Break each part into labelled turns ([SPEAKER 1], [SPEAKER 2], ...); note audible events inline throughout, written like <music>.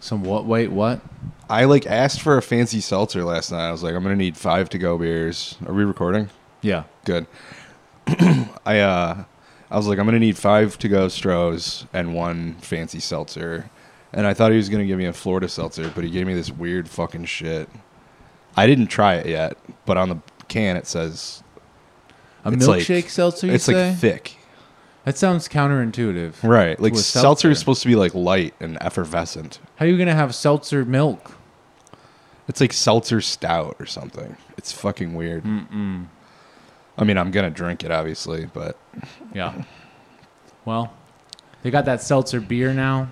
[SPEAKER 1] Some what? Wait, what?
[SPEAKER 2] I like asked for a fancy seltzer last night. I was like, I'm gonna need five to go beers. Are we recording?
[SPEAKER 1] Yeah.
[SPEAKER 2] Good. <clears throat> I uh I was like, I'm gonna need five to go Strohs and one fancy seltzer. And I thought he was gonna give me a Florida seltzer, but he gave me this weird fucking shit. I didn't try it yet, but on the can it says
[SPEAKER 1] A
[SPEAKER 2] It's like-
[SPEAKER 1] milkshake seltzer, you
[SPEAKER 2] it's
[SPEAKER 1] say?
[SPEAKER 2] like thick.
[SPEAKER 1] that sounds counterintuitive.
[SPEAKER 2] Right. Like
[SPEAKER 1] To a
[SPEAKER 2] seltzer. is supposed to be like light and effervescent.
[SPEAKER 1] How are you going to have seltzer milk?
[SPEAKER 2] It's like seltzer stout or something. It's fucking weird. Mm-mm. I mean, I'm gonna drink it obviously, but
[SPEAKER 1] Yeah. Well, they got that seltzer beer now.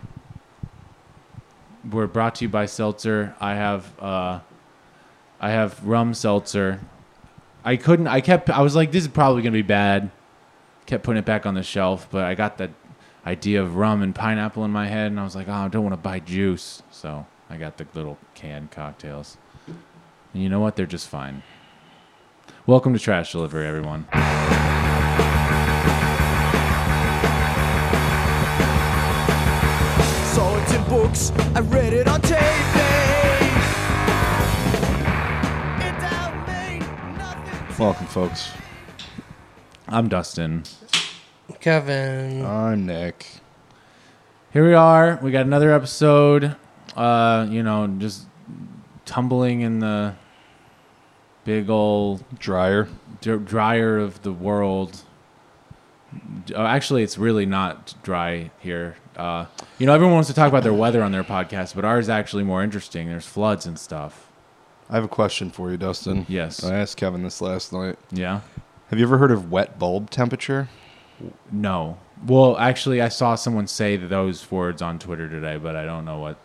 [SPEAKER 1] We're brought to you by Seltzer. I have uh I have rum seltzer. I couldn't I kept I was like this is probably going to be bad. Kept putting it back on the shelf, but I got that idea of rum and pineapple in my head and I was like, "Oh, I don't want to buy juice." So, I got the little canned cocktails. And you know what? They're just fine. Welcome to Trash Delivery, everyone.
[SPEAKER 3] Saw it in books, I read it on TV. It don't mean nothing to
[SPEAKER 2] welcome, folks.
[SPEAKER 1] I'm Dustin.
[SPEAKER 4] Kevin.
[SPEAKER 2] I'm Nick.
[SPEAKER 1] Here we are. We got another episode. Uh, you know, just tumbling in the big old
[SPEAKER 2] Dryer.
[SPEAKER 1] dr- dryer of the world. D- Oh, actually, it's really not dry here. Uh, you know, everyone wants to talk about their weather on their podcast, but ours is actually more interesting. There's floods and stuff.
[SPEAKER 2] I have a question for you, Dustin.
[SPEAKER 1] Yes.
[SPEAKER 2] I asked Kevin this last night.
[SPEAKER 1] Yeah.
[SPEAKER 2] Have you ever heard of wet bulb temperature?
[SPEAKER 1] No. Well, actually, I saw someone say those words on Twitter today, but I don't know what.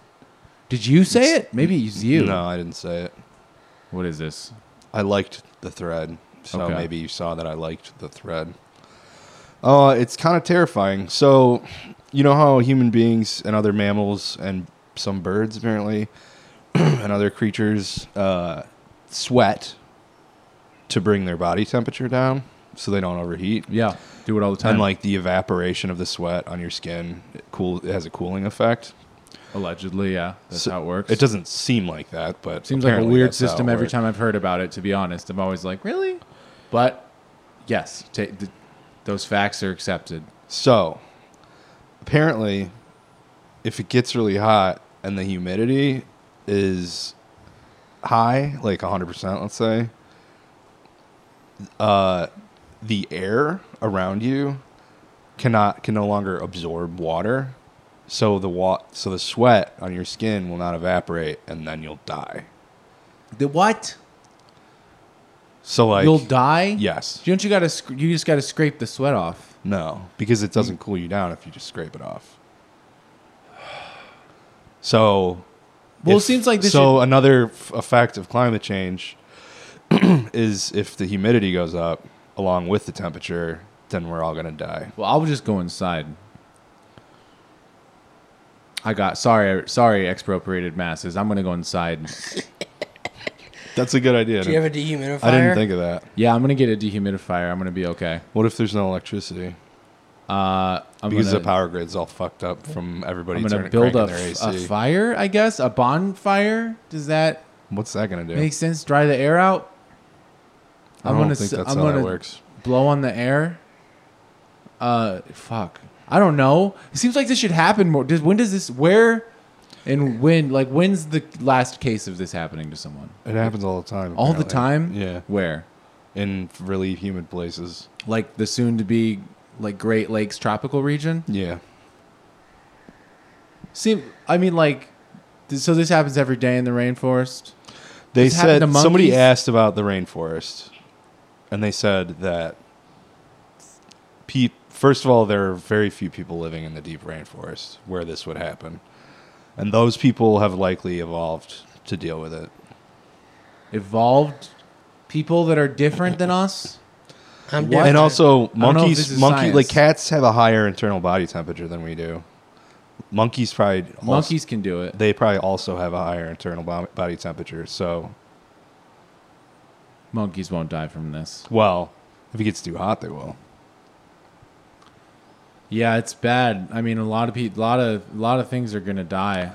[SPEAKER 1] Did you say it? Maybe it's you.
[SPEAKER 2] No, I didn't say it.
[SPEAKER 1] What is this?
[SPEAKER 2] I liked the thread, so
[SPEAKER 1] Okay.
[SPEAKER 2] maybe you saw that I liked the thread. Uh, it's kind of terrifying. So, you know how human beings and other mammals and some birds apparently <clears throat> and other creatures uh, sweat to bring their body temperature down so they don't overheat.
[SPEAKER 1] Yeah. Do it all the time.
[SPEAKER 2] And like the evaporation of the sweat on your skin, it cool it has a cooling effect.
[SPEAKER 1] Allegedly, yeah. That's
[SPEAKER 2] So-
[SPEAKER 1] how it works.
[SPEAKER 2] It doesn't seem like that, but
[SPEAKER 1] seems like a
[SPEAKER 2] apparently
[SPEAKER 1] weird
[SPEAKER 2] that's how it
[SPEAKER 1] system every
[SPEAKER 2] works.
[SPEAKER 1] time I've heard about it. To be honest, I'm always like, really? But yes, ta th- those facts are accepted.
[SPEAKER 2] So, apparently, if it gets really hot and the humidity is high, like 100%, let's say, uh, the air around you cannot can no longer absorb water. So the wa- so the sweat on your skin will not evaporate and then you'll die.
[SPEAKER 1] The what?
[SPEAKER 2] So like
[SPEAKER 1] You'll die?
[SPEAKER 2] Yes.
[SPEAKER 1] Don't you gotta? sc- You just gotta scrape the sweat off.
[SPEAKER 2] No, because it doesn't cool you down if you just scrape it off. <sighs> So,
[SPEAKER 1] Well, it
[SPEAKER 2] if-
[SPEAKER 1] seems like this
[SPEAKER 2] So another f- effect of climate change <clears throat> is if the humidity goes up along with the temperature, then we're all gonna die.
[SPEAKER 1] Well, I'll just go inside. I got sorry, sorry, expropriated masses. I'm gonna go <laughs> inside.
[SPEAKER 2] That's a good idea.
[SPEAKER 4] Do you have a dehumidifier?
[SPEAKER 2] I didn't think of that.
[SPEAKER 1] yeah, I'm gonna get a dehumidifier. I'm gonna be okay.
[SPEAKER 2] What if there's no electricity?
[SPEAKER 1] Uh, I'm
[SPEAKER 2] Because
[SPEAKER 1] gonna,
[SPEAKER 2] the power grid's all fucked up from everybody
[SPEAKER 1] I'm gonna
[SPEAKER 2] turning
[SPEAKER 1] build
[SPEAKER 2] build
[SPEAKER 1] a,
[SPEAKER 2] their
[SPEAKER 1] f-
[SPEAKER 2] AC.
[SPEAKER 1] a fire, I guess, a bonfire. Does that
[SPEAKER 2] What's that gonna do?
[SPEAKER 1] make sense? Dry the air out.
[SPEAKER 2] I don't think
[SPEAKER 1] s-
[SPEAKER 2] that's
[SPEAKER 1] I'm
[SPEAKER 2] how that
[SPEAKER 1] gonna
[SPEAKER 2] works.
[SPEAKER 1] Blow on the air. Uh, fuck. I don't know. It seems like this should happen more. Does, when does this? Where? And when? Like, when's the last case of this happening to someone?
[SPEAKER 2] It happens all the time.
[SPEAKER 1] All the
[SPEAKER 2] apparently.
[SPEAKER 1] time.
[SPEAKER 2] Yeah.
[SPEAKER 1] Where?
[SPEAKER 2] In really humid places.
[SPEAKER 1] Like the soon-to-be like Great Lakes tropical region.
[SPEAKER 2] Yeah.
[SPEAKER 1] See, I mean, like, th- so this happens every day in the rainforest.
[SPEAKER 2] They
[SPEAKER 1] This happened
[SPEAKER 2] said
[SPEAKER 1] to monkeys?
[SPEAKER 2] somebody asked about the rainforest, and they said that. Pe- first of all, there are very few people living in the deep rainforest where this would happen, and those people have likely evolved to deal with it.
[SPEAKER 1] Evolved people that are different than us.
[SPEAKER 4] I'm
[SPEAKER 1] What?
[SPEAKER 4] different.
[SPEAKER 2] And also,
[SPEAKER 1] know if this
[SPEAKER 2] monkeys,
[SPEAKER 1] is
[SPEAKER 2] monkey,
[SPEAKER 1] science.
[SPEAKER 2] like cats, have a higher internal body temperature than we do. Monkeys probably also-
[SPEAKER 1] Monkeys can do it.
[SPEAKER 2] they probably also have a higher internal bo- body temperature. So,
[SPEAKER 1] Monkeys won't die from this.
[SPEAKER 2] well, if it gets too hot, they will.
[SPEAKER 1] Yeah, it's bad. I mean, a lot of people, a lot of, a lot of things are gonna die.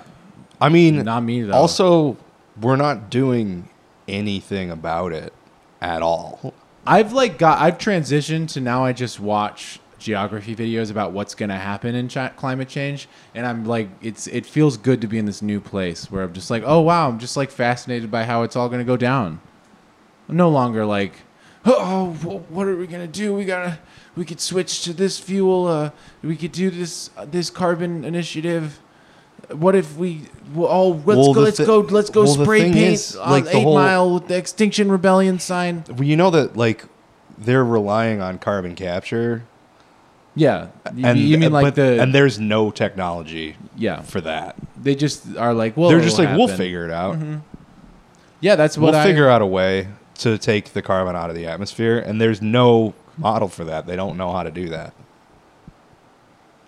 [SPEAKER 2] I mean,
[SPEAKER 1] Not me, though.
[SPEAKER 2] Also, we're not doing anything about it at all.
[SPEAKER 1] I've like got I've transitioned to now I just watch geography videos about what's going to happen in chi- climate change and I'm like it's it feels good to be in this new place where I'm just like oh wow I'm just like fascinated by how it's all going to go down. I'm no longer like oh wh- what are we going to do? We got to we could switch to this fuel uh we could do this uh, this carbon initiative what if we well, oh let's go
[SPEAKER 2] Well, the
[SPEAKER 1] let's
[SPEAKER 2] thi-
[SPEAKER 1] go let's go
[SPEAKER 2] well, the
[SPEAKER 1] spray
[SPEAKER 2] thing
[SPEAKER 1] paint
[SPEAKER 2] is,
[SPEAKER 1] on
[SPEAKER 2] like, the
[SPEAKER 1] 8
[SPEAKER 2] whole-
[SPEAKER 1] mile with the extinction rebellion sign
[SPEAKER 2] Well, you know that like they're relying on carbon capture,
[SPEAKER 1] Yeah, you,
[SPEAKER 2] and
[SPEAKER 1] you mean like
[SPEAKER 2] but-
[SPEAKER 1] the
[SPEAKER 2] and there's no technology
[SPEAKER 1] yeah
[SPEAKER 2] for that.
[SPEAKER 1] they just are like well
[SPEAKER 2] they're just like
[SPEAKER 1] it'll
[SPEAKER 2] we'll
[SPEAKER 1] happen."
[SPEAKER 2] figure it out.
[SPEAKER 1] yeah that's what
[SPEAKER 2] We'll
[SPEAKER 1] I
[SPEAKER 2] figure out a way to take the carbon out of the atmosphere, and there's no model for that. They don't know how to do that.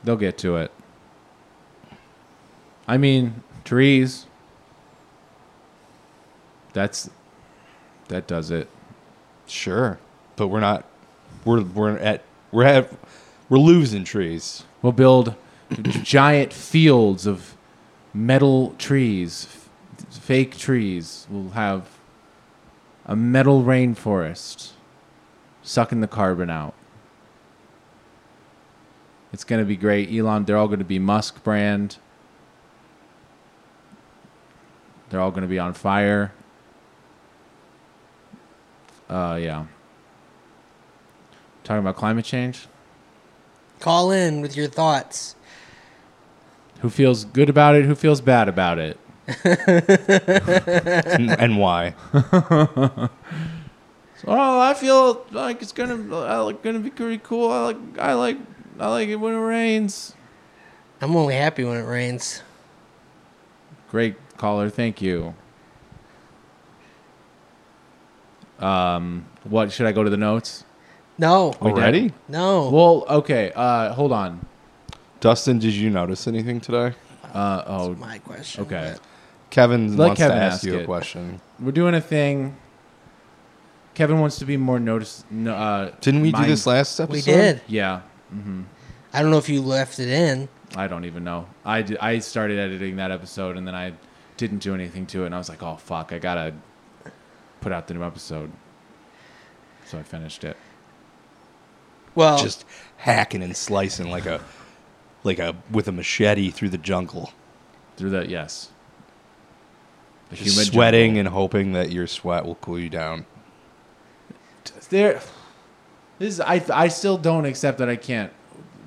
[SPEAKER 1] they'll get to it I mean trees that's that does it
[SPEAKER 2] Sure, but we're not. We're we're at we're at we're losing
[SPEAKER 1] <laughs>
[SPEAKER 2] trees.
[SPEAKER 1] we'll build <coughs> giant fields of metal trees f- fake trees we'll have a metal rainforest sucking the carbon out It's going to be great. Elon, they're all going to be Musk brand. They're all going to be on fire. Uh, yeah. Talking about climate change.
[SPEAKER 4] Call in with your thoughts.
[SPEAKER 1] Who feels good about it? Who feels bad about it?
[SPEAKER 2] and, and why?
[SPEAKER 1] Oh, I feel like it's gonna I like, gonna be pretty cool. I like I like I like it when it rains.
[SPEAKER 4] I'm only happy when it rains.
[SPEAKER 1] Great caller, thank you. Um, what should I go to the notes?
[SPEAKER 4] No,
[SPEAKER 1] did.
[SPEAKER 2] Already?
[SPEAKER 4] no.
[SPEAKER 1] Well, okay. Uh, hold on.
[SPEAKER 2] Dustin, did you notice anything today?
[SPEAKER 1] Uh, oh,
[SPEAKER 4] My question.
[SPEAKER 1] okay.
[SPEAKER 2] Kevin
[SPEAKER 1] Let
[SPEAKER 2] wants
[SPEAKER 1] Kevin
[SPEAKER 2] to ask,
[SPEAKER 1] ask
[SPEAKER 2] you a
[SPEAKER 1] it.
[SPEAKER 2] question.
[SPEAKER 1] We're doing a thing. Kevin wants to be more noticed. No, uh,
[SPEAKER 2] Didn't we do
[SPEAKER 1] mind-
[SPEAKER 2] this last episode?
[SPEAKER 4] We did.
[SPEAKER 1] Yeah,
[SPEAKER 4] I don't know if you left it in.
[SPEAKER 1] I don't even know. I, d- I started editing that episode and then I didn't do anything to it, and I was like, oh fuck, I gotta put out the new episode. So I finished it.
[SPEAKER 4] Well,
[SPEAKER 2] Just hacking and slicing like a like a with a machete through the jungle.
[SPEAKER 1] Through the yes, the
[SPEAKER 2] Just
[SPEAKER 1] human
[SPEAKER 2] sweating
[SPEAKER 1] jungle.
[SPEAKER 2] and hoping that your sweat will cool you down.
[SPEAKER 1] there this is I I still don't accept that I can't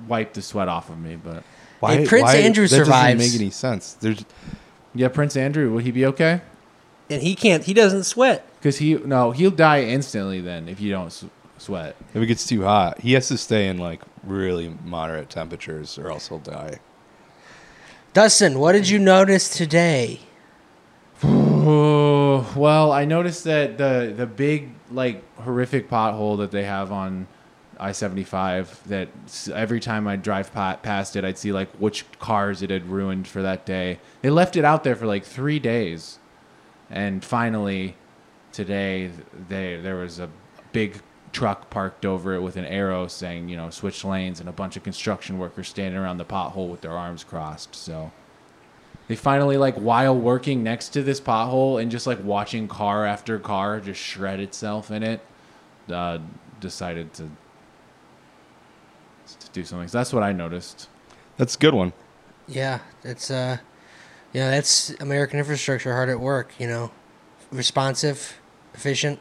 [SPEAKER 1] wipe the sweat off of me, but
[SPEAKER 4] Prince Andrew
[SPEAKER 2] that Doesn't
[SPEAKER 4] survives.
[SPEAKER 2] make any sense. There's
[SPEAKER 1] yeah, Prince Andrew, will he be okay?
[SPEAKER 4] and he can't. He doesn't sweat.
[SPEAKER 1] Cuz he no, he'll die instantly then if you don't s- sweat.
[SPEAKER 2] if it gets too hot, he has to stay in like really moderate temperatures, or else he'll die.
[SPEAKER 4] Dustin, what did you notice today?
[SPEAKER 1] Oh, well, I noticed that the the big like horrific pothole that they have on I seventy five. That s- every time I drive pa- past it, I'd see like which cars it had ruined for that day. They left it out there for like three days, and finally, today they there was a big truck parked over it with an arrow saying you know switch lanes and a bunch of construction workers standing around the pothole with their arms crossed. So. They finally like while working next to this pothole and just like watching car after car just shred itself in it, uh, decided to to do something. So that's what I noticed.
[SPEAKER 2] That's a good one.
[SPEAKER 4] Yeah, that's uh, you know, that's American infrastructure hard at work. You know, responsive, efficient.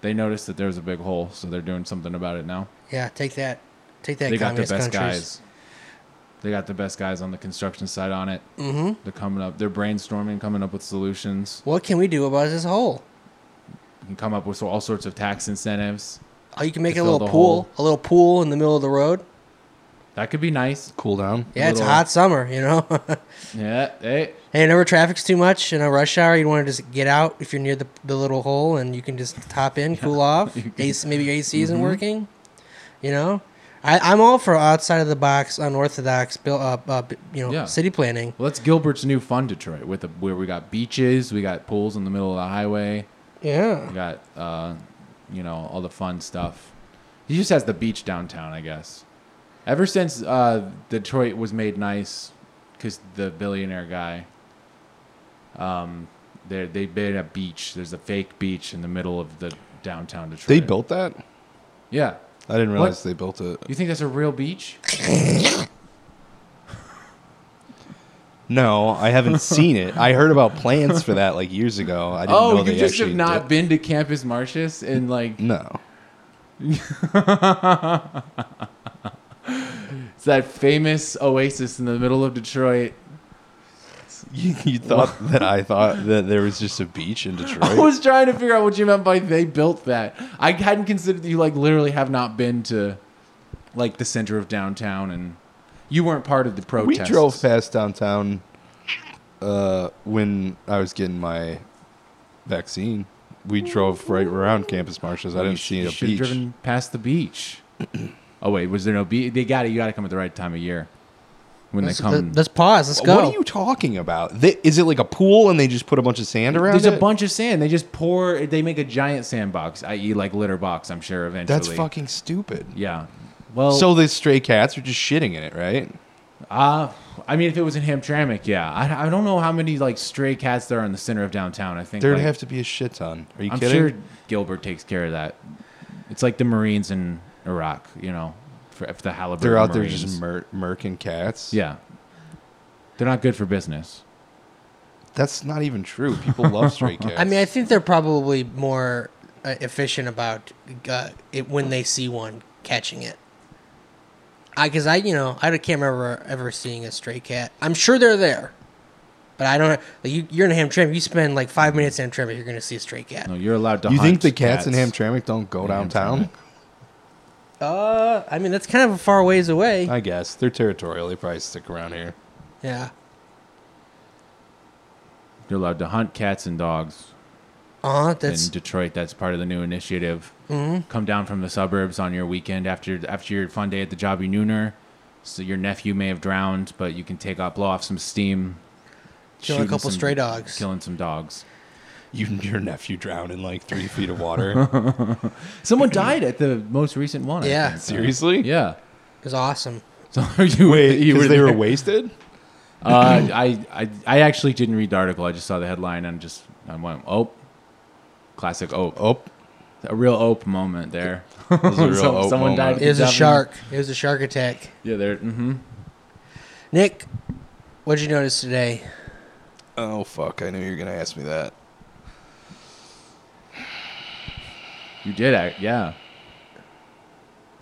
[SPEAKER 1] They noticed that there was a big hole, so they're doing something about it now.
[SPEAKER 4] Yeah, take that, take that.
[SPEAKER 1] they got the
[SPEAKER 4] communist
[SPEAKER 1] best
[SPEAKER 4] countries.
[SPEAKER 1] guys. They got the best guys on the construction side on it.
[SPEAKER 4] Mm.
[SPEAKER 1] Mm-hmm. They're coming up. They're brainstorming, coming up with solutions.
[SPEAKER 4] What can we do about this hole?
[SPEAKER 1] You can come up with all sorts of tax incentives.
[SPEAKER 4] Oh, you can make
[SPEAKER 1] To
[SPEAKER 4] a
[SPEAKER 1] fill
[SPEAKER 4] little
[SPEAKER 1] the
[SPEAKER 4] pool,
[SPEAKER 1] hole.
[SPEAKER 4] a little pool in the middle of the road.
[SPEAKER 1] That could be nice.
[SPEAKER 2] Cool down.
[SPEAKER 4] Yeah, it's a
[SPEAKER 1] little-
[SPEAKER 4] hot summer, you know. <laughs>
[SPEAKER 1] Yeah. Hey.
[SPEAKER 4] hey, never traffic's too much in a rush hour. You want to just get out if you're near the, the little hole, and you can just hop in, cool off. AC, maybe your AC isn't working. You know, I, I'm all for outside of the box, unorthodox, built up, uh, b- you know,
[SPEAKER 1] Yeah.
[SPEAKER 4] city planning.
[SPEAKER 1] Well, that's Gilbert's new fun Detroit with a, where we got beaches, we got pools in the middle of the highway,
[SPEAKER 4] Yeah,
[SPEAKER 1] we got uh, you know all the fun stuff. He just has the beach downtown, I guess. Ever since uh, Detroit was made nice, because the billionaire guy Um, they they made a beach. There's a fake beach in the middle of the downtown Detroit.
[SPEAKER 2] They built that?
[SPEAKER 1] Yeah.
[SPEAKER 2] I didn't realize they built it.
[SPEAKER 1] You think that's a real beach?
[SPEAKER 2] No, I <laughs> haven't seen it. I heard about plans for that like years ago. I didn't know
[SPEAKER 1] Oh, you
[SPEAKER 2] they
[SPEAKER 1] just have
[SPEAKER 2] actually
[SPEAKER 1] not
[SPEAKER 2] did-
[SPEAKER 1] been to Campus Martius and like
[SPEAKER 2] No.
[SPEAKER 1] it's that famous oasis in the middle of Detroit.
[SPEAKER 2] You, you thought that I thought that there was just a beach in
[SPEAKER 1] I
[SPEAKER 2] Detroit?
[SPEAKER 1] was trying to figure out what you meant by they built that. I hadn't considered that you like literally have not been to like the center of downtown and you weren't part of the
[SPEAKER 2] we
[SPEAKER 1] protests.
[SPEAKER 2] drove past downtown uh, when I was getting my vaccine. We drove right around Campus Marshes. I
[SPEAKER 1] You
[SPEAKER 2] didn't
[SPEAKER 1] sh-
[SPEAKER 2] see
[SPEAKER 1] you
[SPEAKER 2] a
[SPEAKER 1] should've
[SPEAKER 2] beach.
[SPEAKER 1] driven past the
[SPEAKER 2] <clears throat>
[SPEAKER 1] beach. oh wait, was there no beach? They got it. You got to come at the right time of year when
[SPEAKER 4] Let's,
[SPEAKER 1] they come.
[SPEAKER 4] let- let's pause. Let's go.
[SPEAKER 2] What are you talking about? Th- Is it like a pool and they just put a bunch of sand around
[SPEAKER 1] There's
[SPEAKER 2] it?
[SPEAKER 1] a bunch of sand. They just pour. They make a giant sandbox, i.e., like litter box. I'm sure eventually.
[SPEAKER 2] That's fucking stupid.
[SPEAKER 1] Yeah. Well,
[SPEAKER 2] So the stray cats are just shitting in it, right?
[SPEAKER 1] Uh, I mean, if it was in Hamtramck, yeah. I, I don't know how many like stray cats there are in the center of downtown. I think
[SPEAKER 2] There'd
[SPEAKER 1] like,
[SPEAKER 2] have to be a shit ton. Are you
[SPEAKER 1] I'm
[SPEAKER 2] kidding?
[SPEAKER 1] sure Gilbert takes care of that. It's like the Marines in Iraq, you know, for, if the Halliburton.
[SPEAKER 2] They're out there
[SPEAKER 1] Marines.
[SPEAKER 2] just mur- murking cats.
[SPEAKER 1] yeah. They're not good for business.
[SPEAKER 2] That's not even true. People love stray cats.
[SPEAKER 4] I mean, I think they're probably more uh, efficient about uh, it when they see one catching it. I because I you know I can't remember ever seeing a stray cat. I'm sure they're there, but I don't. Like you, you're in Hamtramck. You spend like five minutes in Hamtramck, you're gonna see a stray cat.
[SPEAKER 1] No, you're allowed to.
[SPEAKER 2] you
[SPEAKER 1] hunt
[SPEAKER 2] think the cats, in
[SPEAKER 1] cats.
[SPEAKER 2] Hamtramck don't go
[SPEAKER 1] In
[SPEAKER 2] downtown?
[SPEAKER 4] Uh, I mean that's kind of a far ways away.
[SPEAKER 2] I guess they're territorial. They probably stick around here.
[SPEAKER 4] yeah,
[SPEAKER 1] You're allowed to hunt cats and dogs.
[SPEAKER 4] uh huh.
[SPEAKER 1] in
[SPEAKER 4] That's Mm-hmm.
[SPEAKER 1] Detroit, that's part of the new initiative. Come down from the suburbs on your weekend after after your fun day at the Jobby Nooner. So your nephew may have drowned, but you can take off, blow off some steam.
[SPEAKER 4] Kill a
[SPEAKER 1] shooting
[SPEAKER 4] couple
[SPEAKER 1] some-
[SPEAKER 4] stray dogs.
[SPEAKER 1] Killing some dogs.
[SPEAKER 2] You, your nephew drowned in like three feet of water.
[SPEAKER 1] <clears throat> Someone died at the most recent one. I
[SPEAKER 4] Yeah.
[SPEAKER 1] think. <laughs>
[SPEAKER 2] Seriously?
[SPEAKER 1] Yeah.
[SPEAKER 4] it's awesome.
[SPEAKER 1] So you <laughs>
[SPEAKER 2] Wait,
[SPEAKER 1] you
[SPEAKER 2] because they were
[SPEAKER 1] there?
[SPEAKER 2] <laughs> wasted.
[SPEAKER 1] Uh, I, I I actually didn't read the article. I just saw the headline and just I went oh, classic ope.
[SPEAKER 2] Oh,
[SPEAKER 1] A real ope moment
[SPEAKER 2] <laughs>
[SPEAKER 1] there.
[SPEAKER 2] was a real
[SPEAKER 1] Some-
[SPEAKER 2] ope
[SPEAKER 1] someone
[SPEAKER 2] moment.
[SPEAKER 1] died.
[SPEAKER 4] <laughs>
[SPEAKER 1] at the
[SPEAKER 4] It was a
[SPEAKER 1] Jobby-
[SPEAKER 4] shark. It was a shark attack.
[SPEAKER 1] Yeah, there. Mm-hmm.
[SPEAKER 4] Nick, what'd you notice today?
[SPEAKER 2] oh fuck! I knew you were gonna ask me that.
[SPEAKER 1] You did. Act, yeah.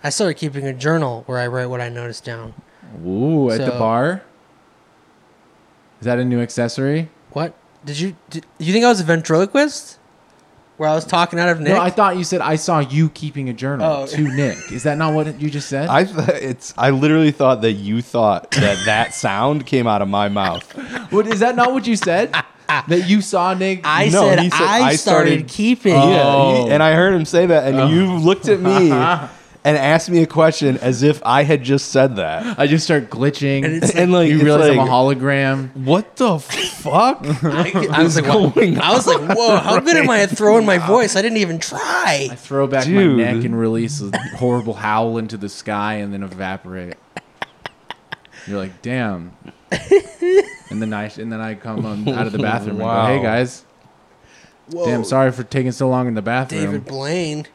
[SPEAKER 4] I started keeping a journal where I write what I noticed down.
[SPEAKER 1] Ooh, at the
[SPEAKER 4] So-
[SPEAKER 1] bar? Is that a new accessory?
[SPEAKER 4] What did you did, you think I was a ventriloquist? Where I was talking out of Nick?
[SPEAKER 1] No, I thought you said I saw you keeping a journal
[SPEAKER 4] Oh.
[SPEAKER 1] to Nick. Is that not what you just said?
[SPEAKER 2] I th- it's. I literally thought that you thought that that sound came out of my mouth.
[SPEAKER 1] what, is that not what you
[SPEAKER 4] <laughs>
[SPEAKER 1] said? that you saw Nick?
[SPEAKER 4] I
[SPEAKER 2] No,
[SPEAKER 4] said,
[SPEAKER 2] he said
[SPEAKER 4] I,
[SPEAKER 2] I
[SPEAKER 4] started,
[SPEAKER 2] started-
[SPEAKER 4] keeping.
[SPEAKER 2] Yeah,
[SPEAKER 1] Oh.
[SPEAKER 2] he- and I heard him say that, and you looked at <laughs> me and asked me a question as if I had just said that.
[SPEAKER 1] I just start glitching.
[SPEAKER 4] And it's
[SPEAKER 2] And like,
[SPEAKER 1] you
[SPEAKER 2] <laughs> it's
[SPEAKER 1] realize
[SPEAKER 2] like,
[SPEAKER 1] I'm a hologram.
[SPEAKER 2] what <laughs> the fuck?
[SPEAKER 4] <laughs> I, I was like, whoa. I was like, whoa, how good am I at throwing my voice? I didn't even try.
[SPEAKER 1] I throw back
[SPEAKER 2] Dude.
[SPEAKER 1] my neck and release a horrible howl into the sky and then evaporate. You're like, damn. and then I and then I come on, out of the bathroom
[SPEAKER 4] <laughs>
[SPEAKER 2] Wow.
[SPEAKER 1] and go, hey guys,
[SPEAKER 4] Whoa,
[SPEAKER 1] damn, sorry for taking so long in the bathroom.
[SPEAKER 4] David Blaine.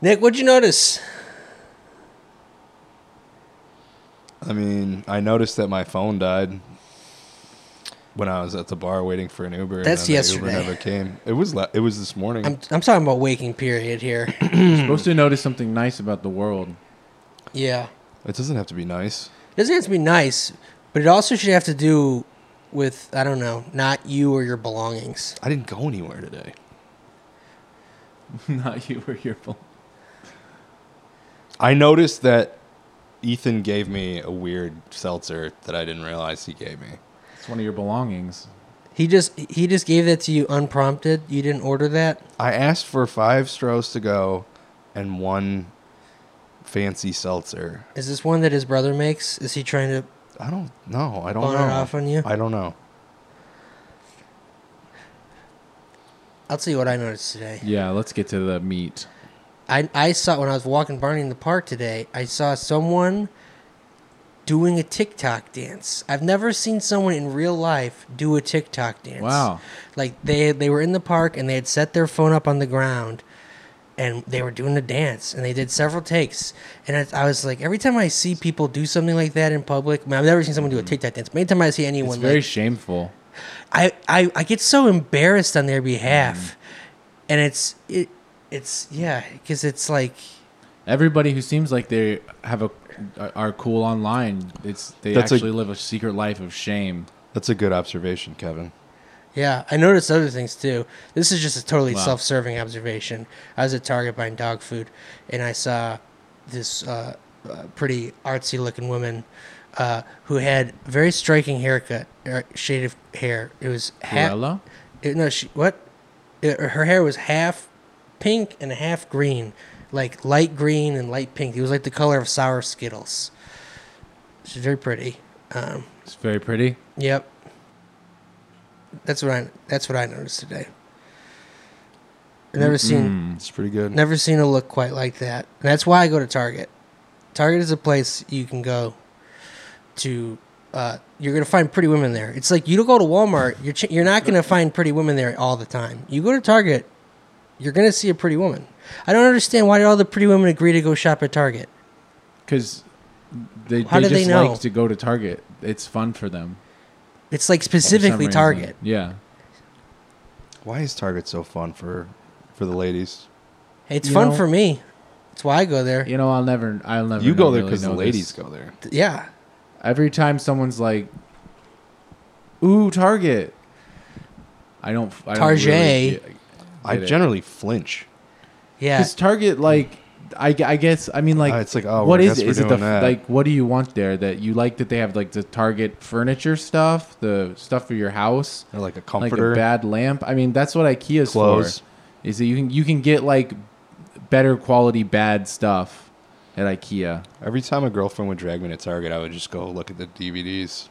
[SPEAKER 4] Nick, what'd you notice?
[SPEAKER 2] I mean, I noticed that my phone died when I was at the bar waiting for an Uber. and
[SPEAKER 4] That's
[SPEAKER 2] then the
[SPEAKER 4] yesterday.
[SPEAKER 2] Uber never came. It was. Le- it was this morning.
[SPEAKER 4] I'm, I'm talking about waking period here.
[SPEAKER 2] Hmm.
[SPEAKER 1] supposed to notice something nice about the world. <laughs>
[SPEAKER 4] yeah.
[SPEAKER 2] it doesn't have to be nice.
[SPEAKER 4] It doesn't have to be nice, but it also should have to do with, I don't know, not you or your belongings.
[SPEAKER 2] I didn't go anywhere today.
[SPEAKER 1] Not you or your phone.
[SPEAKER 2] I noticed that Ethan gave me a weird seltzer that I didn't realize he gave me.
[SPEAKER 1] It's one of your belongings.
[SPEAKER 4] He just he just gave that to you unprompted. You didn't order that.
[SPEAKER 2] I asked for five Strohs to go and one fancy seltzer.
[SPEAKER 4] Is this one that his brother makes? Is he trying to?
[SPEAKER 2] I don't know. I don't
[SPEAKER 1] Oh,
[SPEAKER 4] Bone it
[SPEAKER 2] know.
[SPEAKER 4] off on you?
[SPEAKER 2] I don't know.
[SPEAKER 4] I'll tell you what I noticed today.
[SPEAKER 1] Yeah, let's get to the meat.
[SPEAKER 4] I I saw when I was walking Barney in the park today. I saw someone doing a TikTok dance. I've never seen someone in real life do a TikTok dance.
[SPEAKER 1] Wow.
[SPEAKER 4] Like they they were in the park and they had set their phone up on the ground and they were doing a dance and they did several takes and it, I was like every time I see people do something like that in public, I mean, I've never seen someone do a TikTok dance. But anytime I see anyone
[SPEAKER 1] Mm. It's
[SPEAKER 4] like-
[SPEAKER 1] very shameful.
[SPEAKER 4] I, I, I get so embarrassed on their behalf, and it's it it's yeah because it's like
[SPEAKER 1] Everybody who seems like they have a are cool online. It's they
[SPEAKER 2] That's a-
[SPEAKER 1] actually live a secret life of shame.
[SPEAKER 2] That's a good observation, Kevin.
[SPEAKER 4] yeah I noticed other things too. This is just a totally
[SPEAKER 1] Wow.
[SPEAKER 4] self-serving observation. I was at Target buying dog food, and I saw this uh, uh, pretty artsy-looking woman uh, who had a very striking haircut, er, shade of hair. It was half
[SPEAKER 1] Cruella?
[SPEAKER 4] It, no, she what? It, her hair was half pink and half green, like light green and light pink. It was like the color of sour Skittles. She's very pretty. Um,
[SPEAKER 1] It's very pretty.
[SPEAKER 4] yep. That's what I. That's what I noticed today. I've never
[SPEAKER 1] Mm-hmm.
[SPEAKER 4] seen,
[SPEAKER 2] It's pretty good.
[SPEAKER 4] never seen a look quite like that. And that's why I go to Target. Target is a place you can go to. Uh, you're gonna find pretty women there. It's like you go to Walmart. You're ch- you're not gonna find pretty women there all the time. You go to Target, you're gonna see a pretty woman. I don't understand why did all the pretty women agree to go shop at Target.
[SPEAKER 1] Because they,
[SPEAKER 4] How
[SPEAKER 1] they
[SPEAKER 4] do they
[SPEAKER 1] just
[SPEAKER 4] know?
[SPEAKER 1] like to go to Target. It's fun for them.
[SPEAKER 4] It's like
[SPEAKER 1] for some
[SPEAKER 4] specifically
[SPEAKER 1] reason.
[SPEAKER 4] Target.
[SPEAKER 1] Yeah.
[SPEAKER 2] Why is Target so fun for for the ladies?
[SPEAKER 4] It's
[SPEAKER 1] You
[SPEAKER 4] fun
[SPEAKER 1] know-
[SPEAKER 4] for me. That's why I go there.
[SPEAKER 1] You know, I'll never, I'll never.
[SPEAKER 2] You go
[SPEAKER 1] know-
[SPEAKER 2] there
[SPEAKER 1] really
[SPEAKER 2] because
[SPEAKER 1] know
[SPEAKER 2] the
[SPEAKER 1] this.
[SPEAKER 2] ladies go there.
[SPEAKER 4] Yeah.
[SPEAKER 1] Every time someone's like, "Ooh, Target," I don't. I don't
[SPEAKER 4] Target.
[SPEAKER 1] really get-
[SPEAKER 2] I
[SPEAKER 1] get it.
[SPEAKER 2] generally flinch.
[SPEAKER 4] Yeah.
[SPEAKER 1] Because Target, like, I, gu- I guess, I mean, like,
[SPEAKER 2] Uh, it's like, oh,
[SPEAKER 1] what
[SPEAKER 2] I
[SPEAKER 1] is
[SPEAKER 2] guess
[SPEAKER 1] it?
[SPEAKER 2] we're
[SPEAKER 1] Is it the,
[SPEAKER 2] doing
[SPEAKER 1] f
[SPEAKER 2] that.
[SPEAKER 1] like, what do you want there that you like that they have, like, the Target furniture stuff, the stuff for your house,
[SPEAKER 2] Or like a
[SPEAKER 1] like
[SPEAKER 2] comforter.
[SPEAKER 1] a bad lamp? I mean, that's what IKEA's
[SPEAKER 2] Clothes.
[SPEAKER 1] for. Is that you can, you can get, like, better quality bad stuff at IKEA.
[SPEAKER 2] Every time a girlfriend would drag me to Target, I would just go look at the DVDs.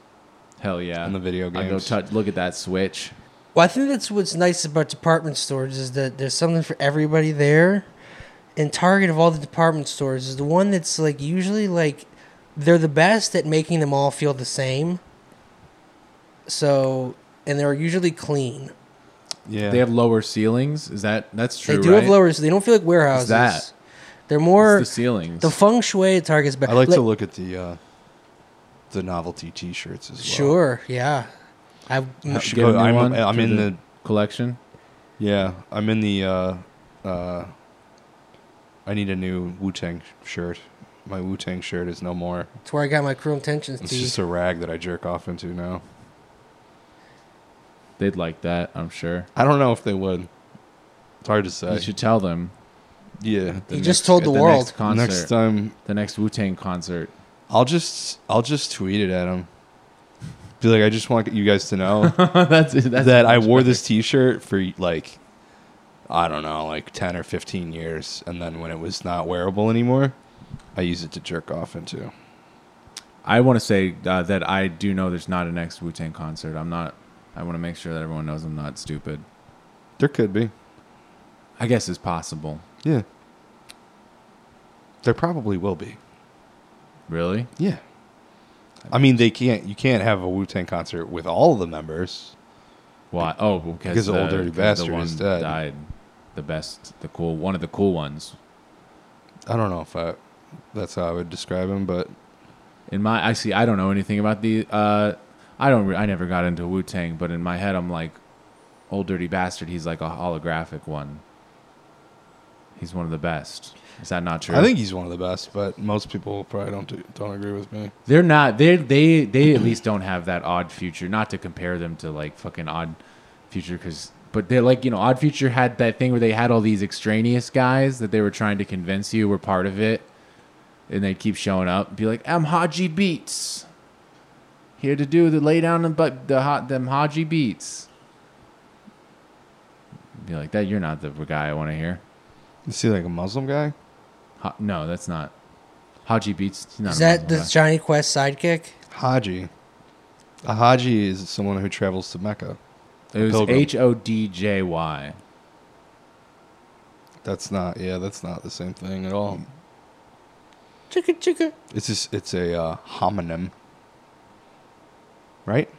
[SPEAKER 1] Hell yeah.
[SPEAKER 2] And the video
[SPEAKER 1] I go
[SPEAKER 2] games.
[SPEAKER 1] touch, look at that Switch.
[SPEAKER 4] Well, I think that's what's nice about department stores is that there's something for everybody there. And Target of all the department stores is the one that's like usually like they're the best at making them all feel the same. So and they're usually clean.
[SPEAKER 2] Yeah,
[SPEAKER 1] They have lower ceilings. Is that, that's true.
[SPEAKER 4] they do have
[SPEAKER 1] right?
[SPEAKER 4] lower, so they don't feel like warehouses.
[SPEAKER 1] that?
[SPEAKER 4] They're more
[SPEAKER 1] It's the ceilings.
[SPEAKER 4] the feng shui at Target's better.
[SPEAKER 2] I like to look at the uh, the novelty T-shirts as well.
[SPEAKER 4] Sure, yeah. I
[SPEAKER 2] You
[SPEAKER 1] Give
[SPEAKER 2] should go-
[SPEAKER 1] me
[SPEAKER 2] I'm,
[SPEAKER 1] one
[SPEAKER 2] I'm
[SPEAKER 1] for
[SPEAKER 2] in the,
[SPEAKER 1] collection.
[SPEAKER 2] yeah. I'm in the. Uh, uh, I need a new Wu Tang shirt. My Wu Tang shirt is no more.
[SPEAKER 4] it's where I got my cruel intentions
[SPEAKER 2] It's
[SPEAKER 4] tea.
[SPEAKER 2] just a rag that I jerk off into now.
[SPEAKER 1] They'd like that, I'm sure.
[SPEAKER 2] I don't know if they would. It's hard to say.
[SPEAKER 1] You should tell them.
[SPEAKER 2] yeah.
[SPEAKER 1] the
[SPEAKER 4] You just
[SPEAKER 1] next-
[SPEAKER 4] told
[SPEAKER 1] at
[SPEAKER 4] the
[SPEAKER 1] Next
[SPEAKER 4] world.
[SPEAKER 1] concert,
[SPEAKER 2] Next time,
[SPEAKER 1] the next Wu Tang
[SPEAKER 2] <laughs>
[SPEAKER 1] concert.
[SPEAKER 2] I'll just I'll just tweet it at him. Be like, I just want you guys to know
[SPEAKER 1] that's that's
[SPEAKER 2] that I wore this T-shirt for like, I don't know, like ten or fifteen years, and then when it was not wearable anymore, I used it to jerk off into.
[SPEAKER 1] I want to say uh, that I do know there's not a next Wu Tang concert. I'm not. I want to make sure that everyone knows I'm not stupid.
[SPEAKER 2] There could be,
[SPEAKER 1] I guess it's possible.
[SPEAKER 2] yeah. There probably will be,
[SPEAKER 1] Really?
[SPEAKER 2] yeah. I mean, they can't. You can't have a Wu Tang concert with all the members.
[SPEAKER 1] Why? Oh, because,
[SPEAKER 2] Because the old dirty
[SPEAKER 1] because
[SPEAKER 2] bastard
[SPEAKER 1] one
[SPEAKER 2] is dead.
[SPEAKER 1] died. The best, the cool, one of the cool ones.
[SPEAKER 2] I don't know if I, that's how I would describe him, but
[SPEAKER 1] In my, I see. I don't know anything about the. Uh, I don't. Re- I never got into Wu Tang, but in my head, I'm like, old dirty bastard. He's like a holographic one. He's one of the best. Is that not true?
[SPEAKER 2] I think he's one of the best. But most people probably don't do, don't agree with me.
[SPEAKER 1] They're not. They they they at least don't have that odd future. Not to compare them to like fucking odd future, because but they're like you know odd future had that thing where they had all these extraneous guys that they were trying to convince you were part of it, and they'd keep showing up, be like I'm Haji Beats, here to do the lay down and but the hot them Haji Beats. Be like that. You're not the guy I want to hear.
[SPEAKER 2] You see, like a Muslim guy.
[SPEAKER 1] Ha- no, that's not. Haji Beats. he's not
[SPEAKER 4] Is
[SPEAKER 1] a
[SPEAKER 4] that
[SPEAKER 1] Muslim
[SPEAKER 4] the
[SPEAKER 1] guy.
[SPEAKER 4] Johnny Quest sidekick?
[SPEAKER 2] Haji. A Haji is someone who travels to Mecca.
[SPEAKER 1] It was
[SPEAKER 2] Pilgrim.
[SPEAKER 1] H O D J Y.
[SPEAKER 2] That's not. Yeah, that's not the same thing at all.
[SPEAKER 4] Chicka chicka.
[SPEAKER 2] It's just. It's a uh, homonym. right?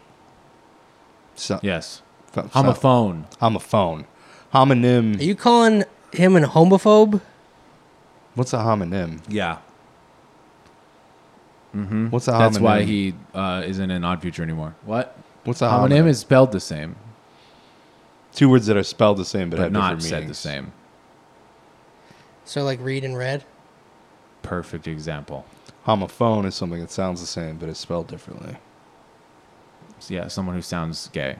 [SPEAKER 2] So,
[SPEAKER 1] Yes.
[SPEAKER 2] f- so-
[SPEAKER 1] Homophone.
[SPEAKER 2] homophone. Homonym.
[SPEAKER 4] Are you calling him an homophobe?
[SPEAKER 2] What's a homonym?
[SPEAKER 1] Yeah.
[SPEAKER 2] What's a homonym?
[SPEAKER 1] Hmm? That's why he uh, isn't in Odd Future anymore. What?
[SPEAKER 2] What's a homonym?
[SPEAKER 1] Homonym is spelled the same,
[SPEAKER 2] two words that are spelled the same but,
[SPEAKER 1] but
[SPEAKER 2] have
[SPEAKER 1] not
[SPEAKER 2] different
[SPEAKER 1] said the
[SPEAKER 2] meanings.
[SPEAKER 1] same.
[SPEAKER 4] So like read and read.
[SPEAKER 1] Perfect example.
[SPEAKER 2] Homophone is something that sounds the same but is spelled differently.
[SPEAKER 1] Yeah, someone who sounds
[SPEAKER 2] <laughs>
[SPEAKER 1] gay.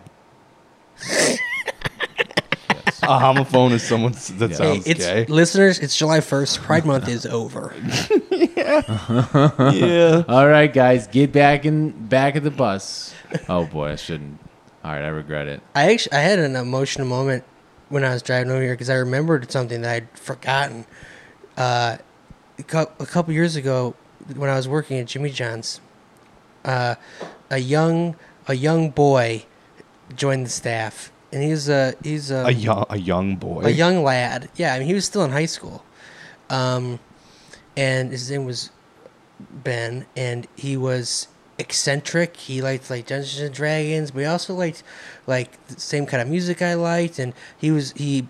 [SPEAKER 2] A homophone is someone s- that
[SPEAKER 1] Yeah.
[SPEAKER 4] Hey,
[SPEAKER 2] sounds
[SPEAKER 4] it's
[SPEAKER 2] gay.
[SPEAKER 4] listeners. It's
[SPEAKER 2] <laughs>
[SPEAKER 4] July first. Pride Month is over.
[SPEAKER 2] yeah.
[SPEAKER 1] All right, guys, get back in back of the bus. Oh boy, I shouldn't. All right, I regret it.
[SPEAKER 4] I actually I had an emotional moment when I was driving over here because I remembered something that I'd forgotten. Uh, a, cou- a couple years ago, when I was working at Jimmy John's, uh, a young a young boy joined the staff, and he's a he's
[SPEAKER 2] <laughs>
[SPEAKER 4] a
[SPEAKER 2] A young, a young boy.
[SPEAKER 4] a young lad. Yeah, I mean, he was still in high school. Um, and his name was Ben, and he was eccentric. He liked like Dungeons and Dragons, but he also liked like the same kind of music I liked. And he was he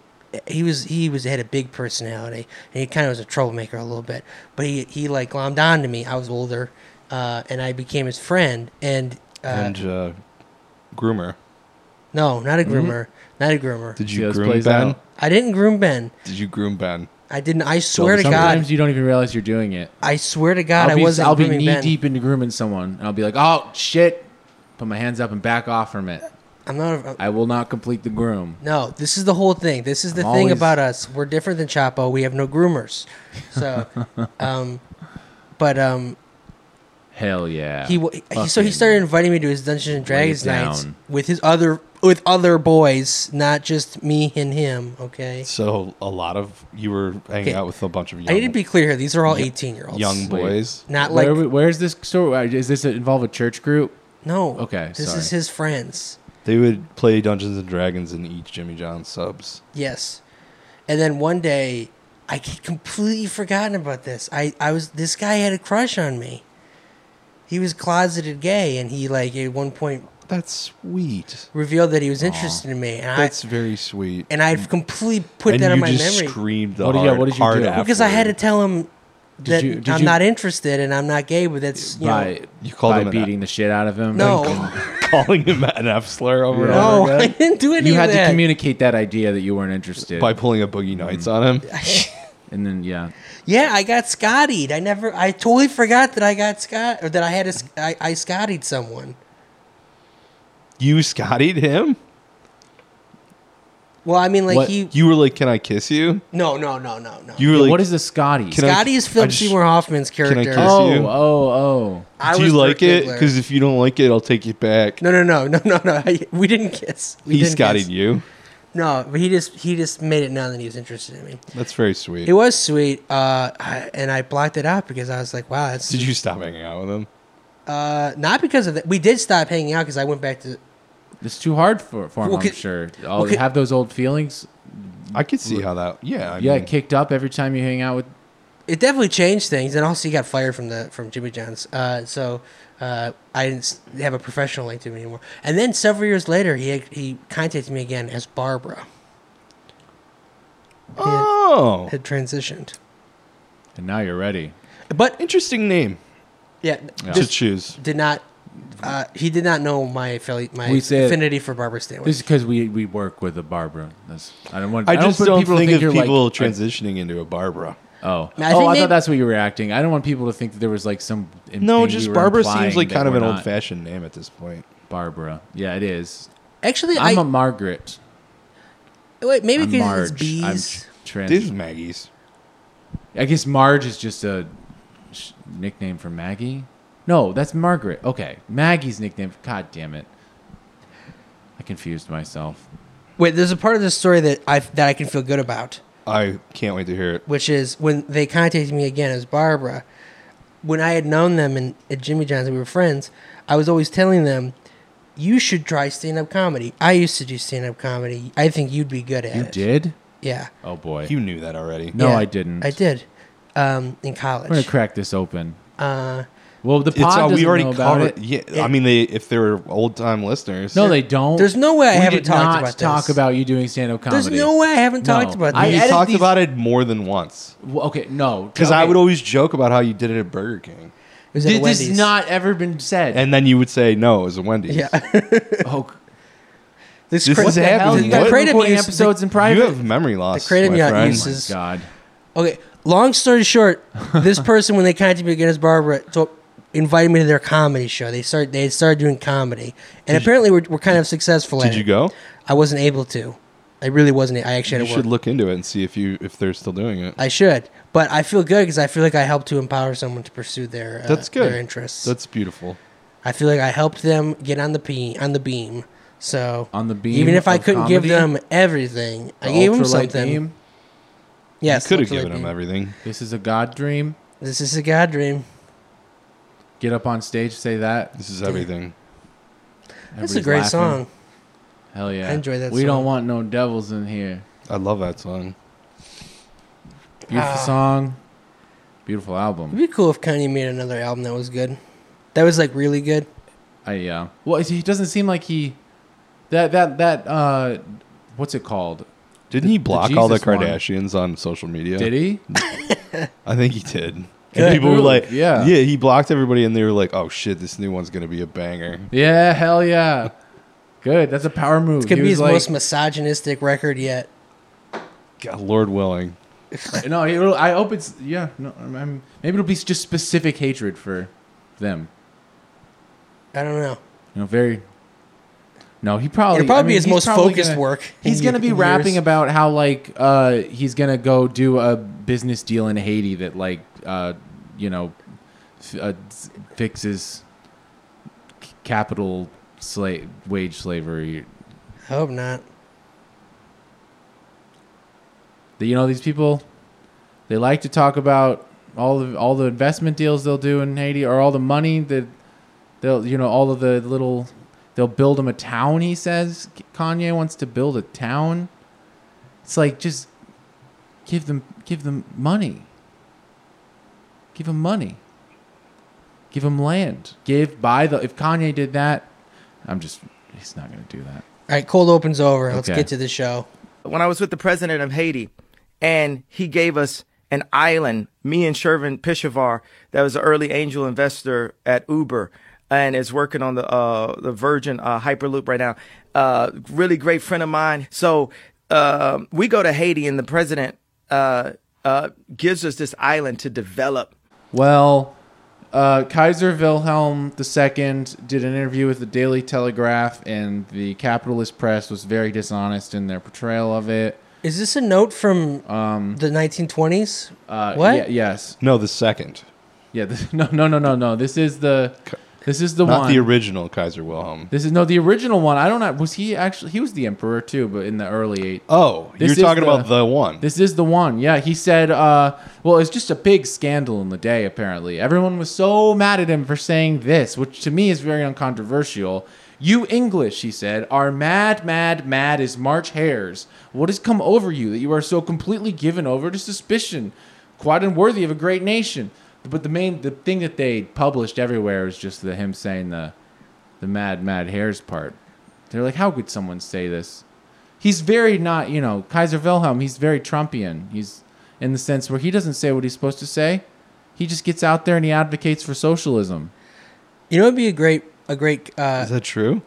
[SPEAKER 4] he was he was had a big personality, and he kind of was a troublemaker a little bit. But he he like glommed on to me. I was older, uh, and I became his friend. And, uh,
[SPEAKER 2] and uh, groomer.
[SPEAKER 4] no, not a groomer, not a groomer.
[SPEAKER 2] Did
[SPEAKER 1] See how
[SPEAKER 2] you
[SPEAKER 1] this
[SPEAKER 2] groom
[SPEAKER 1] plays
[SPEAKER 2] Ben?
[SPEAKER 1] out?
[SPEAKER 4] I didn't groom Ben.
[SPEAKER 2] Did you groom Ben?
[SPEAKER 4] I didn't. I swear to God,
[SPEAKER 1] Sometimes you don't even realize you're doing it.
[SPEAKER 4] I swear to God,
[SPEAKER 1] I'll be,
[SPEAKER 4] I wasn't
[SPEAKER 1] I'll be
[SPEAKER 4] grooming
[SPEAKER 1] knee
[SPEAKER 4] Ben.
[SPEAKER 1] deep into grooming someone, and I'll be like, "Oh shit!" Put my hands up and back off from it.
[SPEAKER 4] I'm not. A,
[SPEAKER 1] I will not complete the groom.
[SPEAKER 4] no, this is the whole thing. This is the
[SPEAKER 1] I'm
[SPEAKER 4] thing
[SPEAKER 1] always-
[SPEAKER 4] about us. We're different than Chapo. We have no groomers.
[SPEAKER 1] <laughs>
[SPEAKER 4] So, um, but um,
[SPEAKER 1] Hell yeah.
[SPEAKER 4] he, wa- he so he
[SPEAKER 1] Fucking-
[SPEAKER 4] started inviting me to his Dungeons and Dragons
[SPEAKER 1] Lay it
[SPEAKER 4] nights
[SPEAKER 1] down.
[SPEAKER 4] with his other with other boys, not just me and him. Okay.
[SPEAKER 2] So a lot of you were hanging
[SPEAKER 4] Okay.
[SPEAKER 2] out with a bunch of young,
[SPEAKER 4] I need to be clear here. These are all 18 year olds.
[SPEAKER 2] young
[SPEAKER 1] Sweet.
[SPEAKER 2] boys.
[SPEAKER 4] Not
[SPEAKER 1] Where
[SPEAKER 4] like
[SPEAKER 1] we- where's this story? Is this involve a church group?
[SPEAKER 4] no.
[SPEAKER 1] Okay,
[SPEAKER 4] This
[SPEAKER 1] sorry.
[SPEAKER 4] is his friends.
[SPEAKER 2] They would play Dungeons and Dragons and eat Jimmy John's subs.
[SPEAKER 4] Yes. And then one day, I had completely forgotten about this. I, I was this guy had a crush on me. He was closeted gay, and he like at one point
[SPEAKER 2] That's sweet.
[SPEAKER 4] revealed that he was interested in me, and I
[SPEAKER 2] That's very sweet.
[SPEAKER 4] and I completely put
[SPEAKER 2] and
[SPEAKER 4] that
[SPEAKER 2] you
[SPEAKER 4] on my
[SPEAKER 2] just
[SPEAKER 4] memory
[SPEAKER 2] screamed the
[SPEAKER 1] What did- yeah,
[SPEAKER 2] hard,
[SPEAKER 1] what did you
[SPEAKER 2] hard
[SPEAKER 1] do?
[SPEAKER 2] F
[SPEAKER 4] because I had to
[SPEAKER 2] word.
[SPEAKER 4] tell him that
[SPEAKER 1] you- did
[SPEAKER 4] I'm
[SPEAKER 1] you-
[SPEAKER 4] not interested and I'm not gay, but that's you
[SPEAKER 1] By
[SPEAKER 2] You called
[SPEAKER 1] by
[SPEAKER 2] him an-
[SPEAKER 1] beating the shit out of him.
[SPEAKER 4] know <laughs> no.
[SPEAKER 2] calling him an F slur over and
[SPEAKER 4] No,
[SPEAKER 2] over
[SPEAKER 4] I
[SPEAKER 2] again
[SPEAKER 4] didn't do any
[SPEAKER 1] you
[SPEAKER 4] of
[SPEAKER 1] had
[SPEAKER 4] that.
[SPEAKER 1] to communicate that idea that you weren't interested.
[SPEAKER 2] by pulling a boogie nights on him.
[SPEAKER 1] and then yeah,
[SPEAKER 4] Yeah, I got scottied. I never. I totally forgot that I got scott or that I had a, sc- I, I scottied someone.
[SPEAKER 2] You Scottied him.
[SPEAKER 4] Well, I mean, like
[SPEAKER 1] What-
[SPEAKER 4] he.
[SPEAKER 2] You were like, "Can I kiss you?"
[SPEAKER 4] No, no, no, no, no.
[SPEAKER 2] You were like,
[SPEAKER 1] what is the Scotty?
[SPEAKER 2] I-
[SPEAKER 4] Scotty is Philip
[SPEAKER 2] I just-
[SPEAKER 4] Seymour Hoffman's character.
[SPEAKER 2] kiss
[SPEAKER 1] oh oh
[SPEAKER 2] you?
[SPEAKER 1] oh.
[SPEAKER 4] I
[SPEAKER 2] "Do
[SPEAKER 4] was
[SPEAKER 2] you like
[SPEAKER 4] Dirk
[SPEAKER 2] it?
[SPEAKER 4] Diggler.
[SPEAKER 2] Because if you don't like it, I'll take it back."
[SPEAKER 4] no, no, no, no, no, no. <laughs> We didn't kiss. We
[SPEAKER 2] he
[SPEAKER 4] didn't
[SPEAKER 2] Scottied
[SPEAKER 4] kiss.
[SPEAKER 2] you.
[SPEAKER 4] No, but he just he just made it known that he was interested in me.
[SPEAKER 2] That's very sweet.
[SPEAKER 4] It was sweet, uh, I, and I blocked it out because I was like, wow, that's
[SPEAKER 2] Did you stop hanging out with him?
[SPEAKER 4] uh, not because of that. We did stop hanging out because I went back to.
[SPEAKER 1] It's too hard for, for him,
[SPEAKER 4] Well,
[SPEAKER 1] I'm
[SPEAKER 4] could-
[SPEAKER 1] sure. I'll
[SPEAKER 4] well, could-
[SPEAKER 1] have those old feelings.
[SPEAKER 2] I could see how that. Yeah. I
[SPEAKER 1] yeah,
[SPEAKER 2] mean,
[SPEAKER 1] kicked up every time you hang out with.
[SPEAKER 4] It definitely changed things, and also he got fired from the from Jimmy John's. Uh, so uh, I didn't s- have a professional link to him anymore. And then several years later, he he contacted me again as Barbara
[SPEAKER 2] oh,
[SPEAKER 4] had transitioned.
[SPEAKER 1] And now you're ready.
[SPEAKER 4] But
[SPEAKER 2] interesting name
[SPEAKER 4] yeah,
[SPEAKER 2] to
[SPEAKER 4] this-
[SPEAKER 2] choose.
[SPEAKER 4] did not. Uh, he did not know my affili- my
[SPEAKER 1] We said-
[SPEAKER 4] affinity for Barbara Stanwyck.
[SPEAKER 1] This is because we, we work with a Barbara. That's I don't want.
[SPEAKER 2] I just
[SPEAKER 1] want
[SPEAKER 2] don't,
[SPEAKER 1] to
[SPEAKER 2] think,
[SPEAKER 1] you're
[SPEAKER 2] of
[SPEAKER 1] like-
[SPEAKER 2] people transitioning into a Barbara.
[SPEAKER 1] oh,
[SPEAKER 4] I
[SPEAKER 1] oh,
[SPEAKER 4] think
[SPEAKER 1] I
[SPEAKER 4] maybe-
[SPEAKER 1] thought that's what you were acting. I don't want people to think that there was like some. im-
[SPEAKER 2] No,
[SPEAKER 1] thing
[SPEAKER 2] just
[SPEAKER 1] we were
[SPEAKER 2] Barbara
[SPEAKER 1] implying
[SPEAKER 2] seems like
[SPEAKER 1] that
[SPEAKER 2] kind of
[SPEAKER 1] we're
[SPEAKER 2] an
[SPEAKER 1] not
[SPEAKER 2] old-fashioned name at this point.
[SPEAKER 1] Barbara. Yeah, it is.
[SPEAKER 4] Actually, i
[SPEAKER 1] I'm a Margaret.
[SPEAKER 4] wait maybe
[SPEAKER 1] I'm
[SPEAKER 4] because
[SPEAKER 1] Marge.
[SPEAKER 4] it's
[SPEAKER 1] I'm
[SPEAKER 4] bees.
[SPEAKER 1] trans.
[SPEAKER 2] This is Maggie's.
[SPEAKER 1] I guess Marge is just a sh- nickname for Maggie. No, that's Margaret. Okay, Maggie's nickname. God damn it! I confused myself.
[SPEAKER 4] wait, there's a part of this story that I that I can feel good about,
[SPEAKER 2] I can't wait to hear it.
[SPEAKER 4] which is when they contacted me again as Barbara. When I had known them and at Jimmy John's, and we were friends. I was always telling them, "You should try stand-up comedy. I used to do stand-up comedy. I think you'd be good at
[SPEAKER 1] You
[SPEAKER 4] it."
[SPEAKER 1] did?
[SPEAKER 4] Yeah.
[SPEAKER 1] Oh boy!
[SPEAKER 2] You knew that already.
[SPEAKER 1] no,
[SPEAKER 4] Yeah,
[SPEAKER 1] I didn't.
[SPEAKER 4] I did. Um, in college.
[SPEAKER 1] We're gonna crack this open.
[SPEAKER 4] Uh,
[SPEAKER 1] Well, the
[SPEAKER 2] It's
[SPEAKER 1] pod
[SPEAKER 2] uh,
[SPEAKER 1] doesn't
[SPEAKER 2] we already
[SPEAKER 1] know about
[SPEAKER 2] covered.
[SPEAKER 1] it.
[SPEAKER 2] Yeah, I mean, they if they're old time listeners.
[SPEAKER 1] No, they don't.
[SPEAKER 4] There's no way I
[SPEAKER 1] we
[SPEAKER 4] haven't
[SPEAKER 1] did
[SPEAKER 4] talked
[SPEAKER 1] not
[SPEAKER 4] about
[SPEAKER 1] talk
[SPEAKER 4] this.
[SPEAKER 1] about you doing stand-up comedy.
[SPEAKER 4] There's no way I haven't
[SPEAKER 1] No.
[SPEAKER 4] talked about
[SPEAKER 1] I
[SPEAKER 4] this.
[SPEAKER 2] We
[SPEAKER 1] edit
[SPEAKER 2] talked
[SPEAKER 1] these-
[SPEAKER 2] about it more than once
[SPEAKER 1] Well, okay, no,
[SPEAKER 2] because I
[SPEAKER 1] okay.
[SPEAKER 2] would always joke about how you did it at Burger King,
[SPEAKER 4] It was at
[SPEAKER 1] This this
[SPEAKER 4] Wendy's.
[SPEAKER 1] has not ever been said.
[SPEAKER 2] and then you would say no, it was a Wendy's. <laughs>
[SPEAKER 4] <laughs> Yeah.
[SPEAKER 1] oh,
[SPEAKER 4] this
[SPEAKER 2] This
[SPEAKER 4] cra-
[SPEAKER 1] what
[SPEAKER 2] is
[SPEAKER 1] the hell? You
[SPEAKER 2] happening. What?
[SPEAKER 1] guys
[SPEAKER 4] Kratom
[SPEAKER 1] recording
[SPEAKER 4] use-
[SPEAKER 1] episodes in
[SPEAKER 2] you
[SPEAKER 1] private.
[SPEAKER 2] have memory loss.
[SPEAKER 4] The kratom
[SPEAKER 2] my
[SPEAKER 4] yacht
[SPEAKER 2] friend.
[SPEAKER 4] uses-
[SPEAKER 1] Oh my God,
[SPEAKER 4] Okay, long story short,
[SPEAKER 2] <laughs>
[SPEAKER 4] this person when they contacted me against Barbara told, invited me to their comedy show. They started they had started doing comedy, and apparently we're, we're kind of successful.
[SPEAKER 2] Did
[SPEAKER 4] at
[SPEAKER 2] you
[SPEAKER 4] it.
[SPEAKER 2] go?
[SPEAKER 4] I wasn't able to. I really wasn't. I
[SPEAKER 2] You
[SPEAKER 4] actually had to work.
[SPEAKER 2] should look into it and see if you if they're still doing it.
[SPEAKER 4] I should, but I feel good because I feel like I helped to empower someone to pursue their uh,
[SPEAKER 2] That's good.
[SPEAKER 4] their interests.
[SPEAKER 2] That's beautiful.
[SPEAKER 4] I feel like I helped them get on the pe- on the beam. So
[SPEAKER 1] on the beam.
[SPEAKER 4] even if I
[SPEAKER 1] of
[SPEAKER 4] couldn't give
[SPEAKER 1] comedy,
[SPEAKER 4] them everything, I
[SPEAKER 1] the
[SPEAKER 4] gave them
[SPEAKER 1] ultralight
[SPEAKER 4] something.
[SPEAKER 1] beam,
[SPEAKER 4] Yes,
[SPEAKER 2] you could have
[SPEAKER 4] ultralight
[SPEAKER 2] given them
[SPEAKER 4] beam.
[SPEAKER 2] everything.
[SPEAKER 1] This is a god dream.
[SPEAKER 4] This is a god dream.
[SPEAKER 1] Get up on stage, say that.
[SPEAKER 2] This is everything.
[SPEAKER 4] That's a
[SPEAKER 1] Everybody's
[SPEAKER 4] great
[SPEAKER 1] laughing.
[SPEAKER 4] song.
[SPEAKER 1] Hell yeah!
[SPEAKER 4] I enjoy that
[SPEAKER 1] We don't
[SPEAKER 4] song. Ah.
[SPEAKER 1] want no devils in here.
[SPEAKER 2] I love that song.
[SPEAKER 1] Beautiful song, beautiful album.
[SPEAKER 4] It'd be cool if Kanye made another album that was good. That was like really good.
[SPEAKER 1] I uh, well, he doesn't seem like he that that that uh, what's it called?
[SPEAKER 2] Didn't he block all the
[SPEAKER 1] Jesus one.
[SPEAKER 2] Kardashians on social media?
[SPEAKER 1] Did he?
[SPEAKER 2] I think he did.
[SPEAKER 4] Good
[SPEAKER 2] And people were
[SPEAKER 1] move,
[SPEAKER 2] like,
[SPEAKER 1] yeah.
[SPEAKER 2] yeah, he blocked everybody, and they were like, oh shit, this new one's gonna be a banger.
[SPEAKER 1] Yeah, hell yeah. Good. That's a power move.
[SPEAKER 4] Could
[SPEAKER 1] He was
[SPEAKER 4] be his
[SPEAKER 1] like-
[SPEAKER 4] most misogynistic record yet.
[SPEAKER 2] God, Lord willing,
[SPEAKER 1] no, he really- I hope it's yeah. No, I'm, I'm- maybe it'll be just specific hatred for them.
[SPEAKER 4] I don't know.
[SPEAKER 1] You know, very. No, he probably.
[SPEAKER 4] It'll probably
[SPEAKER 1] Oh, I
[SPEAKER 4] be
[SPEAKER 1] mean,
[SPEAKER 4] his
[SPEAKER 1] he's
[SPEAKER 4] most
[SPEAKER 1] probably
[SPEAKER 4] focused
[SPEAKER 1] gonna-
[SPEAKER 4] work.
[SPEAKER 1] He's
[SPEAKER 4] in
[SPEAKER 1] gonna be
[SPEAKER 4] years.
[SPEAKER 1] rapping about how like uh he's gonna go do a business deal in Haiti that like uh you know f- uh, s- fixes c- capital slave wage slavery
[SPEAKER 4] I hope not.
[SPEAKER 1] that, you know these people they like to talk about all the all the investment deals they'll do in Haiti or all the money that they'll you know all of the little they'll build them a town he says Kanye wants to build a town it's like just give them give them money give them money give them land give buy the if Kanye did that I'm just he's not going to do that
[SPEAKER 4] All right, cold open's over. Let's
[SPEAKER 1] Okay.
[SPEAKER 4] get to the show.
[SPEAKER 5] when I was with the president of Haiti, and he gave us an island, me and Shervin Pishavar, that was an early angel investor at Uber and is working on the uh, the Virgin uh, Hyperloop right now. Uh, really great friend of mine. So uh, we go to Haiti, and the president uh, uh, gives us this island to develop.
[SPEAKER 1] Well, uh, Kaiser Wilhelm II did an interview with the Daily Telegraph, and the capitalist press was very dishonest in their portrayal of it.
[SPEAKER 4] Is this a note from the 1920s?
[SPEAKER 1] Um, Uh,
[SPEAKER 4] what?
[SPEAKER 1] yeah, yes.
[SPEAKER 2] no, the second,
[SPEAKER 1] Yeah. This, <laughs> no. No. No. No. No. This is the. This is the
[SPEAKER 2] not
[SPEAKER 1] one.
[SPEAKER 2] the original Kaiser Wilhelm.
[SPEAKER 1] this is no the original one. I don't know. Was he actually? He was the emperor too, but in the early eight.
[SPEAKER 2] Oh,
[SPEAKER 1] This
[SPEAKER 2] you're
[SPEAKER 1] is
[SPEAKER 2] talking
[SPEAKER 1] the-
[SPEAKER 2] about the one.
[SPEAKER 1] This is the one. Yeah, he said. Uh, well, it's just a big scandal in the day. Apparently, everyone was so mad at him for saying this, which to me is very uncontroversial. You English, he said, are mad, mad, mad as March hares. What has come over you that you are so completely given over to suspicion, quite unworthy of a great nation? But the main, the thing that they published everywhere was just the him saying the, the mad, mad hares part. They're like, how could someone say this? he's very not you know Kaiser Wilhelm. He's very Trumpian. He's in the sense where he doesn't say what he's supposed to say. He just gets out there and he advocates for socialism.
[SPEAKER 4] You know, it'd be a great, a great. Uh,
[SPEAKER 2] is that true?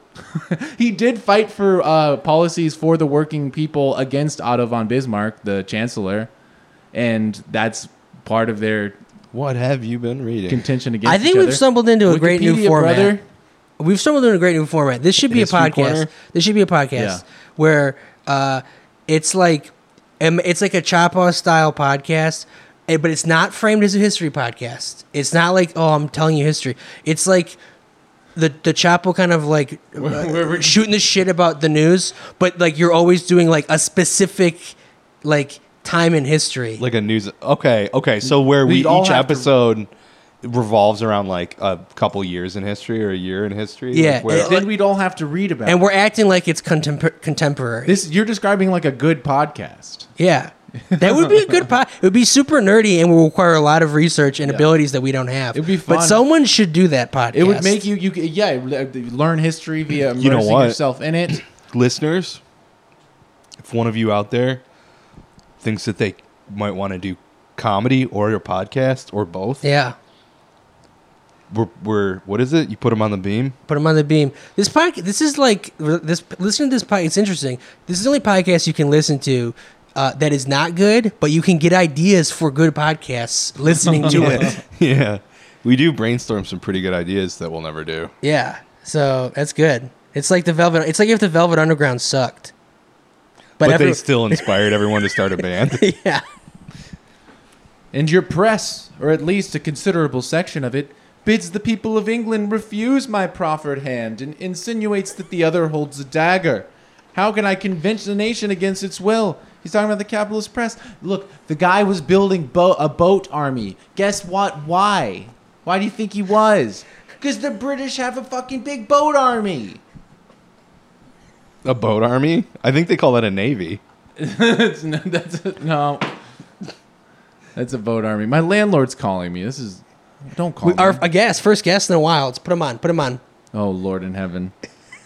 [SPEAKER 1] He did fight for uh, policies for the working people against Otto von Bismarck, the chancellor, and that's part of their
[SPEAKER 2] What have you been reading?
[SPEAKER 1] contention against.
[SPEAKER 4] I think
[SPEAKER 1] each
[SPEAKER 4] we've
[SPEAKER 1] other.
[SPEAKER 4] stumbled into a great new
[SPEAKER 1] Wikipedia,
[SPEAKER 4] format.
[SPEAKER 1] brother.
[SPEAKER 4] We've stumbled into a great new format. This should be
[SPEAKER 2] History
[SPEAKER 4] a podcast.
[SPEAKER 2] corner?
[SPEAKER 4] This should be a podcast
[SPEAKER 1] Yeah.
[SPEAKER 4] where uh, it's like um, it's like a Chapa style podcast, eh, but it's not framed as a history podcast. It's not like oh, I'm telling you history. It's like the the Chapo kind of
[SPEAKER 2] <laughs>
[SPEAKER 4] like uh, shooting the shit about the news, but like you're always doing like a specific like time in history.
[SPEAKER 2] like a news. Okay, okay. So where we
[SPEAKER 1] We'd all
[SPEAKER 2] each
[SPEAKER 1] have to-
[SPEAKER 2] episode revolves around like a couple years in history or a year in history.
[SPEAKER 4] Yeah,
[SPEAKER 2] Like, where-
[SPEAKER 4] it-
[SPEAKER 1] Then we'd all have to read about.
[SPEAKER 4] and
[SPEAKER 1] it.
[SPEAKER 4] we're acting like it's contempor- contemporary.
[SPEAKER 1] this you're describing like a good podcast.
[SPEAKER 4] yeah. That would be a good pod. It would be super nerdy and would require a lot of research and
[SPEAKER 1] Yeah.
[SPEAKER 4] abilities that we don't have.
[SPEAKER 1] It'd be
[SPEAKER 4] But
[SPEAKER 1] fun.
[SPEAKER 4] someone should do that podcast.
[SPEAKER 1] It would make you you c- yeah it- it- learn history via immersing
[SPEAKER 2] You know what?
[SPEAKER 1] yourself in it.
[SPEAKER 2] listeners, if one of you out there thinks that they might want to do comedy or a podcast or both,
[SPEAKER 4] Yeah.
[SPEAKER 2] we're, we're what is it? You put them on the beam. <laughs>
[SPEAKER 4] Put them on the beam. This podcast. This is like this. Listen to this podcast. It's interesting. This is the only podcast you can listen to uh, that is not good, but you can get ideas for good podcasts listening
[SPEAKER 1] <laughs>
[SPEAKER 4] to it. <laughs>
[SPEAKER 2] yeah, we do brainstorm some pretty good ideas that we'll never do.
[SPEAKER 4] Yeah. So that's good. It's like the Velvet. It's like if the Velvet Underground sucked. But,
[SPEAKER 2] But,
[SPEAKER 4] every,
[SPEAKER 2] they still inspired everyone to start a
[SPEAKER 4] <laughs>
[SPEAKER 2] band.
[SPEAKER 4] yeah.
[SPEAKER 1] And your press, or at least a considerable section of it, bids the people of England refuse my proffered hand and insinuates that the other holds a dagger. How can I convince the nation against its will? He's talking about the capitalist press. Look, the guy was building bo- a boat army. Guess what? Why? Why do you think he was? Because the British have a fucking big boat army.
[SPEAKER 2] a boat army? I think they call that a navy.
[SPEAKER 1] <laughs> that's, no, that's a, no. That's a boat army. My landlord's calling me. This is don't call me.
[SPEAKER 4] Our a guest, first guest in a while. Let's put them on. Put them on.
[SPEAKER 1] oh Lord in heaven.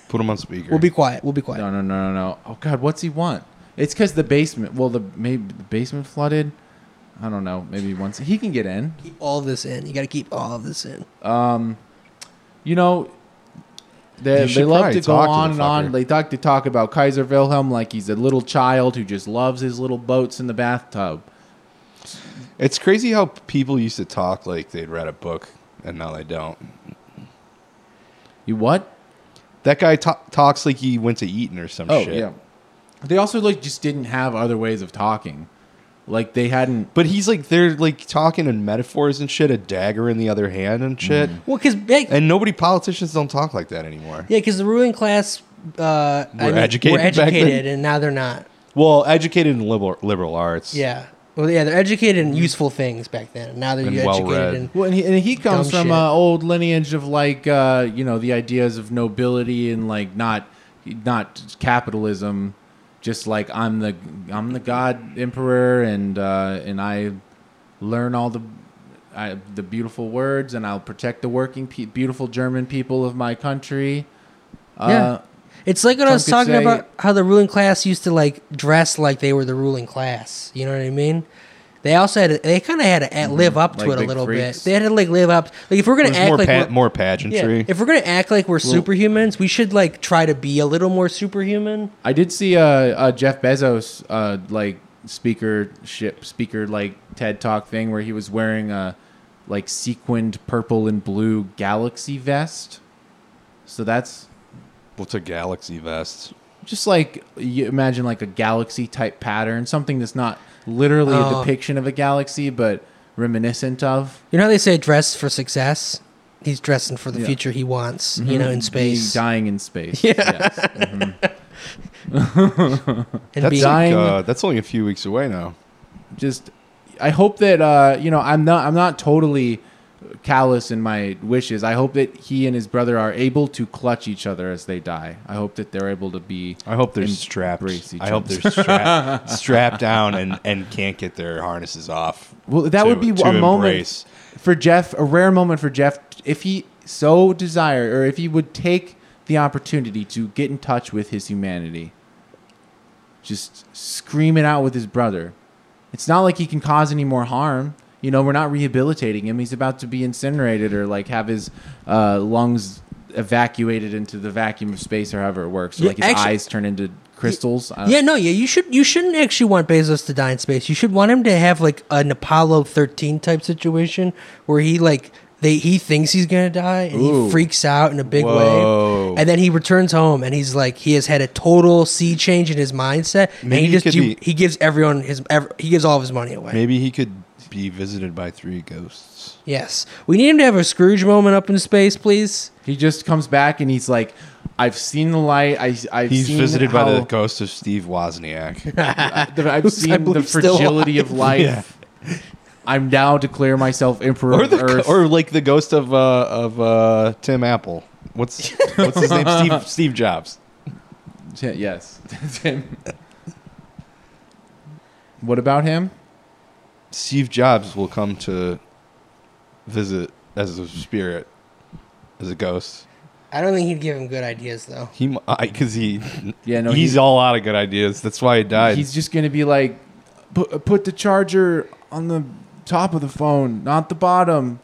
[SPEAKER 2] Put them on speaker.
[SPEAKER 4] We'll be quiet. We'll be quiet.
[SPEAKER 1] No, no, no, no, no. Oh God, what's he want? It's because the basement. Well, the maybe the basement flooded. I don't know. Maybe once he can get in.
[SPEAKER 4] Keep all this in. You got to keep all of this in.
[SPEAKER 1] You know, they,
[SPEAKER 2] You should
[SPEAKER 1] they love
[SPEAKER 2] probably
[SPEAKER 1] to go
[SPEAKER 2] talk to
[SPEAKER 1] on and
[SPEAKER 2] the
[SPEAKER 1] on.
[SPEAKER 2] fucker.
[SPEAKER 1] They talk to talk about Kaiser Wilhelm like he's a little child who just loves his little boats in the bathtub.
[SPEAKER 2] it's crazy how people used to talk like they'd read a book and now they don't.
[SPEAKER 1] You what?
[SPEAKER 2] That guy ta- talks like he went to Eton or some
[SPEAKER 1] Oh
[SPEAKER 2] shit.
[SPEAKER 1] yeah. They also like just didn't have other ways of talking. Like they hadn't.
[SPEAKER 2] But he's like they're like talking in metaphors and shit, a dagger in the other hand and shit.
[SPEAKER 4] Well, because
[SPEAKER 2] And nobody politicians don't talk like that anymore.
[SPEAKER 4] yeah, because the ruling class uh,
[SPEAKER 2] Were educated
[SPEAKER 4] were
[SPEAKER 2] back then?
[SPEAKER 4] educated, and now they're not.
[SPEAKER 2] Well, educated in liberal liberal arts.
[SPEAKER 4] Yeah. Well, yeah, they're educated in useful things back then. Now they're
[SPEAKER 2] And
[SPEAKER 4] educated
[SPEAKER 2] well-read.
[SPEAKER 4] in
[SPEAKER 1] Well, and he, and he comes
[SPEAKER 4] Dumb
[SPEAKER 1] from
[SPEAKER 4] shit.
[SPEAKER 1] uh, old lineage of like uh, you know the ideas of nobility and like not not capitalism, just like I'm the I'm the god emperor and uh, and I learn all the I, the beautiful words and I'll protect the working pe- beautiful German people of my country.
[SPEAKER 2] Uh,
[SPEAKER 1] Uh,
[SPEAKER 4] Yeah. It's like what I
[SPEAKER 1] Some
[SPEAKER 4] was
[SPEAKER 1] could
[SPEAKER 4] talking
[SPEAKER 1] say-
[SPEAKER 4] about how the ruling class used to like dress like they were the ruling class. You know what I mean? They also had to, they kind of had to
[SPEAKER 2] Mm-hmm.
[SPEAKER 4] act- live up to
[SPEAKER 1] Like
[SPEAKER 4] it a
[SPEAKER 1] big
[SPEAKER 4] little
[SPEAKER 1] freaks.
[SPEAKER 4] bit. They had to like live up. Like if we're gonna
[SPEAKER 2] There's
[SPEAKER 4] act
[SPEAKER 2] more
[SPEAKER 4] like
[SPEAKER 2] pa-
[SPEAKER 4] we're,
[SPEAKER 2] more
[SPEAKER 4] yeah,
[SPEAKER 2] pageantry.
[SPEAKER 4] if we're gonna act like we're superhumans, we should like try to be a little more superhuman.
[SPEAKER 1] I did see uh, uh Jeff Bezos uh like speaker ship speaker like TED Talk thing where he was wearing a like sequined purple and blue galaxy vest. So that's
[SPEAKER 2] What's a galaxy vest?
[SPEAKER 1] just like you imagine like a galaxy type pattern, something that's not literally
[SPEAKER 4] Oh.
[SPEAKER 1] a depiction of a galaxy but reminiscent of
[SPEAKER 4] You know how they say dress for success? He's dressing for the
[SPEAKER 1] Yeah.
[SPEAKER 4] future he wants.
[SPEAKER 2] Mm-hmm.
[SPEAKER 4] You know, in space
[SPEAKER 1] being dying in
[SPEAKER 4] <laughs>
[SPEAKER 1] space. Yeah. Yes.
[SPEAKER 4] and
[SPEAKER 2] That's like,
[SPEAKER 4] being
[SPEAKER 1] dying.
[SPEAKER 2] uh, that's only a few weeks away now.
[SPEAKER 1] just I hope that uh, you know I'm not I'm not totally callous in my wishes. I hope that he and his brother are able to clutch each other as they die. I hope that they're able to be.
[SPEAKER 2] I hope they're
[SPEAKER 1] embrace
[SPEAKER 2] strapped.
[SPEAKER 1] each
[SPEAKER 2] I hope
[SPEAKER 1] other.
[SPEAKER 2] they're strapped, strapped down and, and can't get their harnesses off.
[SPEAKER 1] Well, that
[SPEAKER 2] to-
[SPEAKER 1] would be
[SPEAKER 2] to
[SPEAKER 1] a moment
[SPEAKER 2] embrace.
[SPEAKER 1] for Jeff, a rare moment for Jeff, if he so desired, or if he would take the opportunity to get in touch with his humanity. Just scream it out with his brother. It's not like he can cause any more harm. You know, we're not rehabilitating him. He's about to be incinerated or like have his uh, lungs evacuated into the vacuum of space or however it works. Or,
[SPEAKER 4] Yeah,
[SPEAKER 1] like his
[SPEAKER 4] actually-
[SPEAKER 1] eyes turn into crystals. I-
[SPEAKER 4] Yeah, no, yeah, you should you shouldn't actually want Bezos to die in space. You should want him to have like an Apollo thirteen type situation where he like they he thinks he's gonna die and he
[SPEAKER 1] Ooh.
[SPEAKER 4] freaks out in a big
[SPEAKER 2] Whoa.
[SPEAKER 4] way. And then he returns home and he's like he has had a total sea change in his mindset.
[SPEAKER 2] Maybe
[SPEAKER 4] and
[SPEAKER 2] he
[SPEAKER 4] he just
[SPEAKER 2] could
[SPEAKER 4] he,
[SPEAKER 2] be-
[SPEAKER 4] he gives everyone his ev- he gives all of his money away.
[SPEAKER 2] Maybe he could be visited by three ghosts.
[SPEAKER 4] Yes. We need him to have a Scrooge moment up in space, please.
[SPEAKER 1] He just comes back and he's like, I've seen the light. I, I've
[SPEAKER 2] He's
[SPEAKER 1] seen
[SPEAKER 2] visited by the
[SPEAKER 1] how-
[SPEAKER 2] ghost of Steve Wozniak.
[SPEAKER 1] <laughs>
[SPEAKER 2] <laughs>
[SPEAKER 1] The- I've seen the
[SPEAKER 4] believe still
[SPEAKER 1] fragility of life. I'm now declare myself emperor
[SPEAKER 2] or
[SPEAKER 1] of
[SPEAKER 2] the
[SPEAKER 1] Earth.
[SPEAKER 2] or like the ghost of uh, of uh, Tim Apple.
[SPEAKER 1] <laughs>
[SPEAKER 2] What's what's his name? Steve Steve Jobs.
[SPEAKER 1] T- yes, Tim. <laughs> What about him?
[SPEAKER 2] Steve Jobs will come to visit as a spirit, as a ghost.
[SPEAKER 4] I don't think he'd give him good ideas though.
[SPEAKER 2] He because he
[SPEAKER 1] Yeah, no,
[SPEAKER 2] he's
[SPEAKER 1] he-
[SPEAKER 2] all out of good ideas. That's why he died.
[SPEAKER 1] He's just gonna be like, put, put the charger on the top of the phone, not the bottom.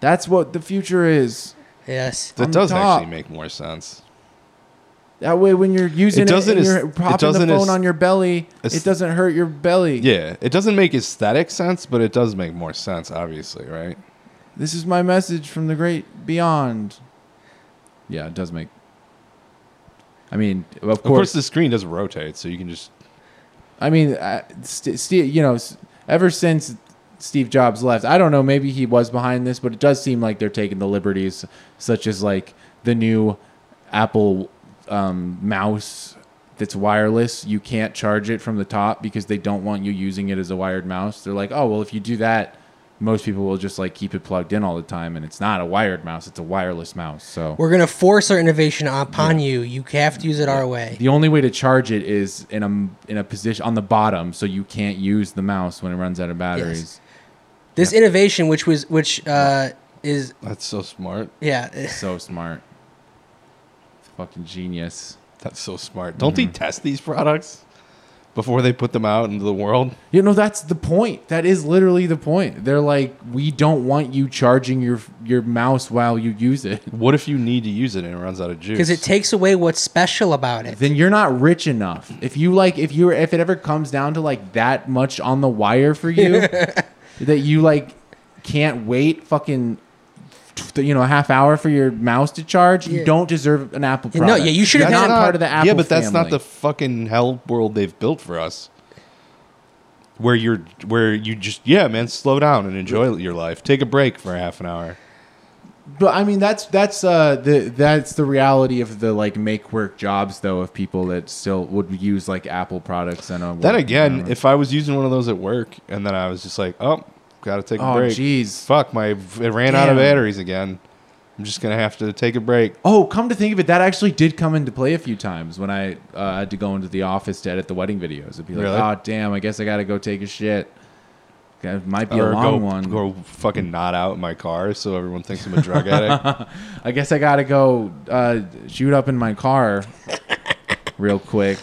[SPEAKER 1] That's what the future is.
[SPEAKER 4] Yes.
[SPEAKER 1] on
[SPEAKER 2] that does
[SPEAKER 1] top.
[SPEAKER 2] actually make more sense.
[SPEAKER 1] That way, when you're using it,
[SPEAKER 2] doesn't
[SPEAKER 1] and
[SPEAKER 2] as-
[SPEAKER 1] you're
[SPEAKER 2] it
[SPEAKER 1] propping the
[SPEAKER 2] doesn't
[SPEAKER 1] phone
[SPEAKER 2] as-
[SPEAKER 1] on your belly,
[SPEAKER 2] as-
[SPEAKER 1] it doesn't hurt your belly.
[SPEAKER 2] Yeah, it doesn't make aesthetic sense, but it does make more sense, obviously, right?
[SPEAKER 1] This is my message from the great beyond. Yeah, it does make. I mean, of,
[SPEAKER 2] Of course,
[SPEAKER 1] course,
[SPEAKER 2] the screen doesn't rotate, so you can just
[SPEAKER 1] I mean, uh, St- Steve, you know, s- ever since Steve Jobs left, I don't know, maybe he was behind this, but it does seem like they're taking the liberties, such as like the new Apple um, mouse that's wireless. You can't charge it from the top because they don't want you using it as a wired mouse. They're like, oh, well, if you do that, most people will just like keep it plugged in all the time, and it's not a wired mouse; it's a wireless mouse. So
[SPEAKER 4] We're gonna force our innovation upon you. You have to use it our way.
[SPEAKER 1] The only way to charge it is in a in a position on the bottom, so you can't use the mouse when it runs out of batteries.
[SPEAKER 4] This innovation, which was which uh, is
[SPEAKER 2] that's so smart.
[SPEAKER 4] yeah, <laughs>
[SPEAKER 1] So smart, fucking genius.
[SPEAKER 2] That's so smart. Don't they test these products before they put them out into the world?
[SPEAKER 1] You know that's the point. That is literally the point. They're like, we don't want you charging your your mouse while you use it.
[SPEAKER 2] What if you need to use it and it runs out of juice?
[SPEAKER 4] because it takes away what's special about it.
[SPEAKER 1] Then you're not rich enough. If you like, if you if it ever comes down to like that much on the wire for
[SPEAKER 4] <laughs>
[SPEAKER 1] you, that you like can't wait fucking. You know, a half hour for your mouse to charge. You
[SPEAKER 4] Yeah.
[SPEAKER 1] don't deserve an Apple
[SPEAKER 4] Yeah, no,
[SPEAKER 1] product.
[SPEAKER 4] yeah, you should have
[SPEAKER 1] You're
[SPEAKER 4] had
[SPEAKER 1] not
[SPEAKER 4] it-
[SPEAKER 1] part of the Apple.
[SPEAKER 2] Yeah, but that's not
[SPEAKER 1] family.
[SPEAKER 2] the fucking hell world they've built for us. Where you're, where you just, yeah, man, slow down and enjoy your life. Take a break for half an hour.
[SPEAKER 1] But I mean, that's that's uh the that's the reality of the like make work jobs though of people that still would use like Apple products and uh, a
[SPEAKER 2] Then again, if I was using one of those at work and then I was just like, oh, gotta take a
[SPEAKER 1] Oh,
[SPEAKER 2] break.
[SPEAKER 1] jeez.
[SPEAKER 2] fuck, my it ran out of
[SPEAKER 1] Damn.
[SPEAKER 2] batteries again. I'm just gonna have to take a break.
[SPEAKER 1] oh, come to think of it, that actually did come into play a few times when I uh, had to go into the office to edit the wedding videos. It'd be like,
[SPEAKER 2] Really?
[SPEAKER 1] oh damn, I guess I gotta go take a shit. That might be a
[SPEAKER 2] or
[SPEAKER 1] long
[SPEAKER 2] go,
[SPEAKER 1] one.
[SPEAKER 2] go fucking not out in my car so everyone thinks I'm a drug
[SPEAKER 1] <laughs>
[SPEAKER 2] addict.
[SPEAKER 1] I guess I gotta go uh, shoot up in my
[SPEAKER 2] <laughs>
[SPEAKER 1] car real quick.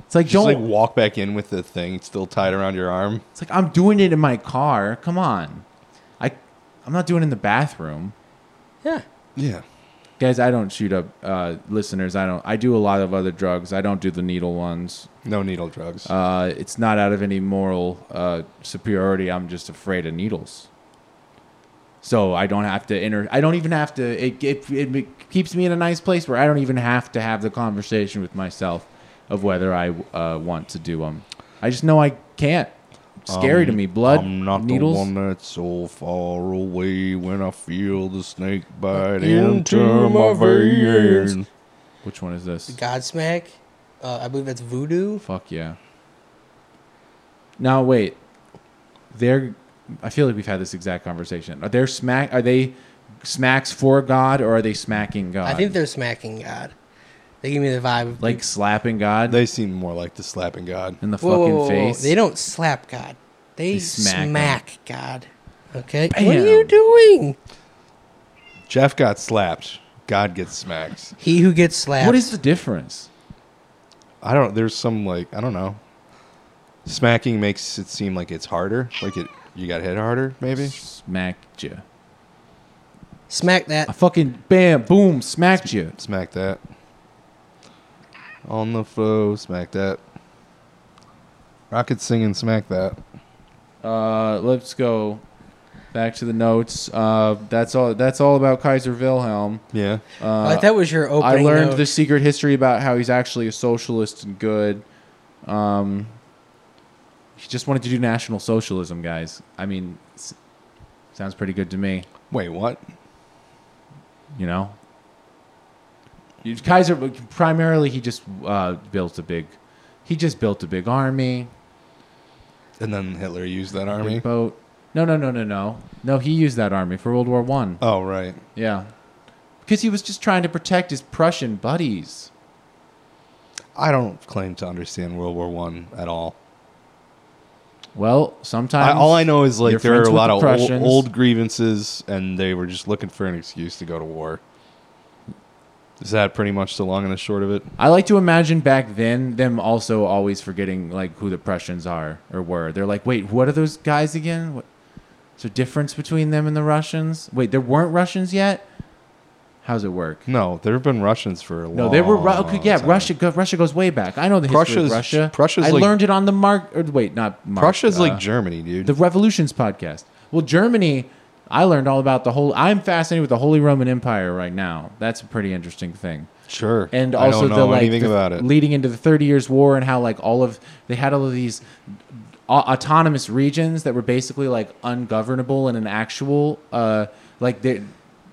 [SPEAKER 1] It's like
[SPEAKER 2] Just
[SPEAKER 1] don't
[SPEAKER 2] like walk back in with the thing still tied around your arm.
[SPEAKER 1] It's like I'm doing it in my car. Come on, I I'm not doing it in the bathroom,
[SPEAKER 4] Yeah,
[SPEAKER 2] Yeah.
[SPEAKER 1] guys. I don't shoot up uh, listeners. I don't. I do a lot of other drugs. I don't do the needle ones.
[SPEAKER 2] No needle drugs.
[SPEAKER 1] Uh, it's not out of any moral uh, superiority. I'm just afraid of needles. So I don't have to enter. I don't even have to. It, it it keeps me in a nice place where I don't even have to have the conversation with myself of whether I uh, want to do them. I just know I can't. It's scary to me. Blood,
[SPEAKER 2] Um, I'm not
[SPEAKER 1] needles.
[SPEAKER 2] the one that's so far away when I feel the
[SPEAKER 1] Uh,
[SPEAKER 2] snake bite
[SPEAKER 4] Into
[SPEAKER 2] into,
[SPEAKER 4] my
[SPEAKER 2] my veins.
[SPEAKER 4] veins.
[SPEAKER 1] Which one is this?
[SPEAKER 4] Godsmack. Uh, I believe that's Voodoo.
[SPEAKER 1] Fuck yeah. Now wait, they're. I feel like we've had this exact conversation. Are they smack? Are they smacks for God or are they smacking God?
[SPEAKER 4] I think they're smacking God. They give me the vibe. of-
[SPEAKER 1] like slapping God
[SPEAKER 2] They seem more like the slapping god.
[SPEAKER 1] in the
[SPEAKER 4] Whoa, whoa,
[SPEAKER 1] fucking
[SPEAKER 4] whoa, whoa.
[SPEAKER 1] face.
[SPEAKER 4] They don't slap God. They,
[SPEAKER 1] They
[SPEAKER 4] smack,
[SPEAKER 1] smack
[SPEAKER 4] God. Okay. What are you
[SPEAKER 1] Bam.
[SPEAKER 4] doing?
[SPEAKER 2] Jeff got slapped. God gets smacked.
[SPEAKER 4] He who gets slapped.
[SPEAKER 1] What is the difference?
[SPEAKER 2] I don't. There's some like I don't know. Smacking makes it seem like it's harder. Like it, you got hit harder. Maybe
[SPEAKER 1] Smacked you.
[SPEAKER 4] smack
[SPEAKER 1] I
[SPEAKER 4] that?
[SPEAKER 1] fucking bam, boom, smacked you.
[SPEAKER 2] smack that on the flow. Smack that. Rocket singing. Smack that.
[SPEAKER 1] Uh, let's go back to the notes. Uh, that's all. That's all about Kaiser Wilhelm.
[SPEAKER 2] Yeah.
[SPEAKER 4] like that was your
[SPEAKER 1] I
[SPEAKER 4] opening.
[SPEAKER 1] learned
[SPEAKER 4] note.
[SPEAKER 1] the secret history about how he's actually a socialist and good. Um, he just wanted to do national socialism, guys. I mean, s- sounds pretty good to me.
[SPEAKER 2] Wait, what?
[SPEAKER 1] You know, You- Kaiser primarily he just uh, built a big, he just built a big army,
[SPEAKER 2] And then Hitler used that
[SPEAKER 1] big
[SPEAKER 2] army.
[SPEAKER 1] boat. No, no, no, no, no, no. He used that army for World War One.
[SPEAKER 2] Oh right.
[SPEAKER 1] Yeah, because he was just trying to protect his Prussian buddies.
[SPEAKER 2] I don't claim to understand World War One at all.
[SPEAKER 1] Well, sometimes
[SPEAKER 2] I, all I know is
[SPEAKER 1] you're
[SPEAKER 2] like there are
[SPEAKER 1] friends
[SPEAKER 2] a
[SPEAKER 1] with
[SPEAKER 2] lot of old,
[SPEAKER 1] depressions.
[SPEAKER 2] old grievances, and they were just looking for an excuse to go to war. Is that pretty much the long and the short of it?
[SPEAKER 1] I like to imagine back then them also always forgetting like who the Prussians are or were. They're like, wait, what are those guys again? What? Is there difference between them and the Russians? Wait, there weren't Russians yet. How's it work?
[SPEAKER 2] No, there have been Russians for a long.
[SPEAKER 1] No, they were Ru- okay, yeah.
[SPEAKER 2] time.
[SPEAKER 1] Russia, go, Russia goes way back. I know the history
[SPEAKER 2] Oh, Prussia's-
[SPEAKER 1] of Russia.
[SPEAKER 2] Prussia's
[SPEAKER 1] I
[SPEAKER 2] like-
[SPEAKER 1] learned it on the Mark. Or wait, not Mark.
[SPEAKER 2] Prussia's
[SPEAKER 1] uh,
[SPEAKER 2] like Germany, dude.
[SPEAKER 1] the Revolutions podcast. Well, Germany, I learned all about the whole. I'm fascinated with the Holy Roman Empire right now. That's a pretty interesting thing.
[SPEAKER 2] sure,
[SPEAKER 1] And
[SPEAKER 2] I
[SPEAKER 1] also
[SPEAKER 2] don't
[SPEAKER 1] the
[SPEAKER 2] know
[SPEAKER 1] like
[SPEAKER 2] anything
[SPEAKER 1] the-
[SPEAKER 2] about it.
[SPEAKER 1] leading into the Thirty Years' War and how like all of they had all of these au- autonomous regions that were basically like ungovernable in an actual uh like they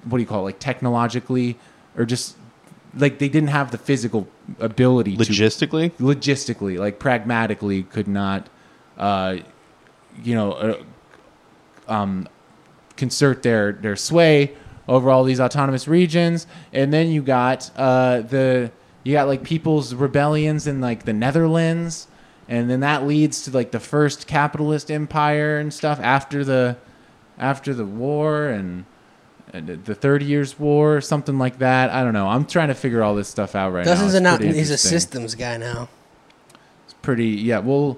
[SPEAKER 1] what do you call it like technologically or just like they didn't have the physical ability to
[SPEAKER 2] Logistically,
[SPEAKER 1] logistically, like pragmatically, could not, uh, you know, uh, um, concert their their sway over all these autonomous regions. And then you got uh, the you got like people's rebellions in like the Netherlands, and then that leads to like the first capitalist empire and stuff after the after the war and. and The Thirty Years' War, something like that. I don't know. I'm trying to figure all this stuff out right
[SPEAKER 4] Dustin's
[SPEAKER 1] now.
[SPEAKER 4] a
[SPEAKER 1] It's
[SPEAKER 4] not.
[SPEAKER 1] pretty
[SPEAKER 4] He's a
[SPEAKER 1] interesting
[SPEAKER 4] systems guy now.
[SPEAKER 1] pretty yeah well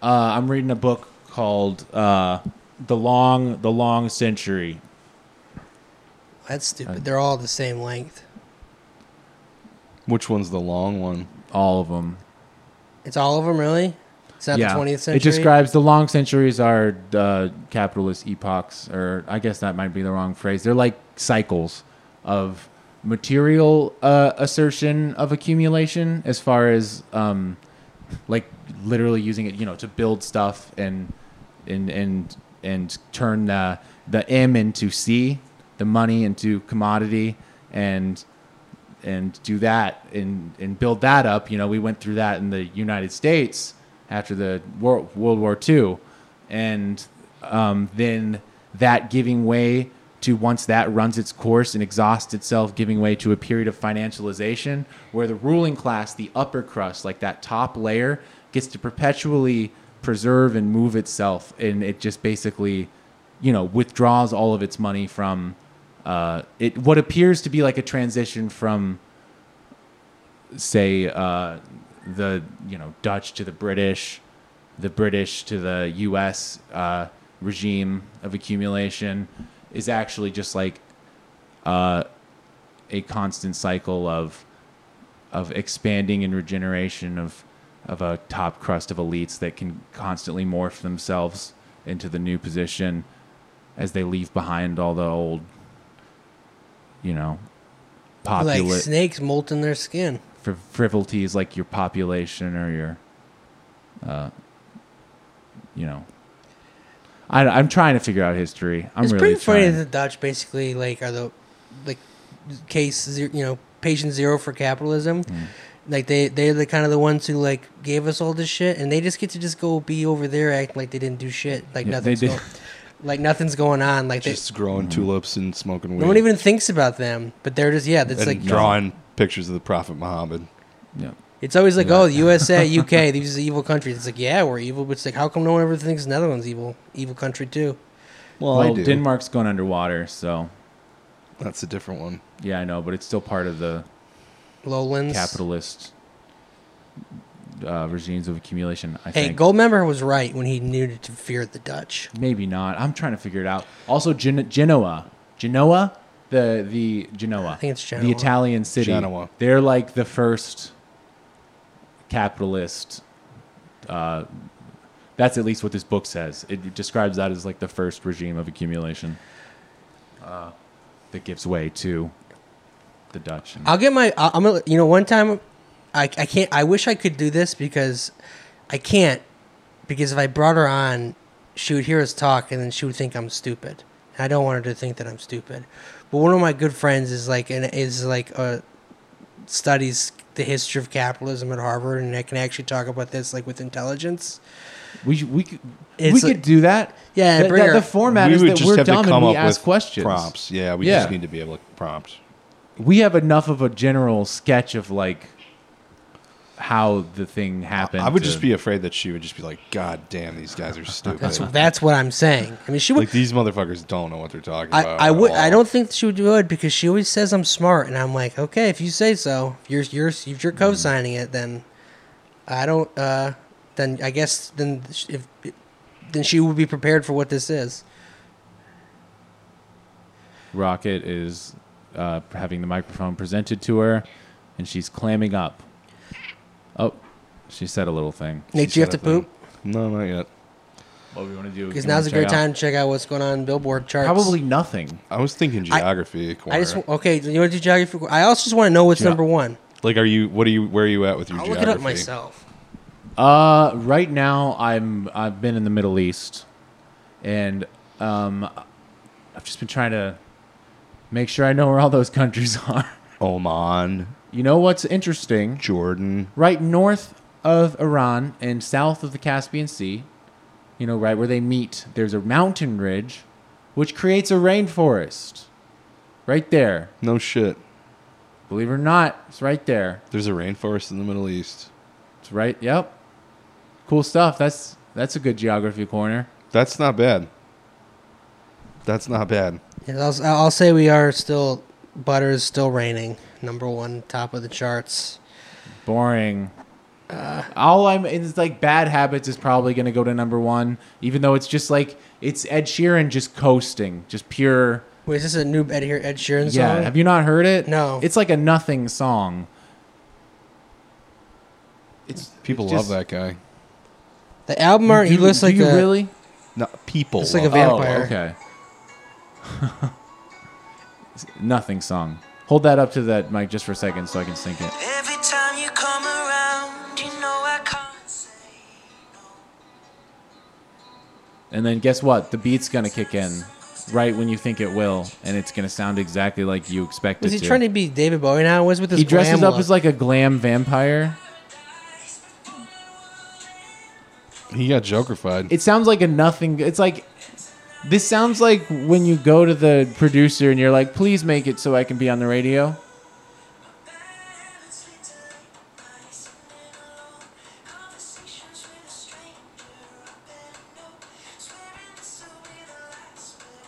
[SPEAKER 1] uh, i'm reading a book called uh, the long the long century
[SPEAKER 4] That's
[SPEAKER 1] Uh,
[SPEAKER 4] stupid. They're all the same length.
[SPEAKER 2] which one's the long one?
[SPEAKER 1] all of them
[SPEAKER 4] It's all of them, really. It's not
[SPEAKER 1] yeah
[SPEAKER 4] the 20th century.
[SPEAKER 1] it describes the long centuries are uh, capitalist epochs or i guess that might be the wrong phrase they're like cycles of material uh, assertion of accumulation as far as um, like literally using it, you know, to build stuff and and and and turn the the M into C, the money into commodity, and and do that and and build that up. You know, we went through that in the United States after the war, World War II, and um, then that giving way to once that runs its course and exhausts itself, giving way to a period of financialization where the ruling class, the upper crust, like that top layer, gets to perpetually preserve and move itself. And it just basically, you know, withdraws all of its money from uh, it, what appears to be like a transition from say uh, the you know Dutch to the British, the British to the U.S. Uh, regime of accumulation is actually just like uh, a constant cycle of of expanding and regeneration of of a top crust of elites that can constantly morph themselves into the new position as they leave behind all the old you know
[SPEAKER 4] like
[SPEAKER 1] popular
[SPEAKER 4] snakes molt in their skin.
[SPEAKER 1] for frivolities like your population or your, uh, you know. I, I'm trying to figure out history. I'm
[SPEAKER 4] it's
[SPEAKER 1] really
[SPEAKER 4] pretty funny
[SPEAKER 1] trying.
[SPEAKER 4] that the Dutch basically like are the like case zero, you know patient zero for capitalism.
[SPEAKER 1] Mm.
[SPEAKER 4] Like they they're the kind of the ones who like gave us all this shit, and they just get to just go be over there acting like they didn't do shit, like
[SPEAKER 1] Yeah, they
[SPEAKER 4] nothing's
[SPEAKER 1] did. <laughs>
[SPEAKER 4] go- like nothing's going on, like they,
[SPEAKER 2] Just growing
[SPEAKER 1] Mm.
[SPEAKER 2] tulips and smoking weed.
[SPEAKER 4] no one even thinks about them. But they're just yeah, that's
[SPEAKER 2] and
[SPEAKER 4] like
[SPEAKER 2] drawing pictures of the Prophet Muhammad.
[SPEAKER 1] yeah.
[SPEAKER 4] It's always like, oh, the USA, UK, these are evil countries. It's like, yeah, we're evil, but it's like, how come no one ever thinks Netherlands evil, evil country too?
[SPEAKER 2] Well,
[SPEAKER 1] Well, Denmark's going underwater, so
[SPEAKER 2] That's a different one.
[SPEAKER 1] yeah, I know, but it's still part of the
[SPEAKER 4] Lowlands.
[SPEAKER 1] capitalist uh, regimes of accumulation. I
[SPEAKER 4] Hey,
[SPEAKER 1] think
[SPEAKER 4] Goldmember was right when he knew to fear the Dutch.
[SPEAKER 1] maybe not. I'm trying to figure it out. Also, Gen- Genoa, Genoa, the the Genoa, I
[SPEAKER 4] think it's
[SPEAKER 1] the
[SPEAKER 4] Genoa.
[SPEAKER 1] Italian city.
[SPEAKER 2] Genoa.
[SPEAKER 1] They're like the first capitalist. Uh, that's at least what this book says. It describes that as like the first regime of accumulation uh, that gives way to the Dutch. And
[SPEAKER 4] I'll get my. I- I'm gonna. You know, one time, I I can't. I wish I could do this because I can't. Because if I brought her on, she would hear us talk and then she would think I'm stupid, and I don't want her to think that I'm stupid. But one of my good friends is like and is like a studies the history of capitalism at Harvard, and I can actually talk about this like with intelligence.
[SPEAKER 1] we should- we could, we
[SPEAKER 4] It's
[SPEAKER 1] could
[SPEAKER 4] like-
[SPEAKER 1] do that.
[SPEAKER 4] Yeah,
[SPEAKER 1] Th-
[SPEAKER 4] bring
[SPEAKER 1] that-
[SPEAKER 4] her-
[SPEAKER 1] the format
[SPEAKER 2] we
[SPEAKER 1] is
[SPEAKER 2] would
[SPEAKER 1] that
[SPEAKER 2] just
[SPEAKER 1] we're
[SPEAKER 2] have
[SPEAKER 1] dumb
[SPEAKER 2] to come
[SPEAKER 1] and we
[SPEAKER 2] up
[SPEAKER 1] ask
[SPEAKER 2] with
[SPEAKER 1] questions.
[SPEAKER 2] prompts. Yeah, we
[SPEAKER 1] Yeah.
[SPEAKER 2] just need to be able to prompt.
[SPEAKER 1] we have enough of a general sketch of like how the thing happened.
[SPEAKER 2] I would
[SPEAKER 1] to-
[SPEAKER 2] just be afraid that she would just be like, God damn, these guys are stupid.
[SPEAKER 4] That's that's what I'm saying. I mean, she
[SPEAKER 2] <laughs>
[SPEAKER 4] would.
[SPEAKER 2] like these motherfuckers don't know what they're talking
[SPEAKER 4] I,
[SPEAKER 2] about.
[SPEAKER 4] I
[SPEAKER 2] at
[SPEAKER 4] would.
[SPEAKER 2] all.
[SPEAKER 4] I don't think she would do it because she always says I'm smart, and I'm like, okay, if you say so, if you're you're if
[SPEAKER 1] Hmm.
[SPEAKER 4] you're co-signing it, then I don't. uh Then I guess then sh- if then she would be prepared for what this is.
[SPEAKER 1] Rocket is uh, having the microphone presented to her, and she's clamming up. Oh, she said a little thing.
[SPEAKER 4] Nate,
[SPEAKER 2] She
[SPEAKER 4] do you have
[SPEAKER 2] said
[SPEAKER 4] to
[SPEAKER 2] a thing.
[SPEAKER 4] poop?
[SPEAKER 2] No, not yet.
[SPEAKER 1] What we want to do?
[SPEAKER 4] Because
[SPEAKER 1] you wanna
[SPEAKER 4] now's a
[SPEAKER 1] check
[SPEAKER 4] great
[SPEAKER 1] out-
[SPEAKER 4] time to check out what's going on in Billboard charts.
[SPEAKER 1] Probably nothing.
[SPEAKER 2] I was thinking geography. corner.
[SPEAKER 4] I just okay. You want to do geography? I also just want to know what's
[SPEAKER 1] Yeah.
[SPEAKER 4] number one.
[SPEAKER 2] like, are you? What are you? Where are you at with your
[SPEAKER 4] I'll look
[SPEAKER 2] geography?
[SPEAKER 4] it up myself.
[SPEAKER 1] Uh, right now I'm I've been in the Middle East, and um, I've just been trying to make sure I know where all those countries <laughs> are.
[SPEAKER 2] Oman,
[SPEAKER 1] You know what's interesting?
[SPEAKER 2] Jordan.
[SPEAKER 1] Right north of Iran and south of the Caspian Sea, you know, right where they meet, there's a mountain ridge, which creates a rainforest. Right there,
[SPEAKER 2] No shit.
[SPEAKER 1] believe it or not, it's right there.
[SPEAKER 2] There's a rainforest in the Middle East.
[SPEAKER 1] It's right. Yep. Cool stuff. That's that's a good geography corner.
[SPEAKER 2] That's not bad. That's not bad.
[SPEAKER 4] And I'll, I'll say we are still butter is still raining. Number one, top of the charts.
[SPEAKER 1] boring. Uh, All I'm it's like bad habits is probably gonna go to number one, even though it's just like it's Ed Sheeran just coasting, just pure.
[SPEAKER 4] Wait, is this a new Ed, Sheer- Ed Sheeran
[SPEAKER 1] Yeah,
[SPEAKER 4] song?
[SPEAKER 1] have you not heard it?
[SPEAKER 4] No.
[SPEAKER 1] it's like a nothing song. It's
[SPEAKER 2] People
[SPEAKER 1] it's just-
[SPEAKER 2] love that guy.
[SPEAKER 4] the album art,
[SPEAKER 1] Do
[SPEAKER 4] he
[SPEAKER 1] you-
[SPEAKER 4] looks
[SPEAKER 1] do
[SPEAKER 4] like
[SPEAKER 1] you
[SPEAKER 4] a
[SPEAKER 1] really
[SPEAKER 2] No, people.
[SPEAKER 4] It's like a
[SPEAKER 2] love
[SPEAKER 4] va-
[SPEAKER 2] that.
[SPEAKER 4] vampire.
[SPEAKER 1] Oh, okay. Oh, <laughs> nothing song. Hold that up to that mic just for a second so I can sync it.
[SPEAKER 6] Every time you come around, you know I can't say
[SPEAKER 1] And then guess what? The beat's gonna kick in right when you think it will, and it's gonna sound exactly like you expect
[SPEAKER 4] Was
[SPEAKER 1] it
[SPEAKER 4] he
[SPEAKER 1] to.
[SPEAKER 4] trying to be David Bowie now? Was with this
[SPEAKER 1] he dresses
[SPEAKER 4] glam
[SPEAKER 1] up
[SPEAKER 4] look?
[SPEAKER 1] as like a glam vampire.
[SPEAKER 2] He got Jokerfied.
[SPEAKER 1] It sounds like a nothing. It's like this sounds like when you go to the producer and you're like, "Please make it so I can be on the radio."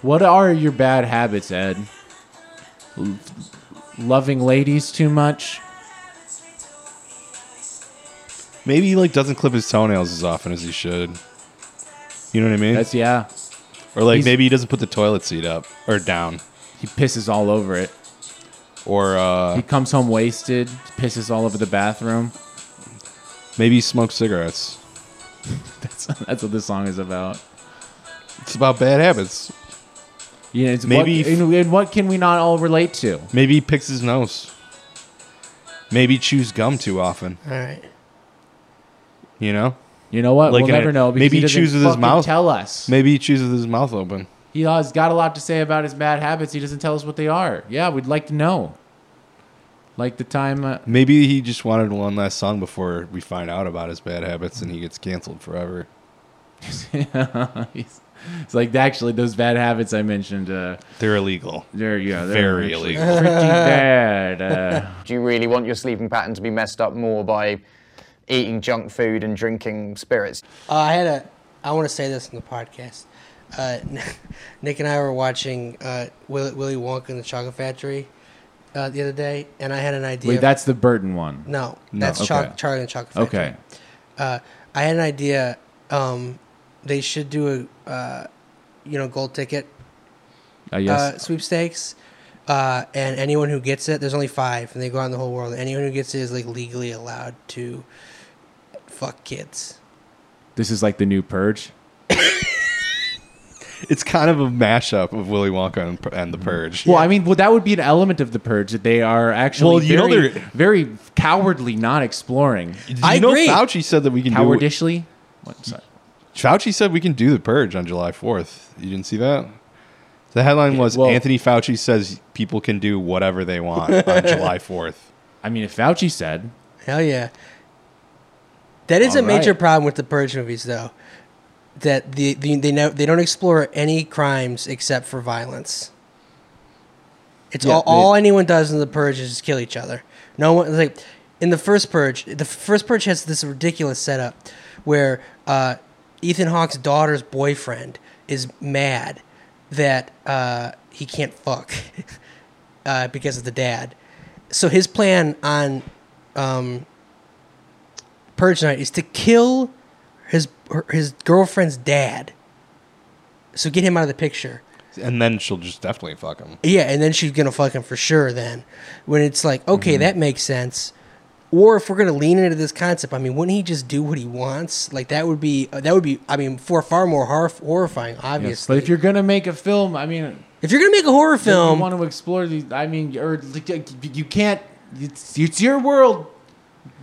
[SPEAKER 1] What are your bad habits, Ed? L- loving ladies too much.
[SPEAKER 2] Maybe he like doesn't clip his toenails as often as he should. You know what I mean?
[SPEAKER 1] That's yeah.
[SPEAKER 2] or like
[SPEAKER 1] he's-
[SPEAKER 2] maybe he doesn't put the toilet seat up or down.
[SPEAKER 1] He pisses all over it.
[SPEAKER 2] Or uh,
[SPEAKER 4] <laughs>
[SPEAKER 1] He comes home wasted, pisses all over the bathroom.
[SPEAKER 2] maybe he smokes cigarettes.
[SPEAKER 1] That's <laughs> that's what this song is about.
[SPEAKER 2] It's about bad habits.
[SPEAKER 1] You know, it's
[SPEAKER 2] Maybe
[SPEAKER 1] what,
[SPEAKER 2] if-
[SPEAKER 1] and, and what can we not all relate to?
[SPEAKER 2] Maybe he picks his nose. Maybe he chews gum too often.
[SPEAKER 4] All right.
[SPEAKER 2] You know.
[SPEAKER 1] You know what?
[SPEAKER 2] Like
[SPEAKER 1] we'll
[SPEAKER 2] in a-
[SPEAKER 1] never know. Because
[SPEAKER 2] maybe he
[SPEAKER 1] doesn't
[SPEAKER 2] chews with his
[SPEAKER 1] fucking
[SPEAKER 2] mouth.
[SPEAKER 1] Tell us.
[SPEAKER 2] Maybe he chews with his mouth open.
[SPEAKER 1] He has got a lot to say about his bad habits. He doesn't tell us what they are. Yeah, we'd like to know. Like the time. Uh,
[SPEAKER 2] Maybe he just wanted one last song before we find out about his bad habits and he gets canceled forever.
[SPEAKER 1] uh, <laughs> he's- it's like actually those bad habits I mentioned. Uh,
[SPEAKER 2] They're illegal.
[SPEAKER 1] there you go. They're
[SPEAKER 2] Very
[SPEAKER 1] actually
[SPEAKER 2] illegal.
[SPEAKER 1] Pretty
[SPEAKER 4] <laughs>
[SPEAKER 1] bad. Uh,
[SPEAKER 7] Do you really want your sleeping pattern to be messed up more by eating junk food and drinking spirits?
[SPEAKER 4] Uh, I had a. I want to say this in the podcast. Uh, <laughs> Nick and I were watching uh, Willy, Willy Wonka and the Chocolate Factory uh, the other day, and I had an idea.
[SPEAKER 1] wait, that's the Burton one.
[SPEAKER 4] no, that's
[SPEAKER 1] okay.
[SPEAKER 4] Choc- Charlie and the Chocolate Factory.
[SPEAKER 1] Okay.
[SPEAKER 4] uh, I had an idea. Um, they should do a, uh, you know, gold ticket
[SPEAKER 1] Uh,
[SPEAKER 4] uh,
[SPEAKER 1] yes.
[SPEAKER 4] sweepstakes, uh, and anyone who gets it, there's only five, and they go around the whole world. And anyone who gets it is like legally allowed to fuck kids.
[SPEAKER 1] this is like the new Purge.
[SPEAKER 2] <laughs> It's kind of a mashup of Willy Wonka and, and The Purge.
[SPEAKER 1] Well, I mean, well, that would be an element of the purge that they are actually
[SPEAKER 2] Well, you know
[SPEAKER 1] very,
[SPEAKER 2] they're-
[SPEAKER 1] very cowardly, not exploring,
[SPEAKER 2] Did you
[SPEAKER 4] I
[SPEAKER 2] know
[SPEAKER 4] agree.
[SPEAKER 2] Fauci said that we can do
[SPEAKER 1] cowardishly. What? Sorry.
[SPEAKER 2] Fauci said we can do The Purge on July 4th. You didn't see that? The headline was
[SPEAKER 1] Well-
[SPEAKER 2] Anthony Fauci says people can do whatever they want on July 4th.
[SPEAKER 1] I mean, if Fauci said,
[SPEAKER 4] Hell yeah. That is a
[SPEAKER 1] All right.
[SPEAKER 4] major problem with the Purge movies, though. That the, the they know they don't explore any crimes except for violence. It's
[SPEAKER 1] Yeah,
[SPEAKER 4] all, all anyone does in the Purge is just kill each other. No one like in the first purge, the first purge has this ridiculous setup where uh, Ethan Hawke's daughter's boyfriend is mad that uh, he can't fuck <laughs> uh, because of the dad. So his plan on um, purge night is to kill his her, his girlfriend's dad. So get him out of the picture.
[SPEAKER 2] and then she'll just definitely fuck him.
[SPEAKER 4] Yeah, and then she's gonna fuck him for sure. Then, when it's like,
[SPEAKER 1] Mm-hmm.
[SPEAKER 4] okay, that makes sense. Or if we're gonna lean into this concept, I mean, wouldn't he just do what he wants? Like that would be uh, that would be. I mean, for far more horror, horrifying,
[SPEAKER 1] Yes,
[SPEAKER 4] obviously.
[SPEAKER 1] but if you're gonna make a film, I mean,
[SPEAKER 4] if you're gonna make a horror
[SPEAKER 1] film,
[SPEAKER 4] film,
[SPEAKER 1] you want to explore these. I mean, or like, you can't. It's, it's your world,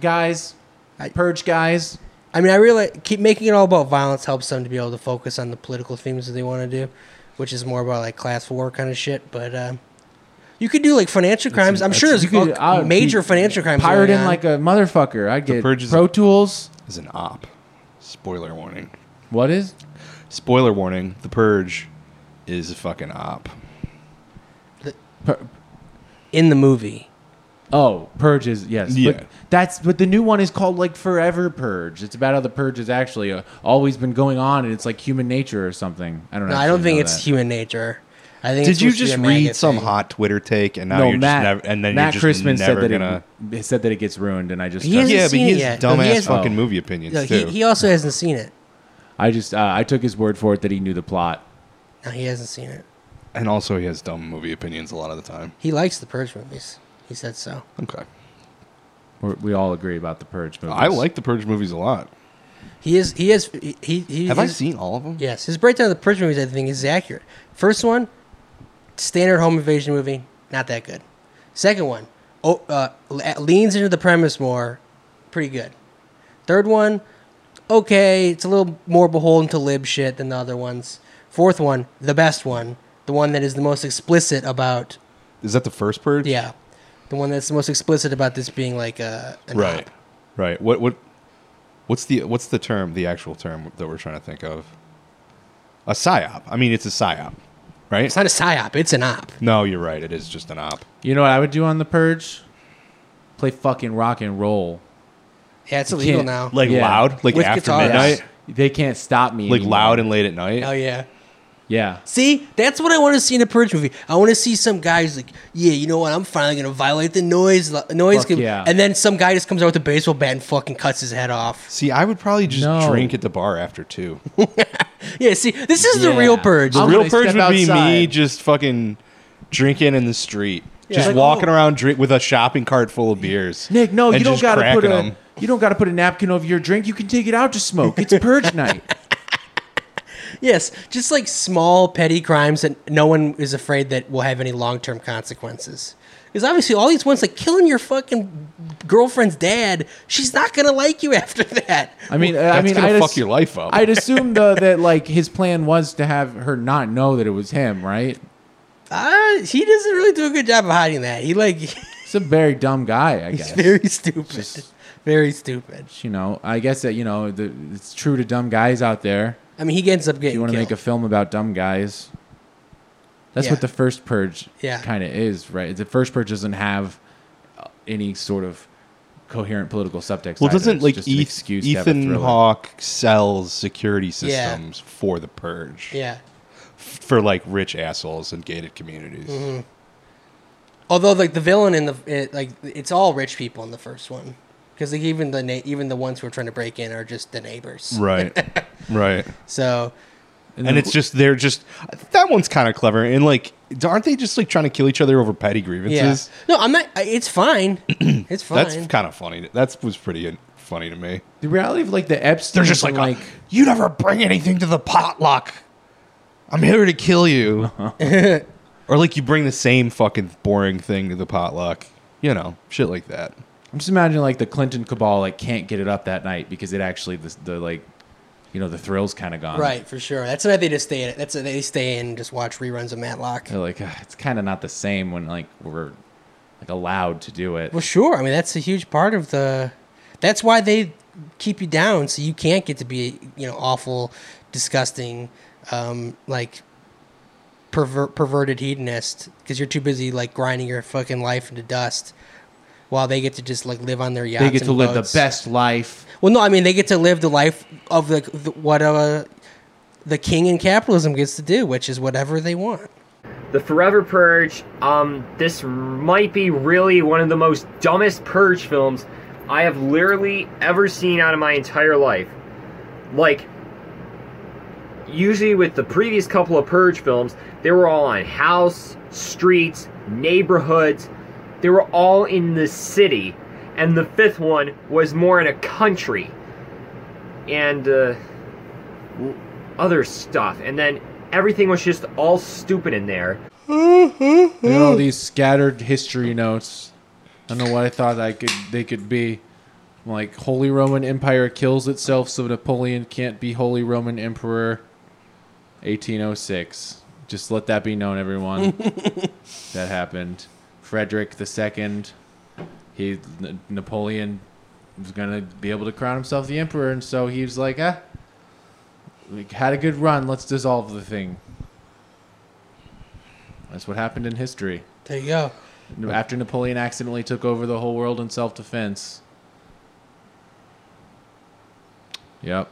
[SPEAKER 1] guys.
[SPEAKER 4] I-
[SPEAKER 1] Purge guys.
[SPEAKER 4] I mean, I realize keep making it all about violence helps them to be able to focus on the political themes that they want to do, which is more about like class war kind of shit. But um, you could do like financial crimes. I'm sure there's
[SPEAKER 1] You could-
[SPEAKER 4] all-
[SPEAKER 2] uh,
[SPEAKER 1] I would
[SPEAKER 4] major
[SPEAKER 1] be
[SPEAKER 4] financial crimes. going
[SPEAKER 1] Pirating
[SPEAKER 4] on.
[SPEAKER 1] like a motherfucker. I get
[SPEAKER 2] Purge is-
[SPEAKER 1] Pro Tools.
[SPEAKER 2] Is an op. Spoiler warning.
[SPEAKER 1] What is?
[SPEAKER 2] Spoiler warning. The Purge is a fucking op.
[SPEAKER 1] Pur-
[SPEAKER 4] in the movie.
[SPEAKER 1] oh, Purge is yes.
[SPEAKER 2] Yeah.
[SPEAKER 1] But that's but the new one is called like Forever Purge. It's about how the purge has actually uh, always been going on, and it's like human nature or something. I don't.
[SPEAKER 4] No, I don't
[SPEAKER 1] actually
[SPEAKER 4] think
[SPEAKER 1] know
[SPEAKER 4] it's
[SPEAKER 1] that.
[SPEAKER 4] human nature. I think
[SPEAKER 2] Did
[SPEAKER 4] it's
[SPEAKER 2] you
[SPEAKER 4] supposed
[SPEAKER 2] just
[SPEAKER 4] to be a MAGA
[SPEAKER 2] read some
[SPEAKER 4] thing.
[SPEAKER 2] hot Twitter take and now
[SPEAKER 1] no,
[SPEAKER 2] you're
[SPEAKER 1] Matt.
[SPEAKER 2] just never and then
[SPEAKER 1] Matt
[SPEAKER 2] you're just
[SPEAKER 1] Chrisman
[SPEAKER 2] never
[SPEAKER 1] said that
[SPEAKER 2] gonna
[SPEAKER 1] it he said that it gets ruined, and I just
[SPEAKER 4] He
[SPEAKER 1] trust-
[SPEAKER 4] hasn't
[SPEAKER 2] Yeah, but
[SPEAKER 4] seen it
[SPEAKER 2] he
[SPEAKER 4] yet.
[SPEAKER 2] has
[SPEAKER 4] No, he
[SPEAKER 2] dumbass
[SPEAKER 4] hasn't-
[SPEAKER 2] fucking
[SPEAKER 1] Oh.
[SPEAKER 2] movie opinions
[SPEAKER 4] No, he,
[SPEAKER 2] too.
[SPEAKER 4] he also hasn't seen it.
[SPEAKER 1] I just uh, I took his word for it that he knew the plot.
[SPEAKER 4] No, he hasn't seen it.
[SPEAKER 2] and also he has dumb movie opinions a lot of the time.
[SPEAKER 4] He likes the Purge movies. He said so.
[SPEAKER 2] Okay.
[SPEAKER 1] We're, we all agree about the Purge movies.
[SPEAKER 2] I like the Purge movies a lot.
[SPEAKER 4] He is. He is. He. he, he
[SPEAKER 2] Have I
[SPEAKER 4] is-
[SPEAKER 2] seen all of them?
[SPEAKER 4] Yes, his breakdown of the Purge movies, I think, is accurate. First one, standard home invasion movie, not that good. Second one, oh, uh, le- leans into the premise more, pretty good. Third one, okay, it's a little more beholden to lib shit than the other ones. Fourth one, the best one, the one that is the most explicit about,
[SPEAKER 2] Is that the first Purge?
[SPEAKER 4] yeah, the one that's the most explicit about this being like a an
[SPEAKER 2] Right.
[SPEAKER 4] op.
[SPEAKER 2] Right. What what what's the what's the term, the actual term that we're trying to think of? A psyop. I mean it's a psyop. Right?
[SPEAKER 4] It's not a psyop, it's an op.
[SPEAKER 2] No, you're right. It is just an op.
[SPEAKER 1] You know what I would do on the Purge? Play fucking rock and roll.
[SPEAKER 4] Yeah, it's
[SPEAKER 1] You
[SPEAKER 4] illegal
[SPEAKER 1] can't-
[SPEAKER 4] now.
[SPEAKER 2] Like
[SPEAKER 1] Yeah.
[SPEAKER 2] loud, like
[SPEAKER 4] With
[SPEAKER 2] after
[SPEAKER 4] guitars.
[SPEAKER 2] midnight,
[SPEAKER 1] They can't stop me.
[SPEAKER 2] like
[SPEAKER 1] anymore.
[SPEAKER 2] loud and late at night.
[SPEAKER 4] oh yeah.
[SPEAKER 1] yeah.
[SPEAKER 4] See, that's what I want to see in a purge movie. I want to see some guy who's like, "Yeah, you know what? I'm finally gonna violate the noise li- noise."
[SPEAKER 1] Fuck yeah.
[SPEAKER 4] And then some guy just comes out with a baseball bat and fucking cuts his head off.
[SPEAKER 2] See, I would probably just
[SPEAKER 1] No.
[SPEAKER 2] drink at the bar after two.
[SPEAKER 4] Yeah, see, this is
[SPEAKER 1] Yeah.
[SPEAKER 4] the real purge.
[SPEAKER 1] I'm
[SPEAKER 2] Real
[SPEAKER 1] gonna
[SPEAKER 2] purge
[SPEAKER 1] step
[SPEAKER 2] would be me
[SPEAKER 1] outside.
[SPEAKER 2] just fucking drinking in the street, just
[SPEAKER 1] Like,
[SPEAKER 2] walking
[SPEAKER 1] oh.
[SPEAKER 2] around drink with a shopping cart full of beers.
[SPEAKER 1] Nick, no,
[SPEAKER 2] and
[SPEAKER 1] you don't
[SPEAKER 2] just
[SPEAKER 1] gotta put a
[SPEAKER 2] cracking 'em.
[SPEAKER 1] you don't gotta put a napkin over your drink. You can take it out to smoke. It's
[SPEAKER 2] <laughs>
[SPEAKER 1] Purge night.
[SPEAKER 4] yes, just like small petty crimes that no one is afraid that will have any long term consequences. Because obviously, all these ones like killing your fucking girlfriend's dad, she's not gonna like you <laughs> after that.
[SPEAKER 1] I mean, uh, I
[SPEAKER 2] That's
[SPEAKER 1] mean,
[SPEAKER 2] gonna
[SPEAKER 1] I'd
[SPEAKER 2] fuck
[SPEAKER 1] ass-
[SPEAKER 2] your life up.
[SPEAKER 1] I'd assume though that like his plan was to have her not know that it was him, right?
[SPEAKER 4] Uh, he doesn't really do a good job of hiding that. He like <laughs>
[SPEAKER 1] It's a very dumb guy, I
[SPEAKER 4] he's
[SPEAKER 1] guess.
[SPEAKER 4] very stupid, very stupid.
[SPEAKER 1] you know, I guess that you know the, it's true to dumb guys out there.
[SPEAKER 4] I mean, he ends up getting.
[SPEAKER 1] you want to make a
[SPEAKER 4] killed.
[SPEAKER 1] film about dumb guys that's
[SPEAKER 4] Yeah.
[SPEAKER 1] what the first purge
[SPEAKER 4] Yeah.
[SPEAKER 1] kind of is right the first purge doesn't have uh, any sort of coherent political subtext
[SPEAKER 2] well,
[SPEAKER 1] either.
[SPEAKER 2] doesn't
[SPEAKER 1] It's
[SPEAKER 2] like
[SPEAKER 1] just an
[SPEAKER 2] Eth-
[SPEAKER 1] excuse to have a
[SPEAKER 2] Ethan
[SPEAKER 1] thriller.
[SPEAKER 2] Hawke sells security systems for the purge
[SPEAKER 4] Yeah.
[SPEAKER 2] for like rich assholes and gated communities?
[SPEAKER 1] Mm-hmm.
[SPEAKER 4] Although, like the villain in the it, like it's all rich people in the first one, because like even the na- even the ones who are trying to break in are just the neighbors.
[SPEAKER 1] <laughs>
[SPEAKER 2] Right, right.
[SPEAKER 4] So
[SPEAKER 2] And it's just they're just that one's kind of clever and like aren't they just like trying to kill each other over petty
[SPEAKER 4] yeah.
[SPEAKER 2] grievances?
[SPEAKER 4] No, I'm not. I- It's fine. It's fine.
[SPEAKER 2] <clears throat> That's kind of funny. That was pretty funny to me.
[SPEAKER 1] the reality of like the epstein
[SPEAKER 2] They're just like, uh,
[SPEAKER 1] and,
[SPEAKER 2] like you never bring anything to the potluck. I'm here to kill you. Uh-huh. <laughs> or like you bring the same fucking boring thing to the potluck. You know, shit like that.
[SPEAKER 1] i'm just imagining like the clinton cabal like can't get it up that night because it actually the, the like you know the thrill's kind of gone
[SPEAKER 4] right for sure. That's why they just stay in. it. That's why they stay in and just watch reruns of Matlock.
[SPEAKER 1] they're like "Ah, it's kind of not the same when like we're like allowed to do it
[SPEAKER 4] Well, sure. I mean, that's a huge part of the. That's why they keep you down, so you can't get to be, you know, awful, disgusting, um, like perver- perverted hedonist, because you're too busy like grinding your fucking life into dust. while they get to just like live on their yachts.
[SPEAKER 1] They get to
[SPEAKER 4] and
[SPEAKER 1] live the
[SPEAKER 4] boats.
[SPEAKER 1] best life.
[SPEAKER 4] Well, no, I mean they get to live the life of the, the whatever the king in capitalism gets to do, which is whatever they want.
[SPEAKER 8] The Forever Purge. Um, this might be really one of the most dumbest purge films I have literally ever seen out of my entire life. Like, usually with the previous couple of purge films, they were all on house, streets, neighborhoods. They were all in the city, and the fifth one was more in a country. And uh, other stuff, and then everything was just all stupid in there.
[SPEAKER 1] Look at all these scattered history notes. I don't know what I thought I could they could be. Like Holy Roman Empire kills itself, so Napoleon can't be Holy Roman Emperor. 1806. Just let that be known, everyone. that happened. Frederick II. He N- Napoleon was gonna be able to crown himself the emperor, and so he was like, ah, we had a good run. Let's dissolve the thing. That's what happened in history.
[SPEAKER 4] There you go.
[SPEAKER 1] After Napoleon accidentally took over the whole world in self defense. Yep.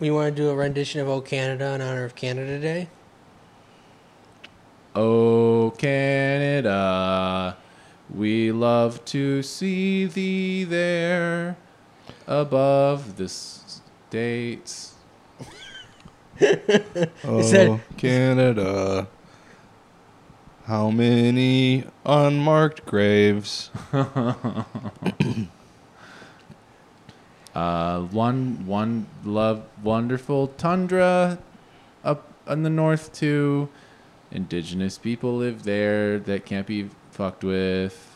[SPEAKER 4] We want to do a rendition of "O Canada" in honor of Canada Day.
[SPEAKER 1] Oh, Canada, we love to see thee there above the s- states.
[SPEAKER 2] Oh,
[SPEAKER 4] that-
[SPEAKER 2] Canada. How many unmarked graves?
[SPEAKER 1] Uh, one, one love, wonderful tundra up in the north, too. Indigenous people live there that can't be fucked with.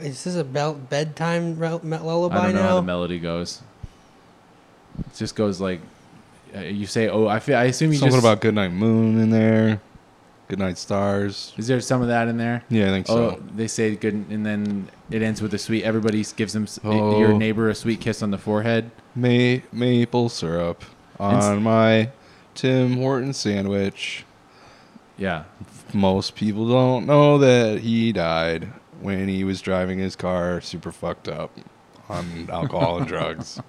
[SPEAKER 4] Is this a bel- bedtime rel- me- lullaby
[SPEAKER 1] I don't know
[SPEAKER 4] now?
[SPEAKER 1] how the melody goes. It just goes like uh, you say. Oh, I feel. I assume you
[SPEAKER 2] Something
[SPEAKER 1] just.
[SPEAKER 2] about Goodnight Moon in there. Goodnight Stars.
[SPEAKER 1] is there some of that in there?
[SPEAKER 2] Yeah, I think
[SPEAKER 1] Oh,
[SPEAKER 2] so.
[SPEAKER 1] they say good, and then it ends with a sweet. Everybody gives them s
[SPEAKER 2] Oh.
[SPEAKER 1] your neighbor a sweet kiss on the forehead.
[SPEAKER 2] Ma- maple syrup on my Tim Horton sandwich.
[SPEAKER 1] Yeah,
[SPEAKER 2] Most people don't know that he died when he was driving his car super fucked up on alcohol
[SPEAKER 1] <laughs>
[SPEAKER 2] and drugs.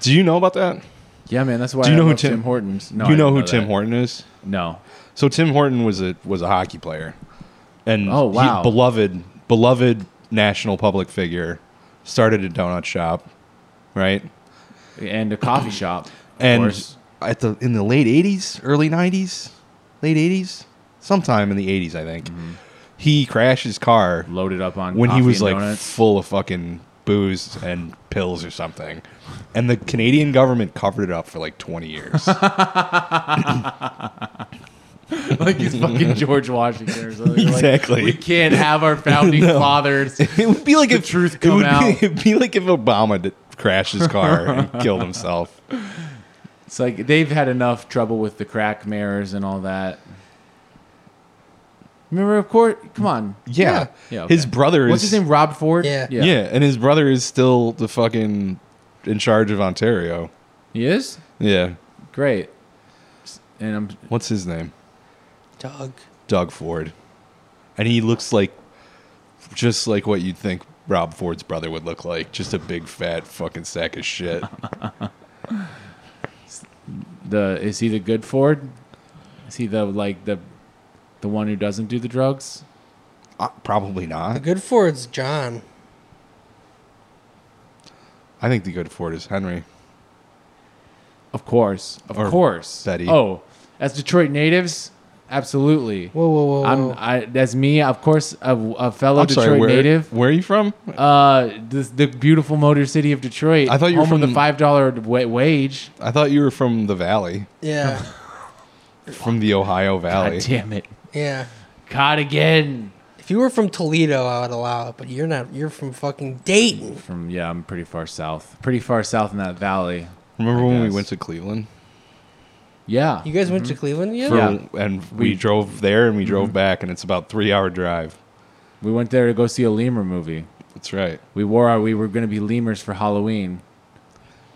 [SPEAKER 2] Do you know about that?
[SPEAKER 1] yeah, man. That's why.
[SPEAKER 2] Do you
[SPEAKER 1] I
[SPEAKER 2] know who
[SPEAKER 1] love
[SPEAKER 2] Tim-
[SPEAKER 1] Tim Hortons? No,
[SPEAKER 2] Do you
[SPEAKER 1] I
[SPEAKER 2] know
[SPEAKER 1] didn't
[SPEAKER 2] who Tim
[SPEAKER 1] that.
[SPEAKER 2] Horton is?
[SPEAKER 1] No,
[SPEAKER 2] So Tim Horton was a was a hockey player, and
[SPEAKER 1] Oh,
[SPEAKER 2] he-
[SPEAKER 1] wow.
[SPEAKER 2] beloved beloved national public figure. Started a donut shop, right?
[SPEAKER 1] and a
[SPEAKER 2] <clears throat>
[SPEAKER 1] coffee shop. Of
[SPEAKER 2] and
[SPEAKER 1] course.
[SPEAKER 2] at the in the late '80s, early '90s, late '80s, sometime in the '80s, I think, he crashed his car
[SPEAKER 1] Mm-hmm. loaded up on
[SPEAKER 2] when he
[SPEAKER 1] coffee
[SPEAKER 2] was
[SPEAKER 1] and
[SPEAKER 2] like
[SPEAKER 1] donuts. <laughs>
[SPEAKER 2] full of fucking booze and pills or something. And the Canadian government covered it up for like
[SPEAKER 1] <laughs>
[SPEAKER 2] 20 years. <laughs>
[SPEAKER 1] like he's
[SPEAKER 2] <laughs>
[SPEAKER 1] fucking George Washington or something. Like,
[SPEAKER 2] Exactly.
[SPEAKER 1] we can't have our
[SPEAKER 2] <laughs>
[SPEAKER 1] founding fathers.
[SPEAKER 2] it would be like
[SPEAKER 1] The
[SPEAKER 2] if
[SPEAKER 1] truth
[SPEAKER 2] it
[SPEAKER 1] come
[SPEAKER 2] would
[SPEAKER 1] out.
[SPEAKER 2] Be, <laughs> it'd be like if Obama did crashed his
[SPEAKER 1] <laughs>
[SPEAKER 2] car and killed himself.
[SPEAKER 1] It's like they've had enough trouble with the crack mirrors and all that. Remember, of course, come on.
[SPEAKER 2] Yeah.
[SPEAKER 1] Yeah,
[SPEAKER 2] His
[SPEAKER 1] okay.
[SPEAKER 2] brother is
[SPEAKER 1] What's his name? Rob Ford.
[SPEAKER 4] Yeah.
[SPEAKER 2] Yeah. and his brother is still the fucking in charge of Ontario.
[SPEAKER 1] He is
[SPEAKER 2] Yeah.
[SPEAKER 1] great. And I'm
[SPEAKER 2] What's his name?
[SPEAKER 4] Doug.
[SPEAKER 2] Doug Ford. And he looks like just like what you'd think Rob Ford's brother would look like, just a big fat fucking sack
[SPEAKER 1] <laughs>
[SPEAKER 2] of shit.
[SPEAKER 1] the. Is he the good Ford? Is he the like the, the one who doesn't do the drugs?
[SPEAKER 2] Uh, probably
[SPEAKER 4] The
[SPEAKER 2] not.
[SPEAKER 4] good Ford's John.
[SPEAKER 2] I think the good Ford is Henry.
[SPEAKER 1] Of course, of
[SPEAKER 2] Or
[SPEAKER 1] course.
[SPEAKER 2] Betty.
[SPEAKER 1] Oh, as Detroit natives, absolutely.
[SPEAKER 4] Whoa, whoa, whoa,
[SPEAKER 1] I'm.
[SPEAKER 4] whoa.
[SPEAKER 1] I, that's me. Of course, a, a fellow
[SPEAKER 2] I'm
[SPEAKER 1] Detroit
[SPEAKER 2] sorry, where,
[SPEAKER 1] native.
[SPEAKER 2] where are you from?
[SPEAKER 1] Uh, this, the beautiful motor city of Detroit.
[SPEAKER 2] I thought you were
[SPEAKER 1] home of
[SPEAKER 2] from-
[SPEAKER 1] the five dollar wa- wage.
[SPEAKER 2] I thought you were from the Valley,
[SPEAKER 1] <laughs>
[SPEAKER 4] Yeah,
[SPEAKER 2] from the Ohio Valley.
[SPEAKER 1] God damn it!
[SPEAKER 4] yeah.
[SPEAKER 1] Caught again.
[SPEAKER 4] If you were from Toledo, I would allow it, but you're not. You're from fucking Dayton.
[SPEAKER 1] From yeah, I'm pretty far south. Pretty far south in that valley.
[SPEAKER 2] Remember when we
[SPEAKER 1] guess.
[SPEAKER 2] went to Cleveland?
[SPEAKER 1] Yeah.
[SPEAKER 4] You guys went
[SPEAKER 1] Mm-hmm.
[SPEAKER 4] to Cleveland, yeah?
[SPEAKER 2] For,
[SPEAKER 1] Yeah.
[SPEAKER 2] And we,
[SPEAKER 1] We- Mhm.
[SPEAKER 2] drove there and we drove back, and it's about three hour drive.
[SPEAKER 1] we went there to go see a lemur movie.
[SPEAKER 2] That's right.
[SPEAKER 1] We wore our. We were going to be lemurs for Halloween,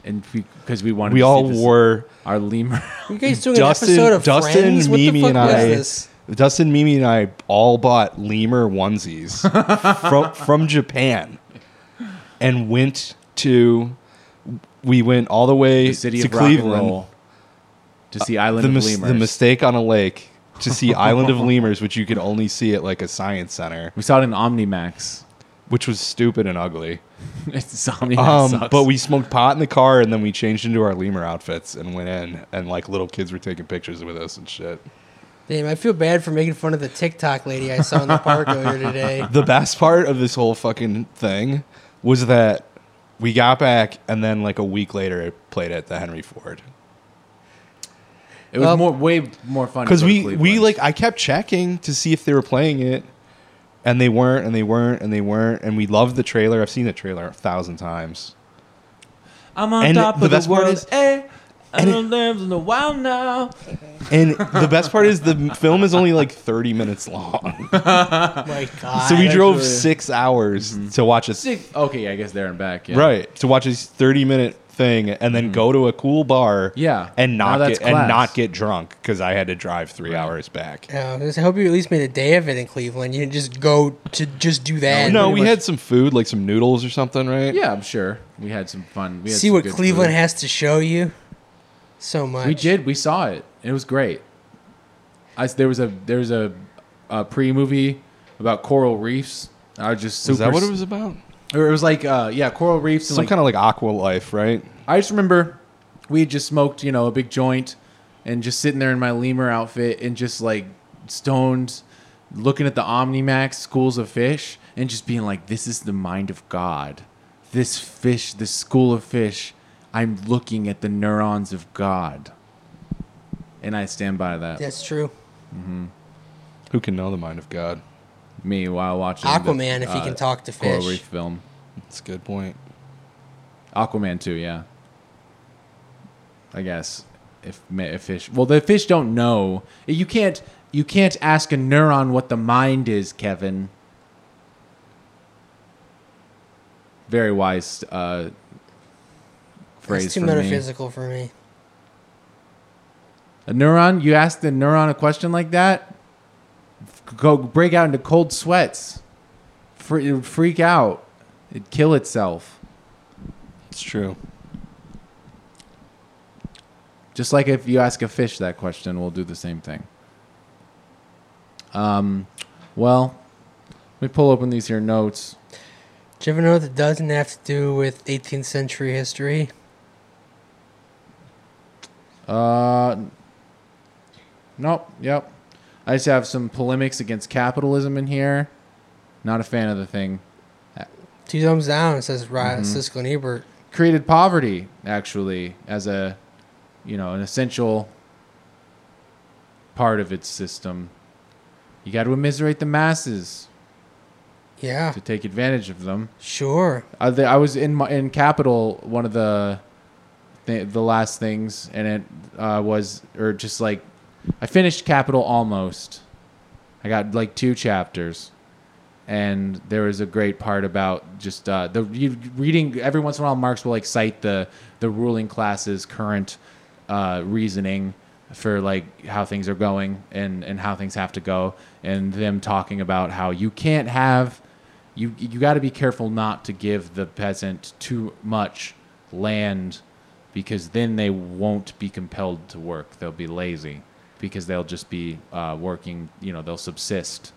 [SPEAKER 1] and because we, wanted.
[SPEAKER 2] We
[SPEAKER 1] to see
[SPEAKER 2] all
[SPEAKER 1] this-
[SPEAKER 2] wore
[SPEAKER 1] our lemur. <laughs>
[SPEAKER 4] You guys doing
[SPEAKER 2] Dustin-
[SPEAKER 4] an episode of
[SPEAKER 2] Dustin,
[SPEAKER 4] Friends? what
[SPEAKER 2] Mimi,
[SPEAKER 4] the fuck
[SPEAKER 2] and
[SPEAKER 4] was
[SPEAKER 2] I-
[SPEAKER 4] this?
[SPEAKER 2] Dustin, Mimi, and I all bought lemur
[SPEAKER 4] <laughs>
[SPEAKER 2] onesies from from Japan, and went to. We went all the way
[SPEAKER 1] The city
[SPEAKER 2] to
[SPEAKER 1] of
[SPEAKER 2] Cleveland. Uh,
[SPEAKER 1] rock and roll to see Island
[SPEAKER 2] the,
[SPEAKER 1] of
[SPEAKER 2] mis-
[SPEAKER 1] Lemurs.
[SPEAKER 2] the mistake on a lake
[SPEAKER 1] <laughs>
[SPEAKER 2] to see Island of Lemurs, which you could only see at like a science center,
[SPEAKER 1] we saw it in Omnimax. <laughs>
[SPEAKER 2] which was stupid and ugly.
[SPEAKER 1] It's Omnimax
[SPEAKER 2] Um,
[SPEAKER 1] sucks.
[SPEAKER 2] but we smoked pot in the car and then we changed into our lemur outfits and went in and like little kids were taking pictures with us and shit.
[SPEAKER 4] Damn, I feel bad for making fun of the TikTok lady I saw in
[SPEAKER 1] <laughs>
[SPEAKER 4] the park earlier today.
[SPEAKER 2] The best part of this whole fucking thing was that we got back and then like a week later it played at the Henry Ford.
[SPEAKER 1] it was
[SPEAKER 4] well-
[SPEAKER 1] more way more fun
[SPEAKER 2] Because
[SPEAKER 1] to go to
[SPEAKER 2] um, we we
[SPEAKER 1] Cleveland.
[SPEAKER 2] like I kept checking to see if they were playing it, and they weren't, and they weren't, and they weren't, and we loved the trailer. I've seen the trailer a thousand times.
[SPEAKER 1] I'm on
[SPEAKER 2] and
[SPEAKER 1] top
[SPEAKER 2] the
[SPEAKER 1] of the,
[SPEAKER 2] best part
[SPEAKER 1] world.
[SPEAKER 2] is-
[SPEAKER 1] eh, I
[SPEAKER 2] and
[SPEAKER 1] don't live in the wild now.
[SPEAKER 2] And the best part is the <laughs> film is only like thirty minutes long,
[SPEAKER 4] Oh <laughs> my God. Mm-hmm.
[SPEAKER 2] so we drove
[SPEAKER 1] actually-
[SPEAKER 2] six hours to watch a
[SPEAKER 1] Six. Okay, yeah, I guess there and back. Yeah. Mm-hmm.
[SPEAKER 2] right to watch this thirty minute thing, and then go to a cool bar,
[SPEAKER 1] Yeah.
[SPEAKER 2] and
[SPEAKER 1] Now
[SPEAKER 2] not
[SPEAKER 1] that's
[SPEAKER 2] get and
[SPEAKER 1] class.
[SPEAKER 2] not get drunk because I had to drive three hours back.
[SPEAKER 4] Yeah, I just hope you at least made a day of it in Cleveland. You didn't just go to just do that.
[SPEAKER 2] no,
[SPEAKER 1] pretty
[SPEAKER 2] we
[SPEAKER 1] much-
[SPEAKER 2] had some food, like some noodles or something, right?
[SPEAKER 1] Yeah, I'm sure we had some fun. We had
[SPEAKER 4] See
[SPEAKER 1] some
[SPEAKER 4] what
[SPEAKER 1] good
[SPEAKER 4] Cleveland
[SPEAKER 1] food.
[SPEAKER 4] has to show you. So much.
[SPEAKER 1] We did. We saw it. It was great. I, s- there was a there was a, a pre movie about coral reefs. I was just super.
[SPEAKER 2] Is that what
[SPEAKER 1] s-
[SPEAKER 2] it was about?
[SPEAKER 1] Or it was like uh, yeah, coral reefs. And
[SPEAKER 2] Some
[SPEAKER 1] like,
[SPEAKER 2] kind of like aqua life, right?
[SPEAKER 1] I just remember we had just smoked, you know, a big joint and just sitting there in my lemur outfit and just like stoned looking at the Omnimax schools of fish and just being like, this is the mind of God. This fish, this school of fish, I'm looking at the neurons of God. And I stand by that.
[SPEAKER 4] That's true.
[SPEAKER 2] Who can know the mind of God?
[SPEAKER 1] Me while watching the, uh,
[SPEAKER 4] Aquaman, if he can talk to
[SPEAKER 1] Coral
[SPEAKER 4] fish.
[SPEAKER 1] Reef film.
[SPEAKER 2] That's a good point.
[SPEAKER 1] Aquaman too, yeah. I guess if ma- if fish, well, the fish don't know. You can't you can't ask a neuron what the mind is, Kevin. Very wise uh, phrase.
[SPEAKER 4] It's too
[SPEAKER 1] from me.
[SPEAKER 4] metaphysical for me.
[SPEAKER 1] A neuron, you ask the neuron a question like that, f- go break out into cold sweats, Fre- it would freak out, it'd kill itself.
[SPEAKER 2] It's true.
[SPEAKER 1] Just like if you ask a fish that question, we'll do the same thing. Um, well, let me pull open these here notes.
[SPEAKER 4] Do you ever know that doesn't have to do with 18th century history?
[SPEAKER 1] Uh, nope, yep. I just have some polemics against capitalism in here. Not a fan of the thing.
[SPEAKER 4] Two thumbs down. It says Rod
[SPEAKER 1] Mm-hmm.
[SPEAKER 4] Siskel and Ebert.
[SPEAKER 1] Created poverty, actually, as a, you know, an essential part of its system. You got to immiserate the masses
[SPEAKER 4] Yeah,
[SPEAKER 1] to take advantage of them.
[SPEAKER 4] sure.
[SPEAKER 1] I, th- I was in my, in Capital one of the th- the last things, and it uh, was or just like I finished Capital almost. I got like two chapters, and there was a great part about just uh, the you, reading. Every once in a while, Marx will like cite the the ruling classes' current uh, reasoning for like how things are going and and how things have to go, and them talking about how you can't have you you got to be careful not to give the peasant too much land because then they won't be compelled to work. They'll be lazy because they'll just be uh, working. You know, they'll subsist.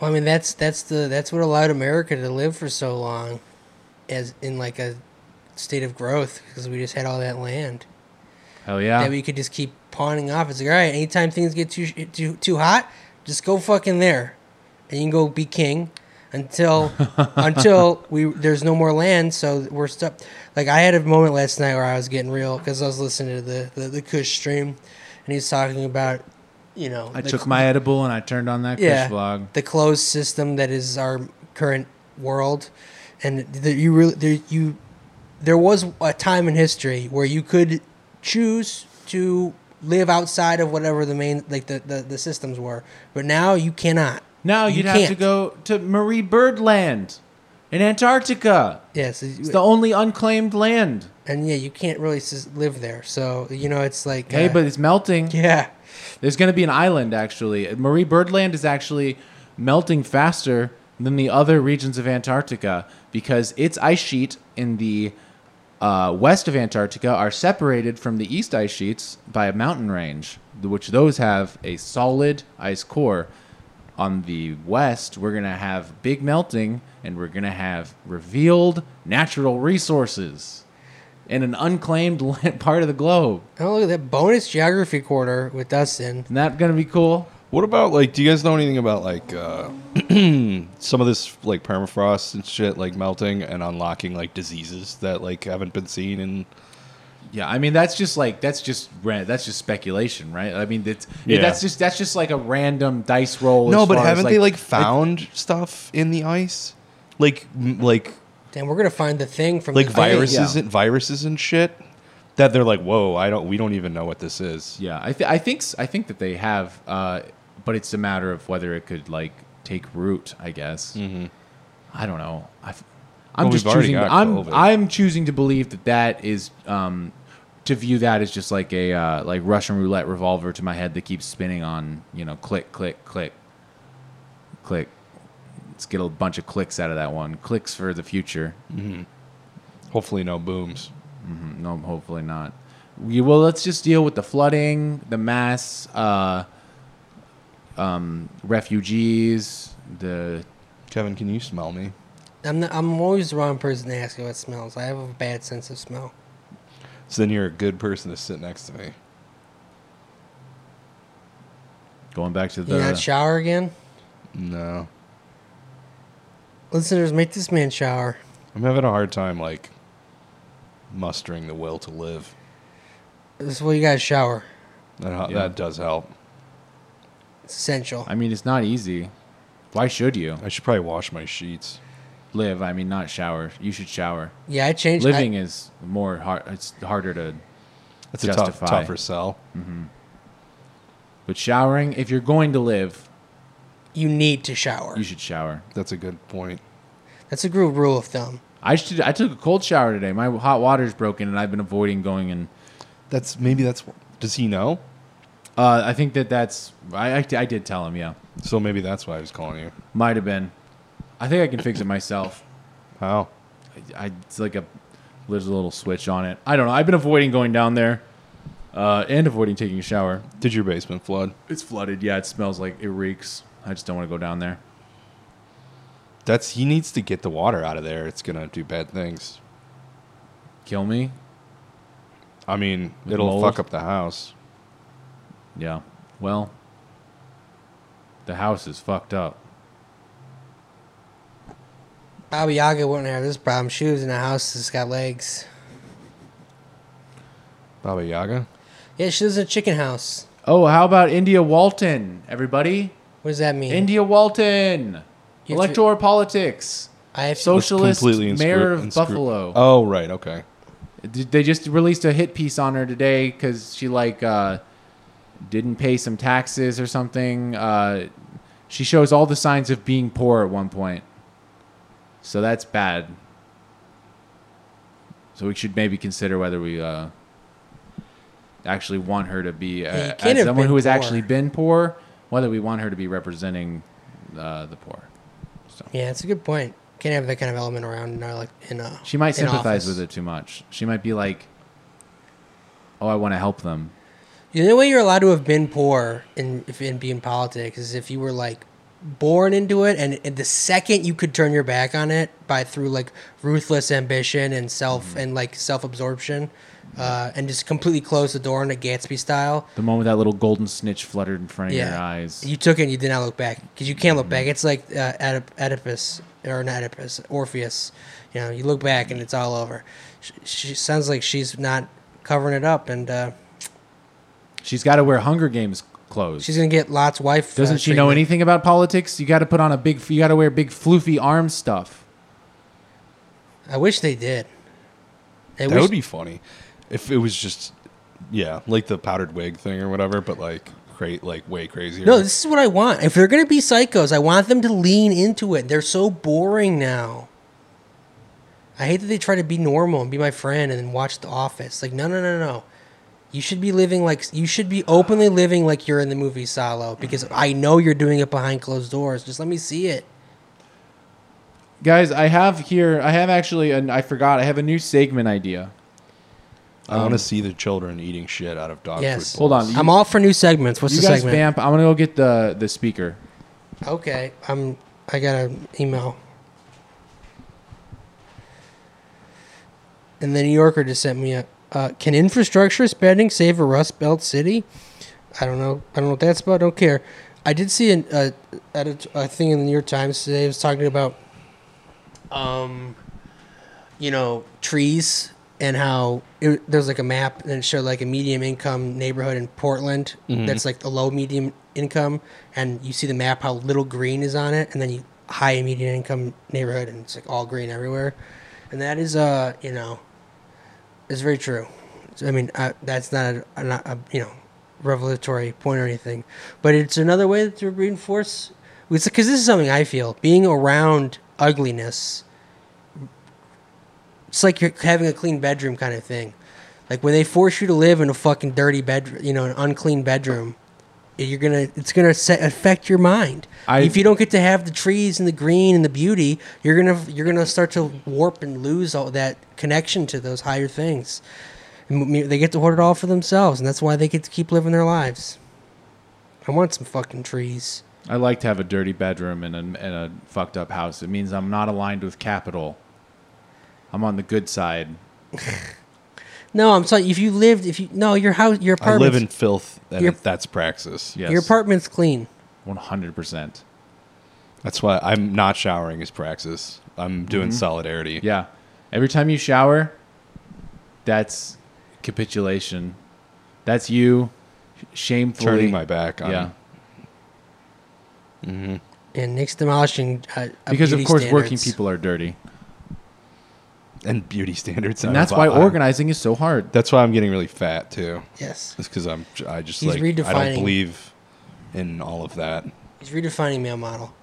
[SPEAKER 4] Well, I mean that's that's the that's what allowed America to live for so long, as in like a state of growth because we just had all that land
[SPEAKER 1] Hell yeah.
[SPEAKER 4] that we could just keep pawning off. It's like all right, anytime things get too too too hot, just go fucking there, and you can go be king
[SPEAKER 1] <laughs>
[SPEAKER 4] until until we there's no more land. So we're stuck. Like I had a moment last night where I was getting real because I was listening to the the, the Kush stream, and he's talking about you know
[SPEAKER 1] I
[SPEAKER 4] the
[SPEAKER 1] took
[SPEAKER 4] cl-
[SPEAKER 1] my edible and I turned on that
[SPEAKER 4] yeah,
[SPEAKER 1] fish vlog.
[SPEAKER 4] the closed system that is our current world, and that you really there you there was a time in history where you could choose to live outside of whatever the main like the the, the systems were, but now you cannot.
[SPEAKER 1] Now
[SPEAKER 4] You
[SPEAKER 1] you'd have to
[SPEAKER 4] can't.
[SPEAKER 1] go to Marie Birdland in Antarctica.
[SPEAKER 4] Yes,
[SPEAKER 1] It's the only unclaimed land.
[SPEAKER 4] and yeah, you can't really s- live there. So you know, it's like
[SPEAKER 1] Hey,
[SPEAKER 4] uh,
[SPEAKER 1] but it's melting.
[SPEAKER 4] <laughs> yeah,
[SPEAKER 1] There's going to be an island actually. Marie Birdland is actually melting faster than the other regions of Antarctica because its ice sheet in the uh, west of Antarctica are separated from the east ice sheets by a mountain range, which those have a solid ice core. On the west, we're going to have big melting and we're going to have revealed natural resources in an unclaimed <laughs> part of the globe.
[SPEAKER 4] oh look at that bonus geography quarter with Dustin.
[SPEAKER 1] Isn't that going to be cool?
[SPEAKER 2] What about like? Do you guys know anything about like uh, <clears throat> some of this like permafrost and shit like melting and unlocking like diseases that like haven't been seen and
[SPEAKER 1] Yeah, I mean that's just like that's just ra- that's just speculation, right? I mean that's
[SPEAKER 2] Yeah.
[SPEAKER 1] that's just that's just like a random dice roll.
[SPEAKER 2] no,
[SPEAKER 1] as
[SPEAKER 2] but
[SPEAKER 1] far as,
[SPEAKER 2] haven't they like
[SPEAKER 1] it-
[SPEAKER 2] found stuff in the ice, like m- like
[SPEAKER 4] Damn, we're gonna find the thing from
[SPEAKER 2] like
[SPEAKER 4] the thing.
[SPEAKER 2] viruses and viruses and shit that they're like, whoa, I don't, we don't even know what this is.
[SPEAKER 1] yeah, I th- I think s- I think that they have, uh, but it's a matter of whether it could like take root. I guess. Mm-hmm. I don't know. I've, I'm
[SPEAKER 2] Well,
[SPEAKER 1] just
[SPEAKER 2] we've already
[SPEAKER 1] choosing.
[SPEAKER 2] got
[SPEAKER 1] I'm
[SPEAKER 2] COVID.
[SPEAKER 1] I'm choosing to believe that that is um, to view that as just like a uh, like Russian roulette revolver to my head that keeps spinning on you know click click click click. Let's get a bunch of clicks out of that one. Clicks for the future.
[SPEAKER 2] Hopefully, no booms.
[SPEAKER 1] No, hopefully not. We, well, let's just deal with the flooding, the mass uh, um, refugees, the
[SPEAKER 2] Kevin, can you smell me?
[SPEAKER 4] I'm not, I'm always the wrong person to ask about smells. I have a bad sense of smell.
[SPEAKER 2] So then you're a good person to sit next to me.
[SPEAKER 1] going back to
[SPEAKER 4] You
[SPEAKER 1] the
[SPEAKER 4] not shower again,
[SPEAKER 2] No,
[SPEAKER 4] listeners. Make this man shower.
[SPEAKER 2] I'm having a hard time like mustering the will to live.
[SPEAKER 4] This is why you gotta shower.
[SPEAKER 2] That, hel-
[SPEAKER 1] Yeah.
[SPEAKER 2] that does help.
[SPEAKER 4] It's essential.
[SPEAKER 1] I mean, it's not easy. Why should you
[SPEAKER 2] I should probably wash my sheets.
[SPEAKER 1] live? I mean, not shower. You should shower.
[SPEAKER 4] yeah, I changed. I-
[SPEAKER 1] Living is more hard. It's harder to.
[SPEAKER 2] That's a tough,
[SPEAKER 1] Justify.
[SPEAKER 2] tougher sell.
[SPEAKER 1] But showering, if you're going to live,
[SPEAKER 4] you need to shower.
[SPEAKER 1] you should shower.
[SPEAKER 2] That's a good point.
[SPEAKER 4] That's a good rule of thumb.
[SPEAKER 1] I should. I took a cold shower today. My hot water's broken, and I've been avoiding going and.
[SPEAKER 2] That's maybe that's. wh- Does he know?
[SPEAKER 1] Uh, I think that that's. I, I I did tell him. Yeah,
[SPEAKER 2] So maybe that's why I was calling you.
[SPEAKER 1] might have been. I think I can fix it myself.
[SPEAKER 2] How?
[SPEAKER 1] I, it's like a there's a little switch on it. I don't know. I've been avoiding going down there, uh, and avoiding taking a shower.
[SPEAKER 2] Did your basement flood?
[SPEAKER 1] It's flooded. Yeah, it smells like it reeks. I just don't want to go down there.
[SPEAKER 2] That's he needs to get the water out of there. It's gonna do bad things.
[SPEAKER 1] Kill me.
[SPEAKER 2] I mean,
[SPEAKER 1] With
[SPEAKER 2] it'll
[SPEAKER 1] mold?
[SPEAKER 2] fuck up the house.
[SPEAKER 1] Yeah. Well, the house is fucked up.
[SPEAKER 4] Baba Yaga wouldn't have this problem. She lives in a house that's got legs.
[SPEAKER 2] Baba Yaga.
[SPEAKER 4] Yeah, she lives in a chicken house.
[SPEAKER 1] Oh, how about India Walton, everybody?
[SPEAKER 4] What does that mean?
[SPEAKER 1] India Walton,
[SPEAKER 4] You have to-
[SPEAKER 1] electoral politics,
[SPEAKER 4] I have to-
[SPEAKER 1] socialist
[SPEAKER 2] Completely inscru-
[SPEAKER 1] mayor of
[SPEAKER 2] inscru-
[SPEAKER 1] Buffalo.
[SPEAKER 2] Oh right, okay.
[SPEAKER 1] They just released a hit piece on her today because she like uh, didn't pay some taxes or something. Uh, she shows all the signs of being poor at one point, so that's bad. So we should maybe consider whether we uh, actually want her to be uh,
[SPEAKER 4] you
[SPEAKER 1] as
[SPEAKER 4] can't have
[SPEAKER 1] someone
[SPEAKER 4] been
[SPEAKER 1] who has
[SPEAKER 4] poor.
[SPEAKER 1] actually been poor, whether we want her to be representing uh, the poor.
[SPEAKER 4] Yeah, it's a good point. Can't have that kind of element around in our, like in a.
[SPEAKER 1] She might
[SPEAKER 4] in
[SPEAKER 1] sympathize
[SPEAKER 4] office.
[SPEAKER 1] with it too much. She might be like, "Oh, I want to help them."
[SPEAKER 4] The only way you're allowed to have been poor in if in being politics is if you were like born into it, and, and the second you could turn your back on it by through like ruthless ambition and self
[SPEAKER 1] Mm-hmm.
[SPEAKER 4] and like self absorption, uh, and just completely close the door in a Gatsby style.
[SPEAKER 1] The moment that little golden snitch fluttered in front of
[SPEAKER 4] Yeah,
[SPEAKER 1] your eyes. Mm-hmm.
[SPEAKER 4] you took it. and You did not look back because you can't look back. It's like uh, Oedip- Oedipus or not Oedipus, Orpheus. You know, you look back and it's all over. She, she sounds like she's not covering it up, and uh,
[SPEAKER 1] She's got to wear Hunger Games clothes.
[SPEAKER 4] she's gonna get Lot's wife. uh,
[SPEAKER 1] Doesn't she know
[SPEAKER 4] treatment.
[SPEAKER 1] anything about politics? You got to put on a big. You got to wear big floofy arm stuff.
[SPEAKER 4] I wish they did. They
[SPEAKER 2] That
[SPEAKER 4] wish-
[SPEAKER 2] would be funny if it was just yeah, like the powdered wig thing or whatever, but like great, like way crazier.
[SPEAKER 4] no, this is what I want. If they're gonna be psychos, I want them to lean into it. They're so boring now. I hate that they try to be normal and be my friend and then watch The Office. Like, no, no, no, no. You should be living like you should be openly living like you're in the movie Solo because I know you're doing it behind closed doors. Just let me see it.
[SPEAKER 1] Guys, I have here. I have actually, and I forgot. I have a new segment idea.
[SPEAKER 2] I want to see the children eating shit out of dog
[SPEAKER 4] Yes.
[SPEAKER 2] food.
[SPEAKER 1] Hold on, you,
[SPEAKER 4] I'm all for new segments. What's
[SPEAKER 1] you
[SPEAKER 4] the
[SPEAKER 1] guys
[SPEAKER 4] segment?
[SPEAKER 1] vamp. I'm gonna go get the the speaker.
[SPEAKER 4] Okay, I'm. I got an email. And the New Yorker just sent me a. Uh, can infrastructure spending save a Rust Belt city? I don't know. I don't know what that's about. Don't care. I did see an uh, edit, a thing in the New York Times today. It was talking about, um, you know, trees and how it, there was like a map and it showed like a medium income neighborhood in Portland that's like a low medium income, and you see the map how little green is on it, and then you high and medium income neighborhood and it's like all green everywhere, and that is uh you know, it's very true. So, I mean I, that's not a, a- not a you know revelatory point or anything, but it's another way to reinforce because this is something I feel being around ugliness it's like you're having a clean bedroom kind of thing. Like when they force you to live in a fucking dirty bedroom, you know, an unclean bedroom, you're gonna it's gonna set, affect your mind.
[SPEAKER 1] I-
[SPEAKER 4] if you don't get to have the trees and the green and the beauty, you're gonna you're gonna start to warp and lose all that connection to those higher things. And m- They get to hoard it all for themselves, and that's why they get to keep living their lives. I want some fucking trees.
[SPEAKER 1] I like to have a dirty bedroom and a, and a fucked up house. It means I'm not aligned with capital. I'm on the good side.
[SPEAKER 4] No, I'm sorry. If you lived, if you no, your house, your
[SPEAKER 2] I
[SPEAKER 4] apartment,
[SPEAKER 2] live in filth, and
[SPEAKER 4] Your-
[SPEAKER 2] that's praxis.
[SPEAKER 1] Yes,
[SPEAKER 4] your apartment's clean.
[SPEAKER 1] 100. percent
[SPEAKER 2] That's why I'm not showering is praxis. I'm doing solidarity.
[SPEAKER 1] Mm-hmm. Yeah. Every time you shower, that's capitulation. That's you shamefully
[SPEAKER 2] Turning my back on
[SPEAKER 1] Yeah.
[SPEAKER 4] and Nick's demolishing. Uh, uh,
[SPEAKER 1] Because of
[SPEAKER 4] beauty
[SPEAKER 1] course working
[SPEAKER 4] standards.
[SPEAKER 1] people are dirty.
[SPEAKER 2] and beauty standards.
[SPEAKER 1] And
[SPEAKER 2] I'm
[SPEAKER 1] that's
[SPEAKER 2] a-
[SPEAKER 1] why
[SPEAKER 2] I'm-
[SPEAKER 1] organizing is so hard.
[SPEAKER 2] That's why I'm getting really fat too.
[SPEAKER 4] Yes,
[SPEAKER 2] It's because I'm. I just
[SPEAKER 4] He's
[SPEAKER 2] like. I don't
[SPEAKER 4] redefining-
[SPEAKER 2] believe in all of that.
[SPEAKER 4] he's redefining male model.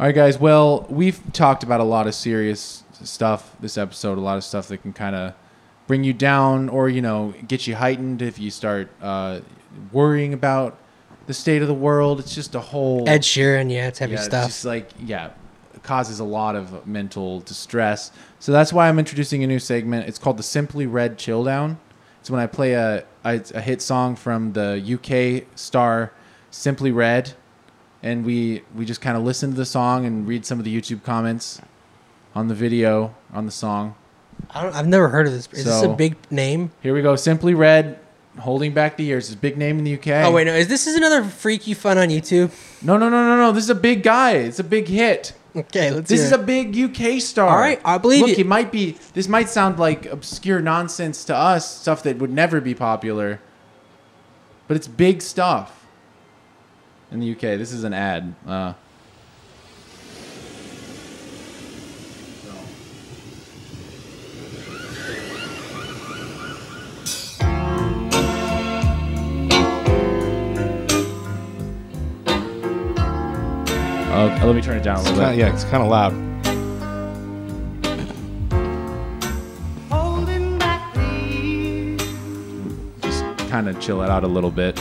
[SPEAKER 1] All right, guys. Well, we've talked about a lot of serious stuff this episode. A lot of stuff that can kind of bring you down, or you know, get you heightened if you start uh, worrying about the state of the world. It's just a whole
[SPEAKER 4] Ed Sheeran, yeah, it's heavy
[SPEAKER 1] yeah, it's
[SPEAKER 4] stuff.
[SPEAKER 1] just like yeah, it causes a lot of mental distress. So that's why I'm introducing a new segment. It's called the Simply Red Chill Down. It's when I play a a, a hit song from the UK star Simply Red, and we we just kind of listen to the song and read some of the YouTube comments on the video on the song.
[SPEAKER 4] I don't, I've never heard of this. Is this
[SPEAKER 1] So-
[SPEAKER 4] a big name?
[SPEAKER 1] Here we go. Simply Red, holding back the years. It's a big name in the UK.
[SPEAKER 4] Oh wait, no. Is this is another freak you found on YouTube? <laughs>
[SPEAKER 1] No, no, no, no, no. This is a big guy. It's a big hit.
[SPEAKER 4] Okay, let's.
[SPEAKER 1] This
[SPEAKER 4] hear
[SPEAKER 1] is
[SPEAKER 4] it.
[SPEAKER 1] a big UK star.
[SPEAKER 4] All right, I believe
[SPEAKER 1] Look,
[SPEAKER 4] you.
[SPEAKER 1] it might be. This might sound like obscure nonsense to us, stuff that would never be popular, but it's big stuff in the UK. This is an ad. Uh, uh, let me turn it down a little
[SPEAKER 2] It's
[SPEAKER 1] bit.
[SPEAKER 2] kinda- yeah, it's kind of loud.
[SPEAKER 3] Holding back the years,
[SPEAKER 1] just kind of chill it out a little bit.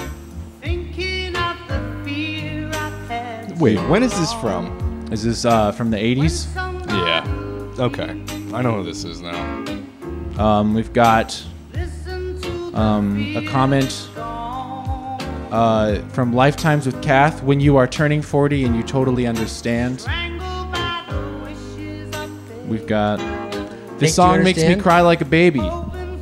[SPEAKER 3] thinking of the fear I've had.
[SPEAKER 2] Wait, when is this from?
[SPEAKER 1] Is this uh, from the 80s?
[SPEAKER 3] Someone
[SPEAKER 2] Yeah. Okay. I know who this is now.
[SPEAKER 1] Um, we've got
[SPEAKER 3] listen to
[SPEAKER 1] um, a comment
[SPEAKER 3] gone.
[SPEAKER 1] uh, from Lifetimes with Kath. When you are turning 40 and you totally understand.
[SPEAKER 3] Strangled by the wishes of day.
[SPEAKER 1] We've got
[SPEAKER 4] Think you
[SPEAKER 1] this song makes me
[SPEAKER 4] understand?
[SPEAKER 1] cry like a baby,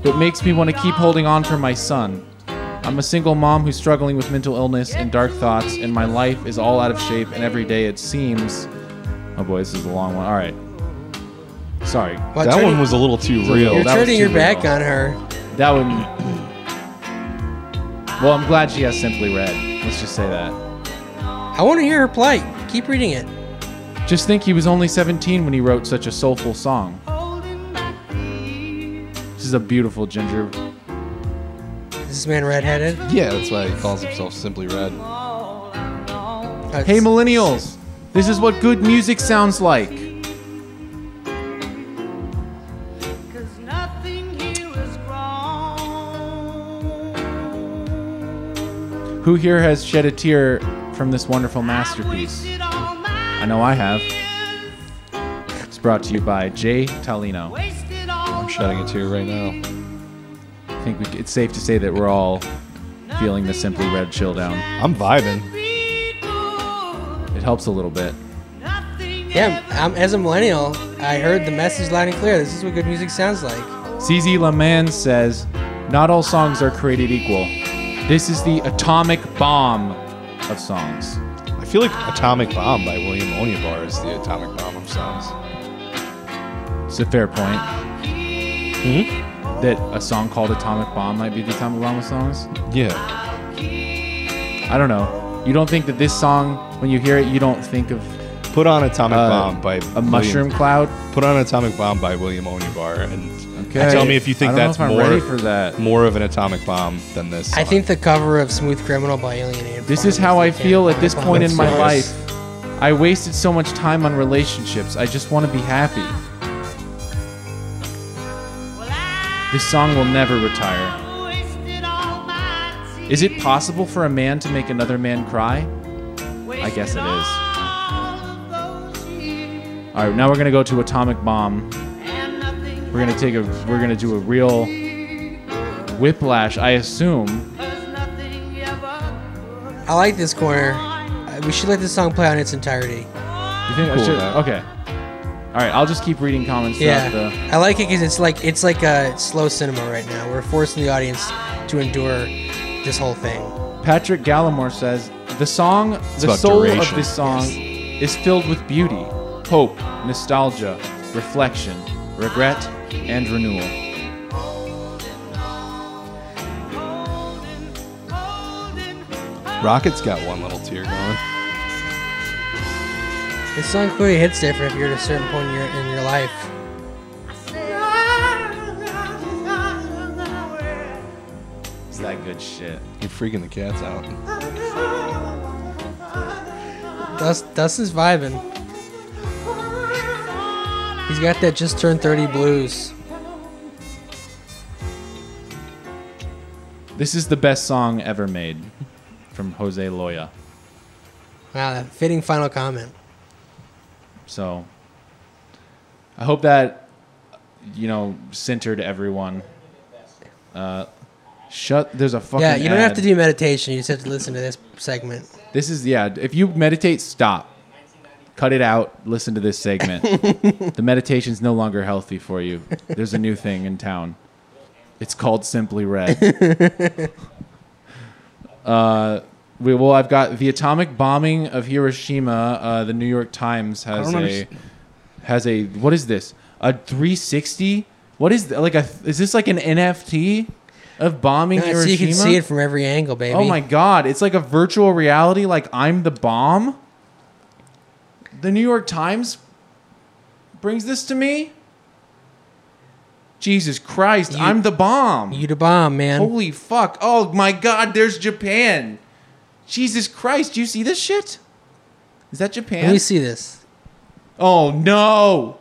[SPEAKER 1] but makes me want to keep holding on for my son. I'm a single mom who's struggling with mental illness and dark thoughts, and my life is all out of shape. And every day it seems, oh boy, this is a long one. All right, sorry,
[SPEAKER 4] Well,
[SPEAKER 2] that
[SPEAKER 4] turning-
[SPEAKER 2] one was a little too real.
[SPEAKER 4] You're
[SPEAKER 1] oh, that was
[SPEAKER 4] turning
[SPEAKER 1] too
[SPEAKER 4] your back
[SPEAKER 1] real.
[SPEAKER 4] on her.
[SPEAKER 1] that one. Well, I'm glad she has simply red. Let's just say that.
[SPEAKER 4] I want to hear her plight. Keep reading it.
[SPEAKER 1] Just think he was only 17 when he wrote such a soulful song. This is a beautiful ginger.
[SPEAKER 4] Is this man redheaded?
[SPEAKER 2] yeah, that's why he calls himself Simply Red.
[SPEAKER 4] Uh,
[SPEAKER 1] Hey, millennials! This is what good music sounds like. Who here has shed a tear from this wonderful masterpiece? I know I have. It's brought to you by Jay Talino.
[SPEAKER 2] I'm shedding a tear right now.
[SPEAKER 1] I think we, it's safe to say that we're all feeling the Simply Red chill down.
[SPEAKER 2] I'm vibing.
[SPEAKER 1] It helps a little bit.
[SPEAKER 4] Yeah, I'm, as a millennial, I heard the message loud and clear. This is what good music sounds like.
[SPEAKER 1] CZ LeMans says, Not all songs are created equal. This is the atomic bomb of songs.
[SPEAKER 2] I feel like Atomic Bomb by William Onibar is the atomic bomb of songs.
[SPEAKER 1] It's a fair point.
[SPEAKER 2] Hmm?
[SPEAKER 1] That a song called Atomic Bomb might be the atomic bomb of songs.
[SPEAKER 2] Yeah.
[SPEAKER 1] I don't know. You don't think that this song, when you hear it, you don't think of
[SPEAKER 2] Put on Atomic
[SPEAKER 1] uh,
[SPEAKER 2] Bomb by
[SPEAKER 1] a mushroom cloud?
[SPEAKER 2] Put on Atomic Bomb by William Onibar and
[SPEAKER 1] Okay.
[SPEAKER 2] tell me if you think
[SPEAKER 1] I don't know
[SPEAKER 2] that's
[SPEAKER 1] if I'm
[SPEAKER 2] more
[SPEAKER 1] ready for that.
[SPEAKER 2] more of an atomic bomb than this.
[SPEAKER 4] I
[SPEAKER 2] song.
[SPEAKER 4] think the cover of Smooth Criminal by Alien Ant
[SPEAKER 1] This
[SPEAKER 4] Farm
[SPEAKER 1] is how
[SPEAKER 4] the
[SPEAKER 1] I feel at
[SPEAKER 4] atomic
[SPEAKER 1] this
[SPEAKER 4] bomb
[SPEAKER 1] point
[SPEAKER 4] of
[SPEAKER 1] in my
[SPEAKER 4] songs.
[SPEAKER 1] life. I wasted so much time on relationships. I just want to be happy. This song will never retire. Is it possible for a man to make another man cry? I guess it is. All right, now we're gonna go to Atomic Bomb. We're gonna take a. We're gonna do a real whiplash. I assume.
[SPEAKER 4] I like this corner. Uh, We should let this song play on its entirety.
[SPEAKER 1] You think I
[SPEAKER 2] Cool
[SPEAKER 1] should- oh.
[SPEAKER 2] with
[SPEAKER 1] Okay.
[SPEAKER 2] that.
[SPEAKER 1] All right, I'll just keep reading comments
[SPEAKER 4] Yeah,
[SPEAKER 1] throughout the.
[SPEAKER 4] I like it because it's like it's like a slow cinema right now. We're forcing the audience to endure this whole thing.
[SPEAKER 1] Patrick Gallimore says the song, the
[SPEAKER 2] about
[SPEAKER 1] soul of
[SPEAKER 2] duration.
[SPEAKER 1] this song, is filled with beauty, hope, nostalgia, reflection, regret, and renewal.
[SPEAKER 2] Rocket's got one little tear going.
[SPEAKER 4] This song clearly hits different if you're at a certain point in your, in your life.
[SPEAKER 1] It's that good shit.
[SPEAKER 2] You're freaking the cats out.
[SPEAKER 1] Uh.
[SPEAKER 4] Dust, Dustin's vibing. He's got that just turned 30 blues.
[SPEAKER 1] This is the best song ever made, from Jose Loya.
[SPEAKER 4] Wow, that fitting final comment.
[SPEAKER 1] So, I hope that you know centered everyone. Uh, shut. There's a fucking.
[SPEAKER 4] yeah, you don't have
[SPEAKER 1] ad.
[SPEAKER 4] to do meditation. You just have to listen to this segment.
[SPEAKER 1] This is yeah. If you meditate, stop, cut it out. Listen to this
[SPEAKER 4] <laughs>
[SPEAKER 1] segment. the meditation's no longer healthy for you. There's a new thing in town. It's called Simply Red. uh,
[SPEAKER 4] <laughs>
[SPEAKER 1] we well, I've got the atomic bombing of Hiroshima. Uh, the New York Times has a
[SPEAKER 2] don't underst-
[SPEAKER 1] has a what is this? A 360? What is th- like a is this like an NFT of bombing
[SPEAKER 4] Yeah, so
[SPEAKER 1] Hiroshima?
[SPEAKER 4] you can see it from every angle, baby.
[SPEAKER 1] Oh my god, it's like a virtual reality like I'm the bomb? The New York Times brings this to me? Jesus Christ, I'm the bomb.
[SPEAKER 4] You to bomb, man.
[SPEAKER 1] Holy fuck. Oh my god, there's Japan. Jesus Christ, you see this shit? Is that
[SPEAKER 4] Let
[SPEAKER 1] Japan?
[SPEAKER 4] me see this.
[SPEAKER 1] oh no.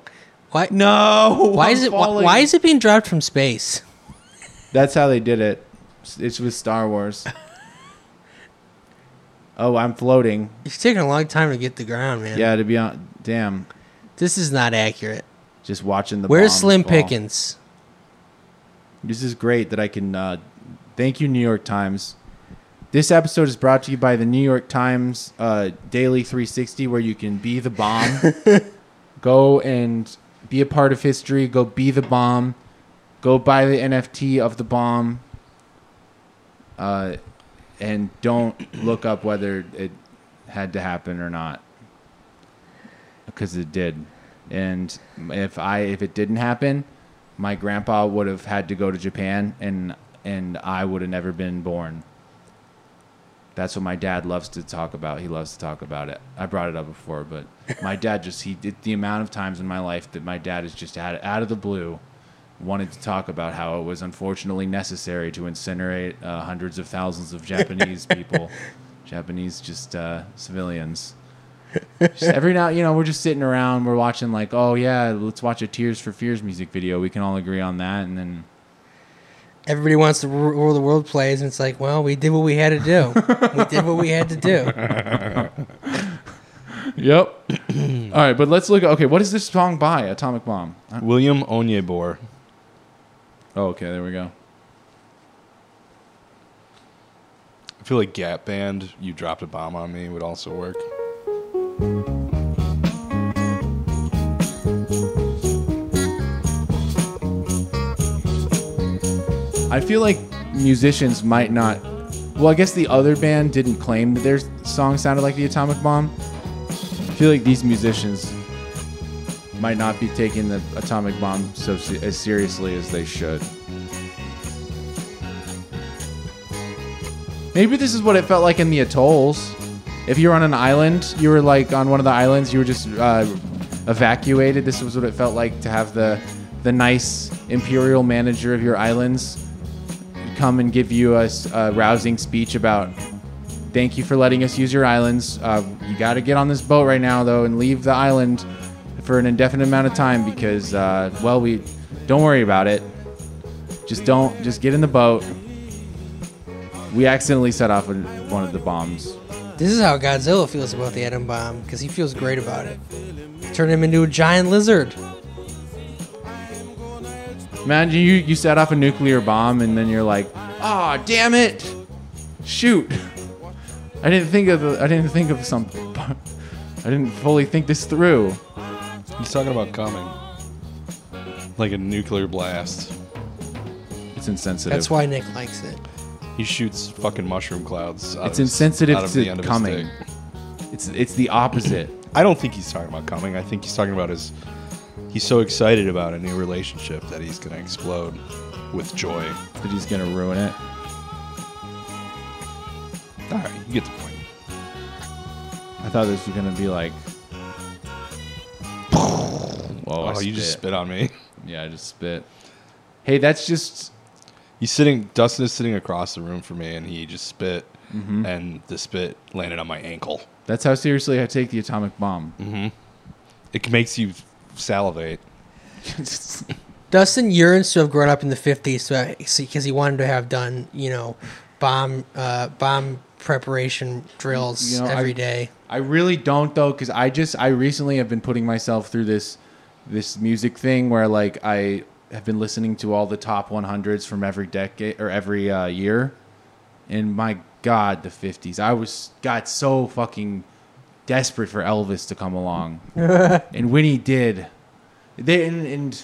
[SPEAKER 4] Why?
[SPEAKER 1] No.
[SPEAKER 4] Why
[SPEAKER 1] I'm
[SPEAKER 4] is it? Why,
[SPEAKER 1] falling.
[SPEAKER 4] why is it being dropped from space?
[SPEAKER 1] That's how they did it. It's with Star
[SPEAKER 4] <laughs>
[SPEAKER 1] Wars. oh, I'm floating.
[SPEAKER 4] It's taking a long time to get to ground, man.
[SPEAKER 1] Yeah, to be on, damn,
[SPEAKER 4] This is not accurate.
[SPEAKER 1] just watching the.
[SPEAKER 4] Where's
[SPEAKER 1] bombs
[SPEAKER 4] Slim
[SPEAKER 1] fall.
[SPEAKER 4] Pickens?
[SPEAKER 1] This is great that I can. Uh, thank you, New York Times. This episode is brought to you by the New York Times uh, Daily 360, where you can be the
[SPEAKER 4] <laughs>
[SPEAKER 1] bomb. go and be a part of history. Go be the bomb. Go buy the NFT of the bomb. Uh, and don't look up whether it had to happen or not, because it did. And if I if it didn't happen, my grandpa would have had to go to Japan, and and I would have never been born. That's what my dad loves to talk about. He loves to talk about it. I brought it up before, but my dad just he did the amount of times in my life that my dad has just had out of the blue wanted to talk about how it was unfortunately necessary to incinerate uh, hundreds of thousands of Japanese people, Japanese just uh, civilians. Just every now, you know, we're just sitting around, we're watching like, oh yeah, let's watch a Tears for Fears music video. We can all agree on that, and then
[SPEAKER 4] everybody wants to ru- rule the world plays, and it's like, well, we did what we had
[SPEAKER 1] <laughs>
[SPEAKER 4] to do. we did what we had to do.
[SPEAKER 1] Yep. <clears throat> All right, but let's look. Okay, what is this song by Atomic Bomb? I-
[SPEAKER 2] William Onyebor.
[SPEAKER 1] Oh, okay, there we go.
[SPEAKER 2] I feel like Gap Band, You Dropped a Bomb on Me would also work.
[SPEAKER 1] I feel like musicians might not. Well, I guess the other band didn't claim that their song sounded like the Atomic Bomb. I feel like these musicians might not be taking the Atomic Bomb so se- as seriously as they should. Maybe this is what it felt like in the atolls. If you were on an island, you were like on one of the islands, you were just uh, evacuated. This was what it felt like to have the the nice imperial manager of your islands come and give you a, s- a rousing speech about thank you for letting us use your islands. Uh, you got to get on this boat right now though and leave the island for an indefinite amount of time because uh, well we don't worry about it. Just don't just get in the boat. We accidentally set off with one of the bombs.
[SPEAKER 4] This is how Godzilla feels about the atom bomb because he feels great about it. Turn him into a giant lizard.
[SPEAKER 1] Imagine you, you set off a nuclear bomb and then you're like, ah, damn it, shoot. I didn't think of the- I didn't think of something. <laughs> I didn't fully think this through.
[SPEAKER 2] He's talking about coming. Like a nuclear blast.
[SPEAKER 1] It's insensitive.
[SPEAKER 4] That's why Nick likes it.
[SPEAKER 2] He shoots fucking mushroom clouds. out of
[SPEAKER 1] It's
[SPEAKER 2] his-
[SPEAKER 1] insensitive
[SPEAKER 2] out of
[SPEAKER 1] to
[SPEAKER 2] the end of his
[SPEAKER 1] coming.
[SPEAKER 2] dick.
[SPEAKER 1] it's it's the opposite.
[SPEAKER 2] I don't think he's talking about coming. I think he's talking about his. He's so excited about a new relationship that he's gonna explode with joy.
[SPEAKER 1] that he's gonna ruin it.
[SPEAKER 2] All right, you get the point.
[SPEAKER 1] I thought this was gonna be like.
[SPEAKER 2] Oh,
[SPEAKER 1] I
[SPEAKER 2] you just
[SPEAKER 1] spit.
[SPEAKER 2] spit on me.
[SPEAKER 1] Yeah, I just spit. Hey, that's just
[SPEAKER 2] He's sitting. Dustin is sitting across the room from me, and he just spit,
[SPEAKER 1] Mm-hmm.
[SPEAKER 2] and the spit landed on my ankle.
[SPEAKER 1] that's how seriously I take the atomic bomb.
[SPEAKER 2] It makes you salivate.
[SPEAKER 4] Dustin yearns to have grown up in the 50s because he wanted to have done, you know, bomb uh, bomb preparation drills
[SPEAKER 1] You know,
[SPEAKER 4] every
[SPEAKER 1] I-
[SPEAKER 4] day.
[SPEAKER 1] I really don't though, because I just I recently have been putting myself through this this music thing where like I have been listening to all the top 100s from every decade or every uh, year, and my God, the 50s! I was got so fucking desperate for Elvis to come along, and when he did, they and, and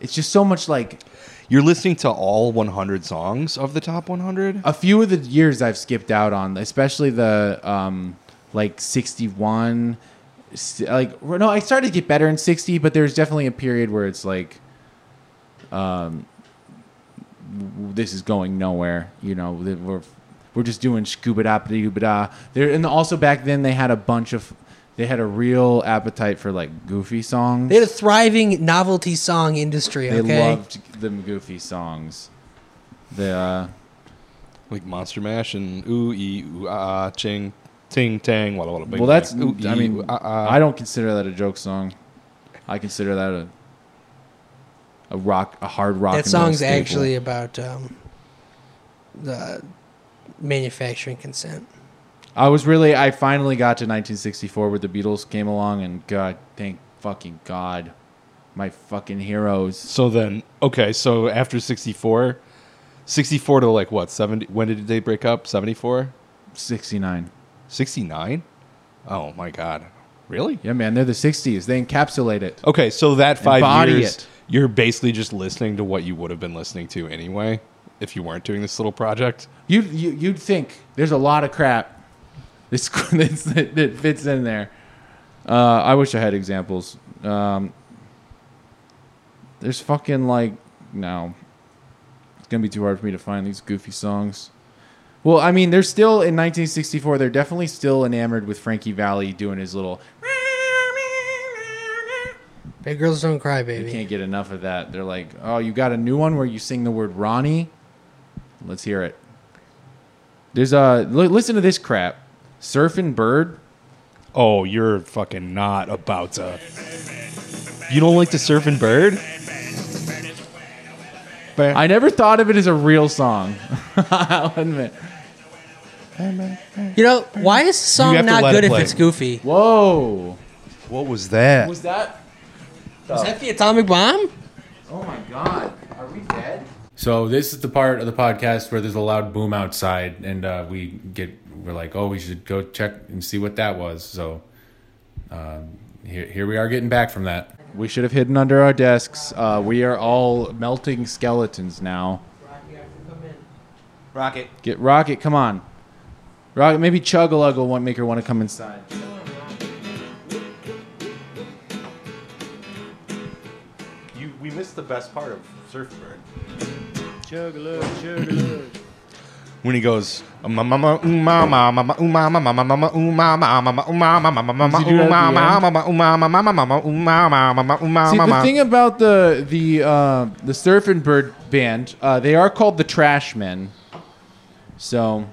[SPEAKER 1] it's just so much like
[SPEAKER 2] You're listening to all 100 songs of the top 100.
[SPEAKER 1] a few of the years I've skipped out on, especially the um, like 61 s- like no, I started to get better in 60, but there's definitely a period where it's like um w- this is going nowhere, you know, that we're we're just doing scuba da ba da There and also back then they had a bunch of they had a real appetite for like goofy songs.
[SPEAKER 4] They had a thriving novelty song industry,
[SPEAKER 1] They
[SPEAKER 4] okay?
[SPEAKER 1] loved them goofy songs. The uh,
[SPEAKER 2] like Monster Mash and ooh ee ooh ah ah, ching ting tang wada wada. bing,
[SPEAKER 1] Well, that's.
[SPEAKER 2] bang. Ooh,
[SPEAKER 1] I
[SPEAKER 2] ee,
[SPEAKER 1] mean,
[SPEAKER 2] ooh, ah, ah.
[SPEAKER 1] I don't consider that a joke song. I consider that a a rock, a hard rock.
[SPEAKER 4] that
[SPEAKER 1] and roll
[SPEAKER 4] song's
[SPEAKER 1] staple.
[SPEAKER 4] actually about um, the manufacturing consent.
[SPEAKER 1] I was really. I finally got to 1964 where the Beatles came along, and God, thank fucking God, my fucking heroes.
[SPEAKER 2] So then, okay, so after 64, 64 to like what, 70? When did they break up? 74?
[SPEAKER 1] 69.
[SPEAKER 2] 69? Oh my God. Really?
[SPEAKER 1] Yeah, man, they're the 60s. They encapsulate it.
[SPEAKER 2] Okay, so that five
[SPEAKER 1] Embody
[SPEAKER 2] years,
[SPEAKER 1] it.
[SPEAKER 2] you're basically just listening to what you would have been listening to anyway if you weren't doing this little project.
[SPEAKER 1] You you you'd think there's a lot of crap. <laughs> This this- that that fits in there. Uh, I wish I had examples. Um, there's fucking like no. It's gonna be too hard for me to find these goofy songs. Well, I mean, they're still in 1964. They're definitely still enamored with Frankie Valley doing his little.
[SPEAKER 4] Big Girls Don't Cry,
[SPEAKER 1] They
[SPEAKER 4] Baby.
[SPEAKER 1] can't get enough of that. They're like, oh, you got a new one where you sing the word Ronnie? Let's hear it. There's a li- listen to this crap. Surfing Bird.
[SPEAKER 2] Oh, you're fucking not about to. You don't like the surfing bird?
[SPEAKER 1] I never thought of it as a real song. <laughs> I'll admit.
[SPEAKER 4] You know, why is the
[SPEAKER 2] You
[SPEAKER 4] song
[SPEAKER 2] have to
[SPEAKER 4] not
[SPEAKER 2] let
[SPEAKER 4] good
[SPEAKER 2] it
[SPEAKER 4] if
[SPEAKER 2] play.
[SPEAKER 4] it's goofy?
[SPEAKER 1] Whoa.
[SPEAKER 2] What was that?
[SPEAKER 1] Was that?
[SPEAKER 4] Is that the atomic bomb?
[SPEAKER 1] Oh my God. Are we dead? So this is the part of the podcast where there's a loud boom outside, and uh, we get we're like, oh, we should go check and see what that was. So um, here, here we are getting back from that. We should have hidden under our desks. Uh, we are all melting skeletons now.
[SPEAKER 5] Rocket.
[SPEAKER 1] Get Rocket, come on. Rocket, maybe Chugalug will want, make her want to come inside.
[SPEAKER 2] You, we missed the best part of Surfbird. When he goes, "Um, um, um, um, um, um, um, um, um, um, um, um, um, um, um, um, um, um, um, um, um, um, um, um,
[SPEAKER 1] Does he do that at the
[SPEAKER 2] um, um, um, um, um, um, um, um, um, um, um, um, um, um, um,
[SPEAKER 1] See,
[SPEAKER 2] um,
[SPEAKER 1] the
[SPEAKER 2] um."
[SPEAKER 1] thing about the the uh, the Surf and Bird band, uh, they are called the Trashmen. So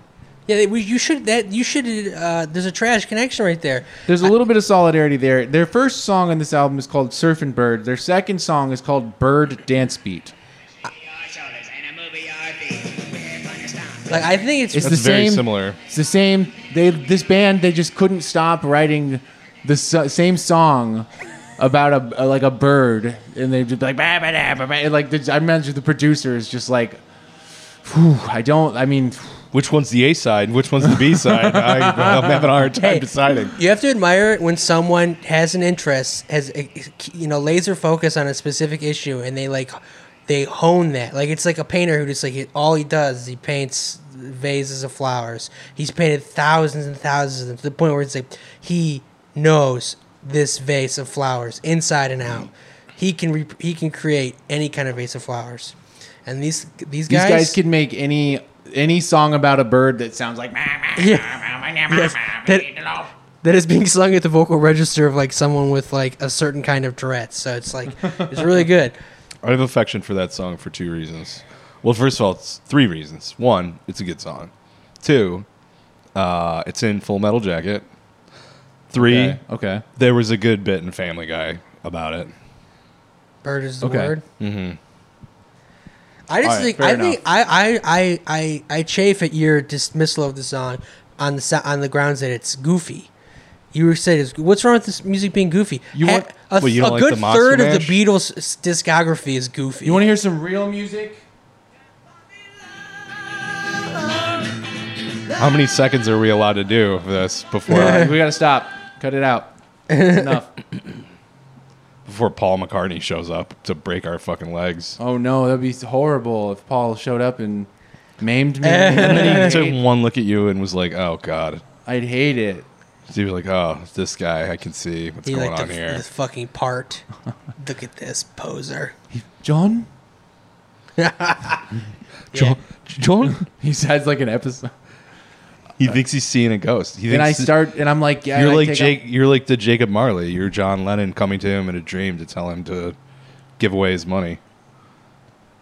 [SPEAKER 4] Yeah, we, you should. That you should. Uh, there's a trash connection right there.
[SPEAKER 1] there's a little bit of solidarity there. Their first song on this album is called Surf and Bird. Their second song is called Bird Dance Beat.
[SPEAKER 4] Like I think it's.
[SPEAKER 1] It's
[SPEAKER 2] That's
[SPEAKER 1] the
[SPEAKER 2] very
[SPEAKER 1] same.
[SPEAKER 2] similar.
[SPEAKER 1] It's the same. They this band they just couldn't stop writing the s same song about a, a- like a bird, and they just like bah, bah, bah, bah, bah. And, like the, I imagine the producer is just like, "Phew, I don't. I mean,
[SPEAKER 2] Which one's the A side? and Which one's the B
[SPEAKER 1] <laughs>
[SPEAKER 2] side? I, I'm having a hard time deciding.
[SPEAKER 4] you have to admire it when someone has an interest, has a, you know laser focus on a specific issue, and they like they hone that. Like it's like a painter who just like he- all he does is he paints vases of flowers. He's painted thousands and thousands of them to the point where it's like he knows this vase of flowers inside and out. He can re- he can create any kind of vase of flowers, and these
[SPEAKER 1] these
[SPEAKER 4] these guys,
[SPEAKER 1] guys can make any any song about a bird that sounds like."
[SPEAKER 4] Yes, that, <laughs> that is being sung at the vocal register of like someone with like a certain kind of Tourette's. So it's like it's really good.
[SPEAKER 2] I have affection for that song for two reasons. Well, first of all, it's three reasons. One, it's a good song. Two, uh, it's in Full Metal Jacket. Three,
[SPEAKER 1] Okay. okay.
[SPEAKER 2] there was a good bit in Family Guy about it.
[SPEAKER 4] Bird is the
[SPEAKER 1] Okay.
[SPEAKER 4] word. Mm-hmm. I just
[SPEAKER 1] Alright,
[SPEAKER 4] think
[SPEAKER 1] fair
[SPEAKER 4] I
[SPEAKER 1] enough.
[SPEAKER 4] think I, I I I I chafe at your dismissal of the song on the so- on the grounds that it's goofy. You were saying, it's- "What's wrong with this music being goofy?"
[SPEAKER 1] You
[SPEAKER 4] Ha-
[SPEAKER 1] want-
[SPEAKER 4] a,
[SPEAKER 2] Well, you
[SPEAKER 4] a
[SPEAKER 2] don't like
[SPEAKER 4] good
[SPEAKER 2] the Monster
[SPEAKER 4] third of the
[SPEAKER 2] Mash?
[SPEAKER 4] Beatles' s- discography is goofy.
[SPEAKER 1] You want to hear some real music?
[SPEAKER 2] How many seconds are we allowed to do of this
[SPEAKER 1] <laughs>
[SPEAKER 2] before uh,
[SPEAKER 1] Alright, we gotta stop. Cut it out. That's enough.
[SPEAKER 2] before Paul McCartney shows up to break our fucking legs?
[SPEAKER 1] <laughs> Oh no, that'd be horrible if Paul showed up and maimed <laughs> me.
[SPEAKER 2] He
[SPEAKER 1] I'd,
[SPEAKER 2] took
[SPEAKER 1] hate,
[SPEAKER 2] one look at you and was like, "Oh God."
[SPEAKER 1] I'd hate it.
[SPEAKER 2] He was like, "Oh, this guy, I can see what's
[SPEAKER 4] He
[SPEAKER 2] going
[SPEAKER 4] like
[SPEAKER 2] on
[SPEAKER 4] the,
[SPEAKER 2] here."
[SPEAKER 4] the fucking part. <laughs> Look at
[SPEAKER 1] <laughs>
[SPEAKER 4] this poser.
[SPEAKER 1] John?
[SPEAKER 4] Yeah.
[SPEAKER 2] John,
[SPEAKER 1] <laughs> He says like an episode.
[SPEAKER 2] he thinks he's seeing a ghost. He
[SPEAKER 1] And I
[SPEAKER 2] thinks that-
[SPEAKER 1] start and I'm like, yeah.
[SPEAKER 2] you're
[SPEAKER 1] I
[SPEAKER 2] like
[SPEAKER 1] take
[SPEAKER 2] Jake. You're like the Jacob Marley. You're John Lennon coming to him in a dream to tell him to give away his money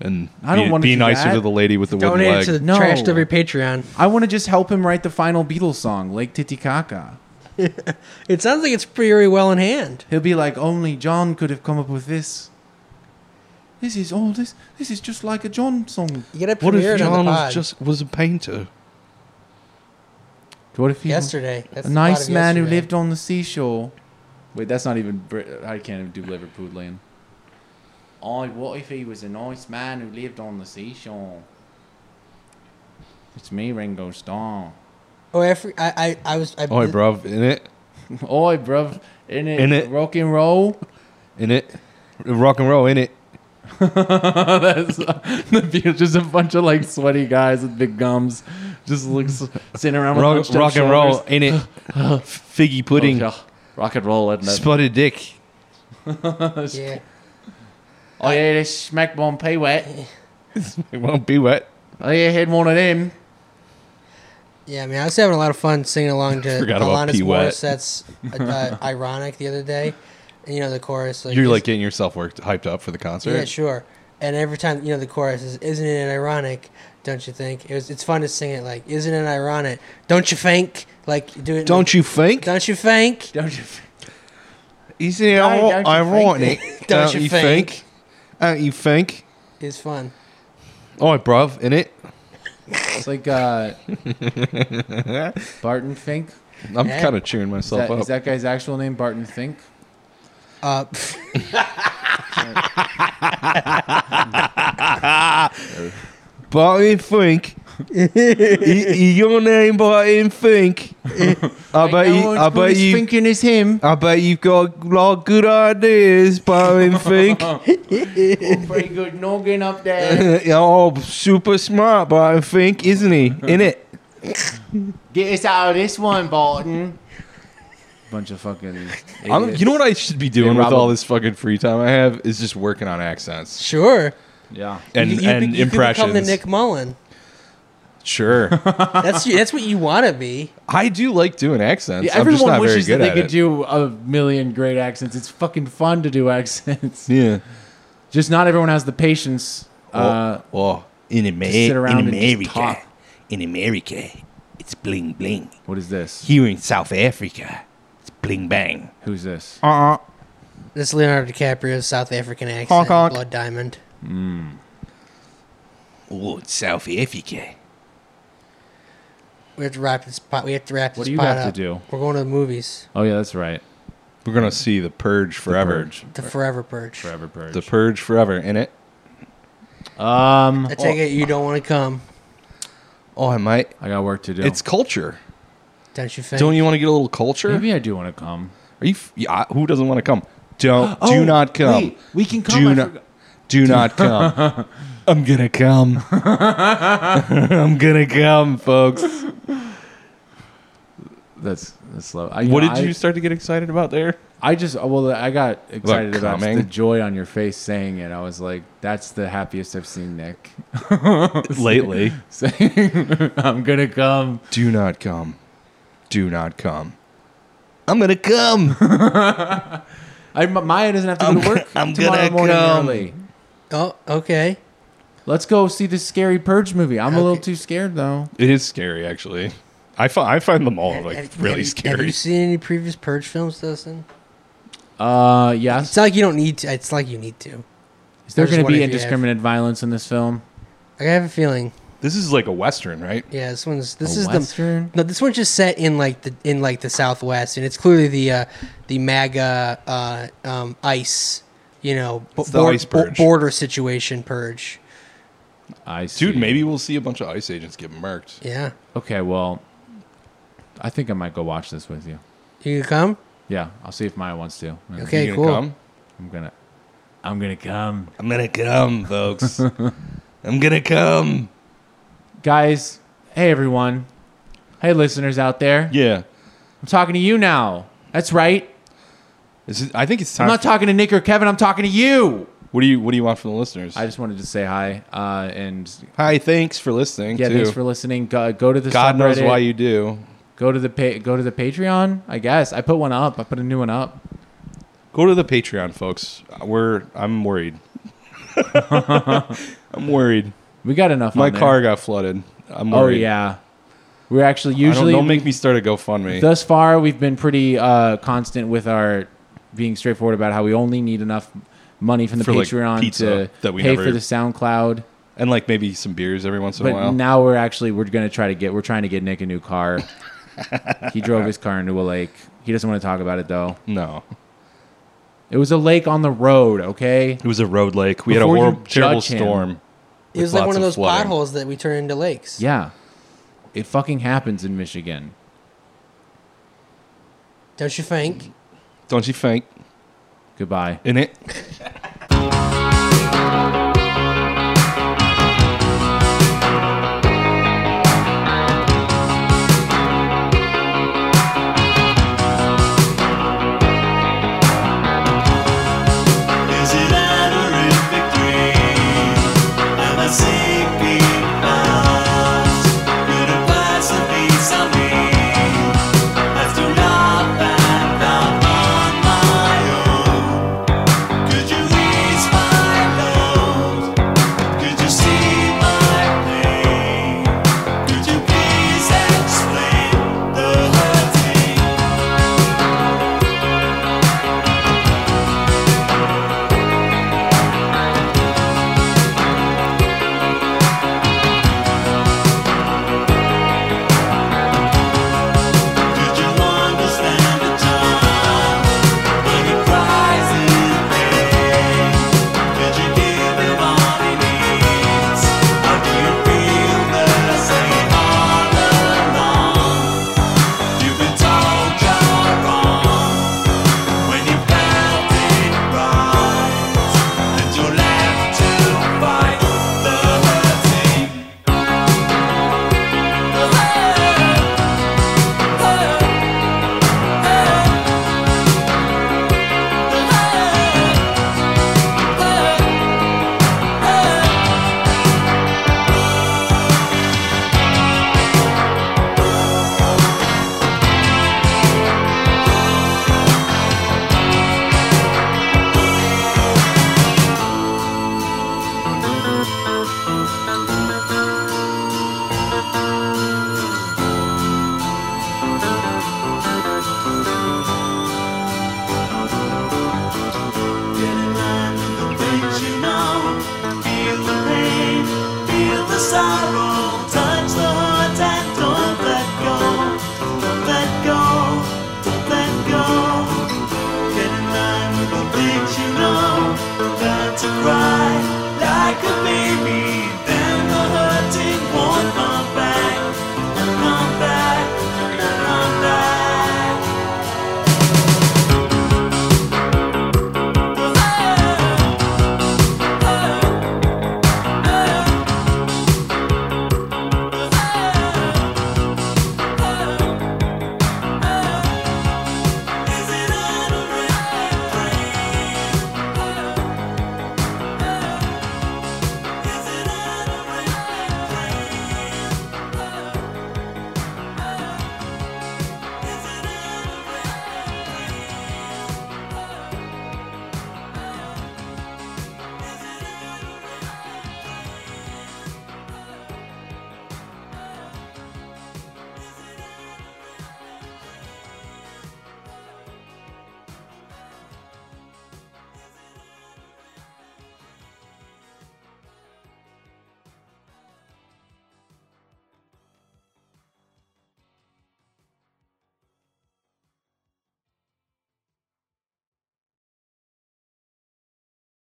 [SPEAKER 2] and
[SPEAKER 1] I don't
[SPEAKER 2] be,
[SPEAKER 1] wanna
[SPEAKER 2] be
[SPEAKER 1] do
[SPEAKER 2] nicer
[SPEAKER 1] that.
[SPEAKER 2] to the lady with the wooden
[SPEAKER 4] Donate
[SPEAKER 2] leg.
[SPEAKER 4] it to the
[SPEAKER 1] No.
[SPEAKER 4] trash to every Patreon.
[SPEAKER 1] out- I want to just help him write the final Beatles song, Lake Titicaca.
[SPEAKER 4] It sounds like it's pretty well in hand.
[SPEAKER 1] He'll be like, only John could have come up with this. This is all this. This is just like a John song.
[SPEAKER 4] You gotta
[SPEAKER 2] what
[SPEAKER 4] premiere
[SPEAKER 2] if
[SPEAKER 4] it on
[SPEAKER 2] John
[SPEAKER 4] the
[SPEAKER 2] was
[SPEAKER 4] pod.
[SPEAKER 2] just was a painter?
[SPEAKER 1] What if he
[SPEAKER 4] yesterday. That's
[SPEAKER 1] a
[SPEAKER 4] the
[SPEAKER 1] nice
[SPEAKER 4] pod of
[SPEAKER 1] man who
[SPEAKER 4] yesterday.
[SPEAKER 1] lived on the seashore. Wait, that's not even. Brit- I can't even do Liverpoolian. I what if he was a nice man who lived on the seashore? It's me, Ringo Starr. <laughs>
[SPEAKER 4] Oh, I, fr- I, I, I was. I,
[SPEAKER 2] Oh, bruv, in it,
[SPEAKER 1] Oi, bruv, in it,
[SPEAKER 2] In it.
[SPEAKER 1] rock and roll.
[SPEAKER 2] in it, rock and roll, in it.
[SPEAKER 1] <laughs> that's the Beatles, just a bunch of like sweaty guys with big gums, just looks sitting around with
[SPEAKER 2] Rock,
[SPEAKER 1] hunched up
[SPEAKER 2] rock and roll,
[SPEAKER 1] shoulders.
[SPEAKER 2] in it. Figgy pudding,
[SPEAKER 1] Oh, yeah. rock and roll, isn't it?
[SPEAKER 2] spotted dick.
[SPEAKER 4] Yeah.
[SPEAKER 1] oh yeah, this smack bomb pee wet.
[SPEAKER 2] It won't be wet.
[SPEAKER 1] Oh yeah, had one of them.
[SPEAKER 4] Yeah, I mean, I was having a lot of fun singing along to
[SPEAKER 2] Forgot about
[SPEAKER 4] Alanis
[SPEAKER 2] Pee Wet.
[SPEAKER 4] Morissette's uh, uh, "Ironic" the other day. And, you know the chorus. Like,
[SPEAKER 2] You're
[SPEAKER 4] is-
[SPEAKER 2] like getting yourself worked, hyped up for the concert.
[SPEAKER 4] yeah, sure. And every time, you know, the chorus is, "Isn't it ironic? Don't you think?" It was. It's fun to sing it like, "Isn't it ironic? Don't you think?" Like, do it.
[SPEAKER 2] Don't you think?
[SPEAKER 4] <laughs> Don't you think?
[SPEAKER 1] Don't you?
[SPEAKER 2] Isn't it
[SPEAKER 1] Don't-
[SPEAKER 2] all
[SPEAKER 1] don't you
[SPEAKER 2] ironic?
[SPEAKER 4] Don't you think?
[SPEAKER 2] Don't you think?
[SPEAKER 4] It's fun.
[SPEAKER 2] All right, bruv, in it.
[SPEAKER 1] It's like uh, <laughs> Barton Fink. Is
[SPEAKER 2] I'm
[SPEAKER 4] Yeah.
[SPEAKER 2] kind of cheering myself
[SPEAKER 1] that,
[SPEAKER 2] up.
[SPEAKER 1] is that guy's actual name Barton Fink?
[SPEAKER 4] Uh, <laughs>
[SPEAKER 1] <laughs>
[SPEAKER 2] Barton Fink. Y- y- your name, Barton Fink. I bet you. I bet you.
[SPEAKER 1] Thinking is <laughs> him.
[SPEAKER 2] I bet you've got a lot of good ideas, Barton
[SPEAKER 1] <laughs>
[SPEAKER 2] Fink. <laughs>
[SPEAKER 1] Pretty good noggin up there.
[SPEAKER 2] oh, super smart, Barton Fink,
[SPEAKER 1] <laughs>
[SPEAKER 2] isn't he? In it.
[SPEAKER 1] Get us out of this one, Barton. Bunch of fucking.
[SPEAKER 2] I'm,
[SPEAKER 1] idiots.
[SPEAKER 2] you know what I should be doing
[SPEAKER 1] Hey,
[SPEAKER 2] with
[SPEAKER 1] Rob-
[SPEAKER 2] all this fucking free time I have is just working on accents
[SPEAKER 4] sure.
[SPEAKER 1] Yeah.
[SPEAKER 2] and,
[SPEAKER 4] You- you
[SPEAKER 2] and
[SPEAKER 4] be- you could
[SPEAKER 2] impressions.
[SPEAKER 4] become the Nick Mullen.
[SPEAKER 2] sure,
[SPEAKER 1] <laughs>
[SPEAKER 4] That's that's what you want to be.
[SPEAKER 2] I do like doing accents.
[SPEAKER 1] Yeah,
[SPEAKER 2] I'm just
[SPEAKER 1] everyone
[SPEAKER 2] not very
[SPEAKER 1] wishes that
[SPEAKER 2] good
[SPEAKER 1] they
[SPEAKER 2] at
[SPEAKER 1] could
[SPEAKER 2] it.
[SPEAKER 1] do a million great accents. It's fucking fun to do accents. <laughs>
[SPEAKER 2] yeah.
[SPEAKER 1] Just not everyone has the patience. Uh,
[SPEAKER 2] oh, in, Amer-
[SPEAKER 1] sit around and just talk.
[SPEAKER 2] in America, it's bling bling.
[SPEAKER 1] what is this?
[SPEAKER 2] Here in South Africa, it's bling bang.
[SPEAKER 1] Who's this?
[SPEAKER 2] Uh,
[SPEAKER 4] This Leonardo DiCaprio's South African accent,
[SPEAKER 2] Honk, honk.
[SPEAKER 4] Blood Diamond.
[SPEAKER 2] oh, it's South Africa.
[SPEAKER 4] We have to wrap this pot. We have to wrap this
[SPEAKER 1] What do you
[SPEAKER 4] pot
[SPEAKER 1] have to
[SPEAKER 4] up.
[SPEAKER 1] do?
[SPEAKER 4] We're going to the movies.
[SPEAKER 1] Oh yeah, that's right.
[SPEAKER 2] We're gonna see the Purge forever. The Purge,
[SPEAKER 1] Purge.
[SPEAKER 4] The Forever Purge.
[SPEAKER 1] Forever purge.
[SPEAKER 2] forever. In it.
[SPEAKER 1] um,
[SPEAKER 4] I take it you don't want to come,
[SPEAKER 2] Oh, I might.
[SPEAKER 1] I got work to do.
[SPEAKER 2] It's culture.
[SPEAKER 4] don't you think?
[SPEAKER 2] Don't you want to get a little culture?
[SPEAKER 1] Maybe I do want to come.
[SPEAKER 2] Are you? F- yeah, who doesn't want to come? <gasps> Don't. do not come.
[SPEAKER 1] Oh, wait, we can come,
[SPEAKER 2] Do
[SPEAKER 1] I
[SPEAKER 2] not.
[SPEAKER 1] forgot.
[SPEAKER 2] Do <laughs> not come. I'm gonna come. I'm gonna come, folks.
[SPEAKER 1] That's that's slow. I,
[SPEAKER 2] <laughs> What
[SPEAKER 1] know,
[SPEAKER 2] did
[SPEAKER 1] I-
[SPEAKER 2] you start to get excited about <laughs> there?
[SPEAKER 1] I just uh, well, I got excited about
[SPEAKER 2] coming?
[SPEAKER 1] the joy on your face saying it. I was like, "That's the happiest I've seen Nick." <laughs>
[SPEAKER 2] Lately.
[SPEAKER 1] saying, "I'm gonna come."
[SPEAKER 2] Do not come. Do not come. I'm gonna come.
[SPEAKER 1] I, Maya doesn't have to
[SPEAKER 2] I'm
[SPEAKER 1] go to <laughs> work
[SPEAKER 2] gonna- I'm
[SPEAKER 1] tomorrow
[SPEAKER 2] gonna
[SPEAKER 1] morning
[SPEAKER 2] come.
[SPEAKER 1] early.
[SPEAKER 4] Oh, okay.
[SPEAKER 1] Let's go see this scary purge movie. I'm a little too scared though.
[SPEAKER 2] <laughs> it is scary, actually. I find I find them all like
[SPEAKER 4] Have-
[SPEAKER 2] really
[SPEAKER 4] have you-
[SPEAKER 2] scary.
[SPEAKER 4] Have you seen any previous Purge films, Dustin?
[SPEAKER 1] Uh, yes.
[SPEAKER 4] It's not like you don't need to. It's like you need to.
[SPEAKER 1] Is there
[SPEAKER 4] I
[SPEAKER 1] going
[SPEAKER 4] just
[SPEAKER 1] to
[SPEAKER 4] wondered
[SPEAKER 1] be
[SPEAKER 4] if you have-
[SPEAKER 1] indiscriminate violence in this film?
[SPEAKER 4] Like, I have a feeling.
[SPEAKER 2] this is like a western, right?
[SPEAKER 4] Yeah, this one's this
[SPEAKER 1] A
[SPEAKER 4] is
[SPEAKER 1] Western?
[SPEAKER 4] the no. This one's just set in like the in like the Southwest, and it's clearly the uh, the MAGA uh, um, ice, you know, bo-
[SPEAKER 2] It's the
[SPEAKER 4] bor-
[SPEAKER 2] ice
[SPEAKER 4] bo-
[SPEAKER 2] purge.
[SPEAKER 4] border situation purge.
[SPEAKER 1] I see.
[SPEAKER 2] Dude, maybe we'll see a bunch of ICE agents get murked.
[SPEAKER 4] Yeah,
[SPEAKER 1] Okay, well, I think I might go watch this with you.
[SPEAKER 4] you can come.
[SPEAKER 1] Yeah, I'll see if Maya wants to. I'm
[SPEAKER 4] Okay,
[SPEAKER 2] you gonna
[SPEAKER 4] cool.
[SPEAKER 2] come?
[SPEAKER 1] gonna, I'm gonna come,
[SPEAKER 2] I'm gonna come, <laughs> folks. I'm gonna come.
[SPEAKER 1] guys. Hey everyone, hey listeners out there.
[SPEAKER 2] Yeah.
[SPEAKER 1] I'm talking to you now. That's right.
[SPEAKER 2] Is it, I think it's
[SPEAKER 1] I'm
[SPEAKER 2] time.
[SPEAKER 1] not talking to Nick or Kevin. I'm talking to you.
[SPEAKER 2] what do you What do you want from the listeners?
[SPEAKER 1] I just wanted to say hi uh, and
[SPEAKER 2] Hi, thanks for listening.
[SPEAKER 1] yeah,
[SPEAKER 2] too.
[SPEAKER 1] thanks for listening. Go, go to the
[SPEAKER 2] God knows
[SPEAKER 1] subreddit.
[SPEAKER 2] why you do.
[SPEAKER 1] go to the pa- go to the Patreon. I guess I put one up. I put a new one up.
[SPEAKER 2] Go to the Patreon, folks. We're
[SPEAKER 1] <laughs>
[SPEAKER 2] I'm worried. I'm worried.
[SPEAKER 1] We got enough.
[SPEAKER 2] My
[SPEAKER 1] on there.
[SPEAKER 2] car got flooded. I'm
[SPEAKER 1] Oh
[SPEAKER 2] worried.
[SPEAKER 1] yeah, we're actually
[SPEAKER 2] I don't-
[SPEAKER 1] usually
[SPEAKER 2] don't, make me start a GoFundMe.
[SPEAKER 1] thus far we've been pretty uh, constant with our being straightforward about how we only need enough money from the
[SPEAKER 2] For, like,
[SPEAKER 1] Patreon
[SPEAKER 2] pizza
[SPEAKER 1] to
[SPEAKER 2] that we
[SPEAKER 1] pay
[SPEAKER 2] never- Oh,
[SPEAKER 1] for the SoundCloud.
[SPEAKER 2] and like maybe some beers every once in
[SPEAKER 1] But
[SPEAKER 2] a while.
[SPEAKER 1] now we're actually we're gonna try to get we're trying to get Nick a new car. he drove his car into a lake. He doesn't want to talk about it though.
[SPEAKER 2] no,
[SPEAKER 1] It was a lake on the road. Okay,
[SPEAKER 2] it was a road lake. We
[SPEAKER 1] Before
[SPEAKER 2] had
[SPEAKER 1] you
[SPEAKER 2] a horrible, terrible
[SPEAKER 1] judge him.
[SPEAKER 2] storm.
[SPEAKER 4] It was
[SPEAKER 2] with
[SPEAKER 4] like one
[SPEAKER 2] lots
[SPEAKER 4] of those
[SPEAKER 2] flooding.
[SPEAKER 4] potholes that we turn into lakes.
[SPEAKER 1] yeah, it fucking happens in Michigan.
[SPEAKER 4] Don't you think?
[SPEAKER 2] Don't you think?
[SPEAKER 1] Goodbye.
[SPEAKER 2] In it.
[SPEAKER 9] Is it honorific victory? Am I sick because good philosophies on me? Have to knock back out on my own. Could you
[SPEAKER 3] sorrow.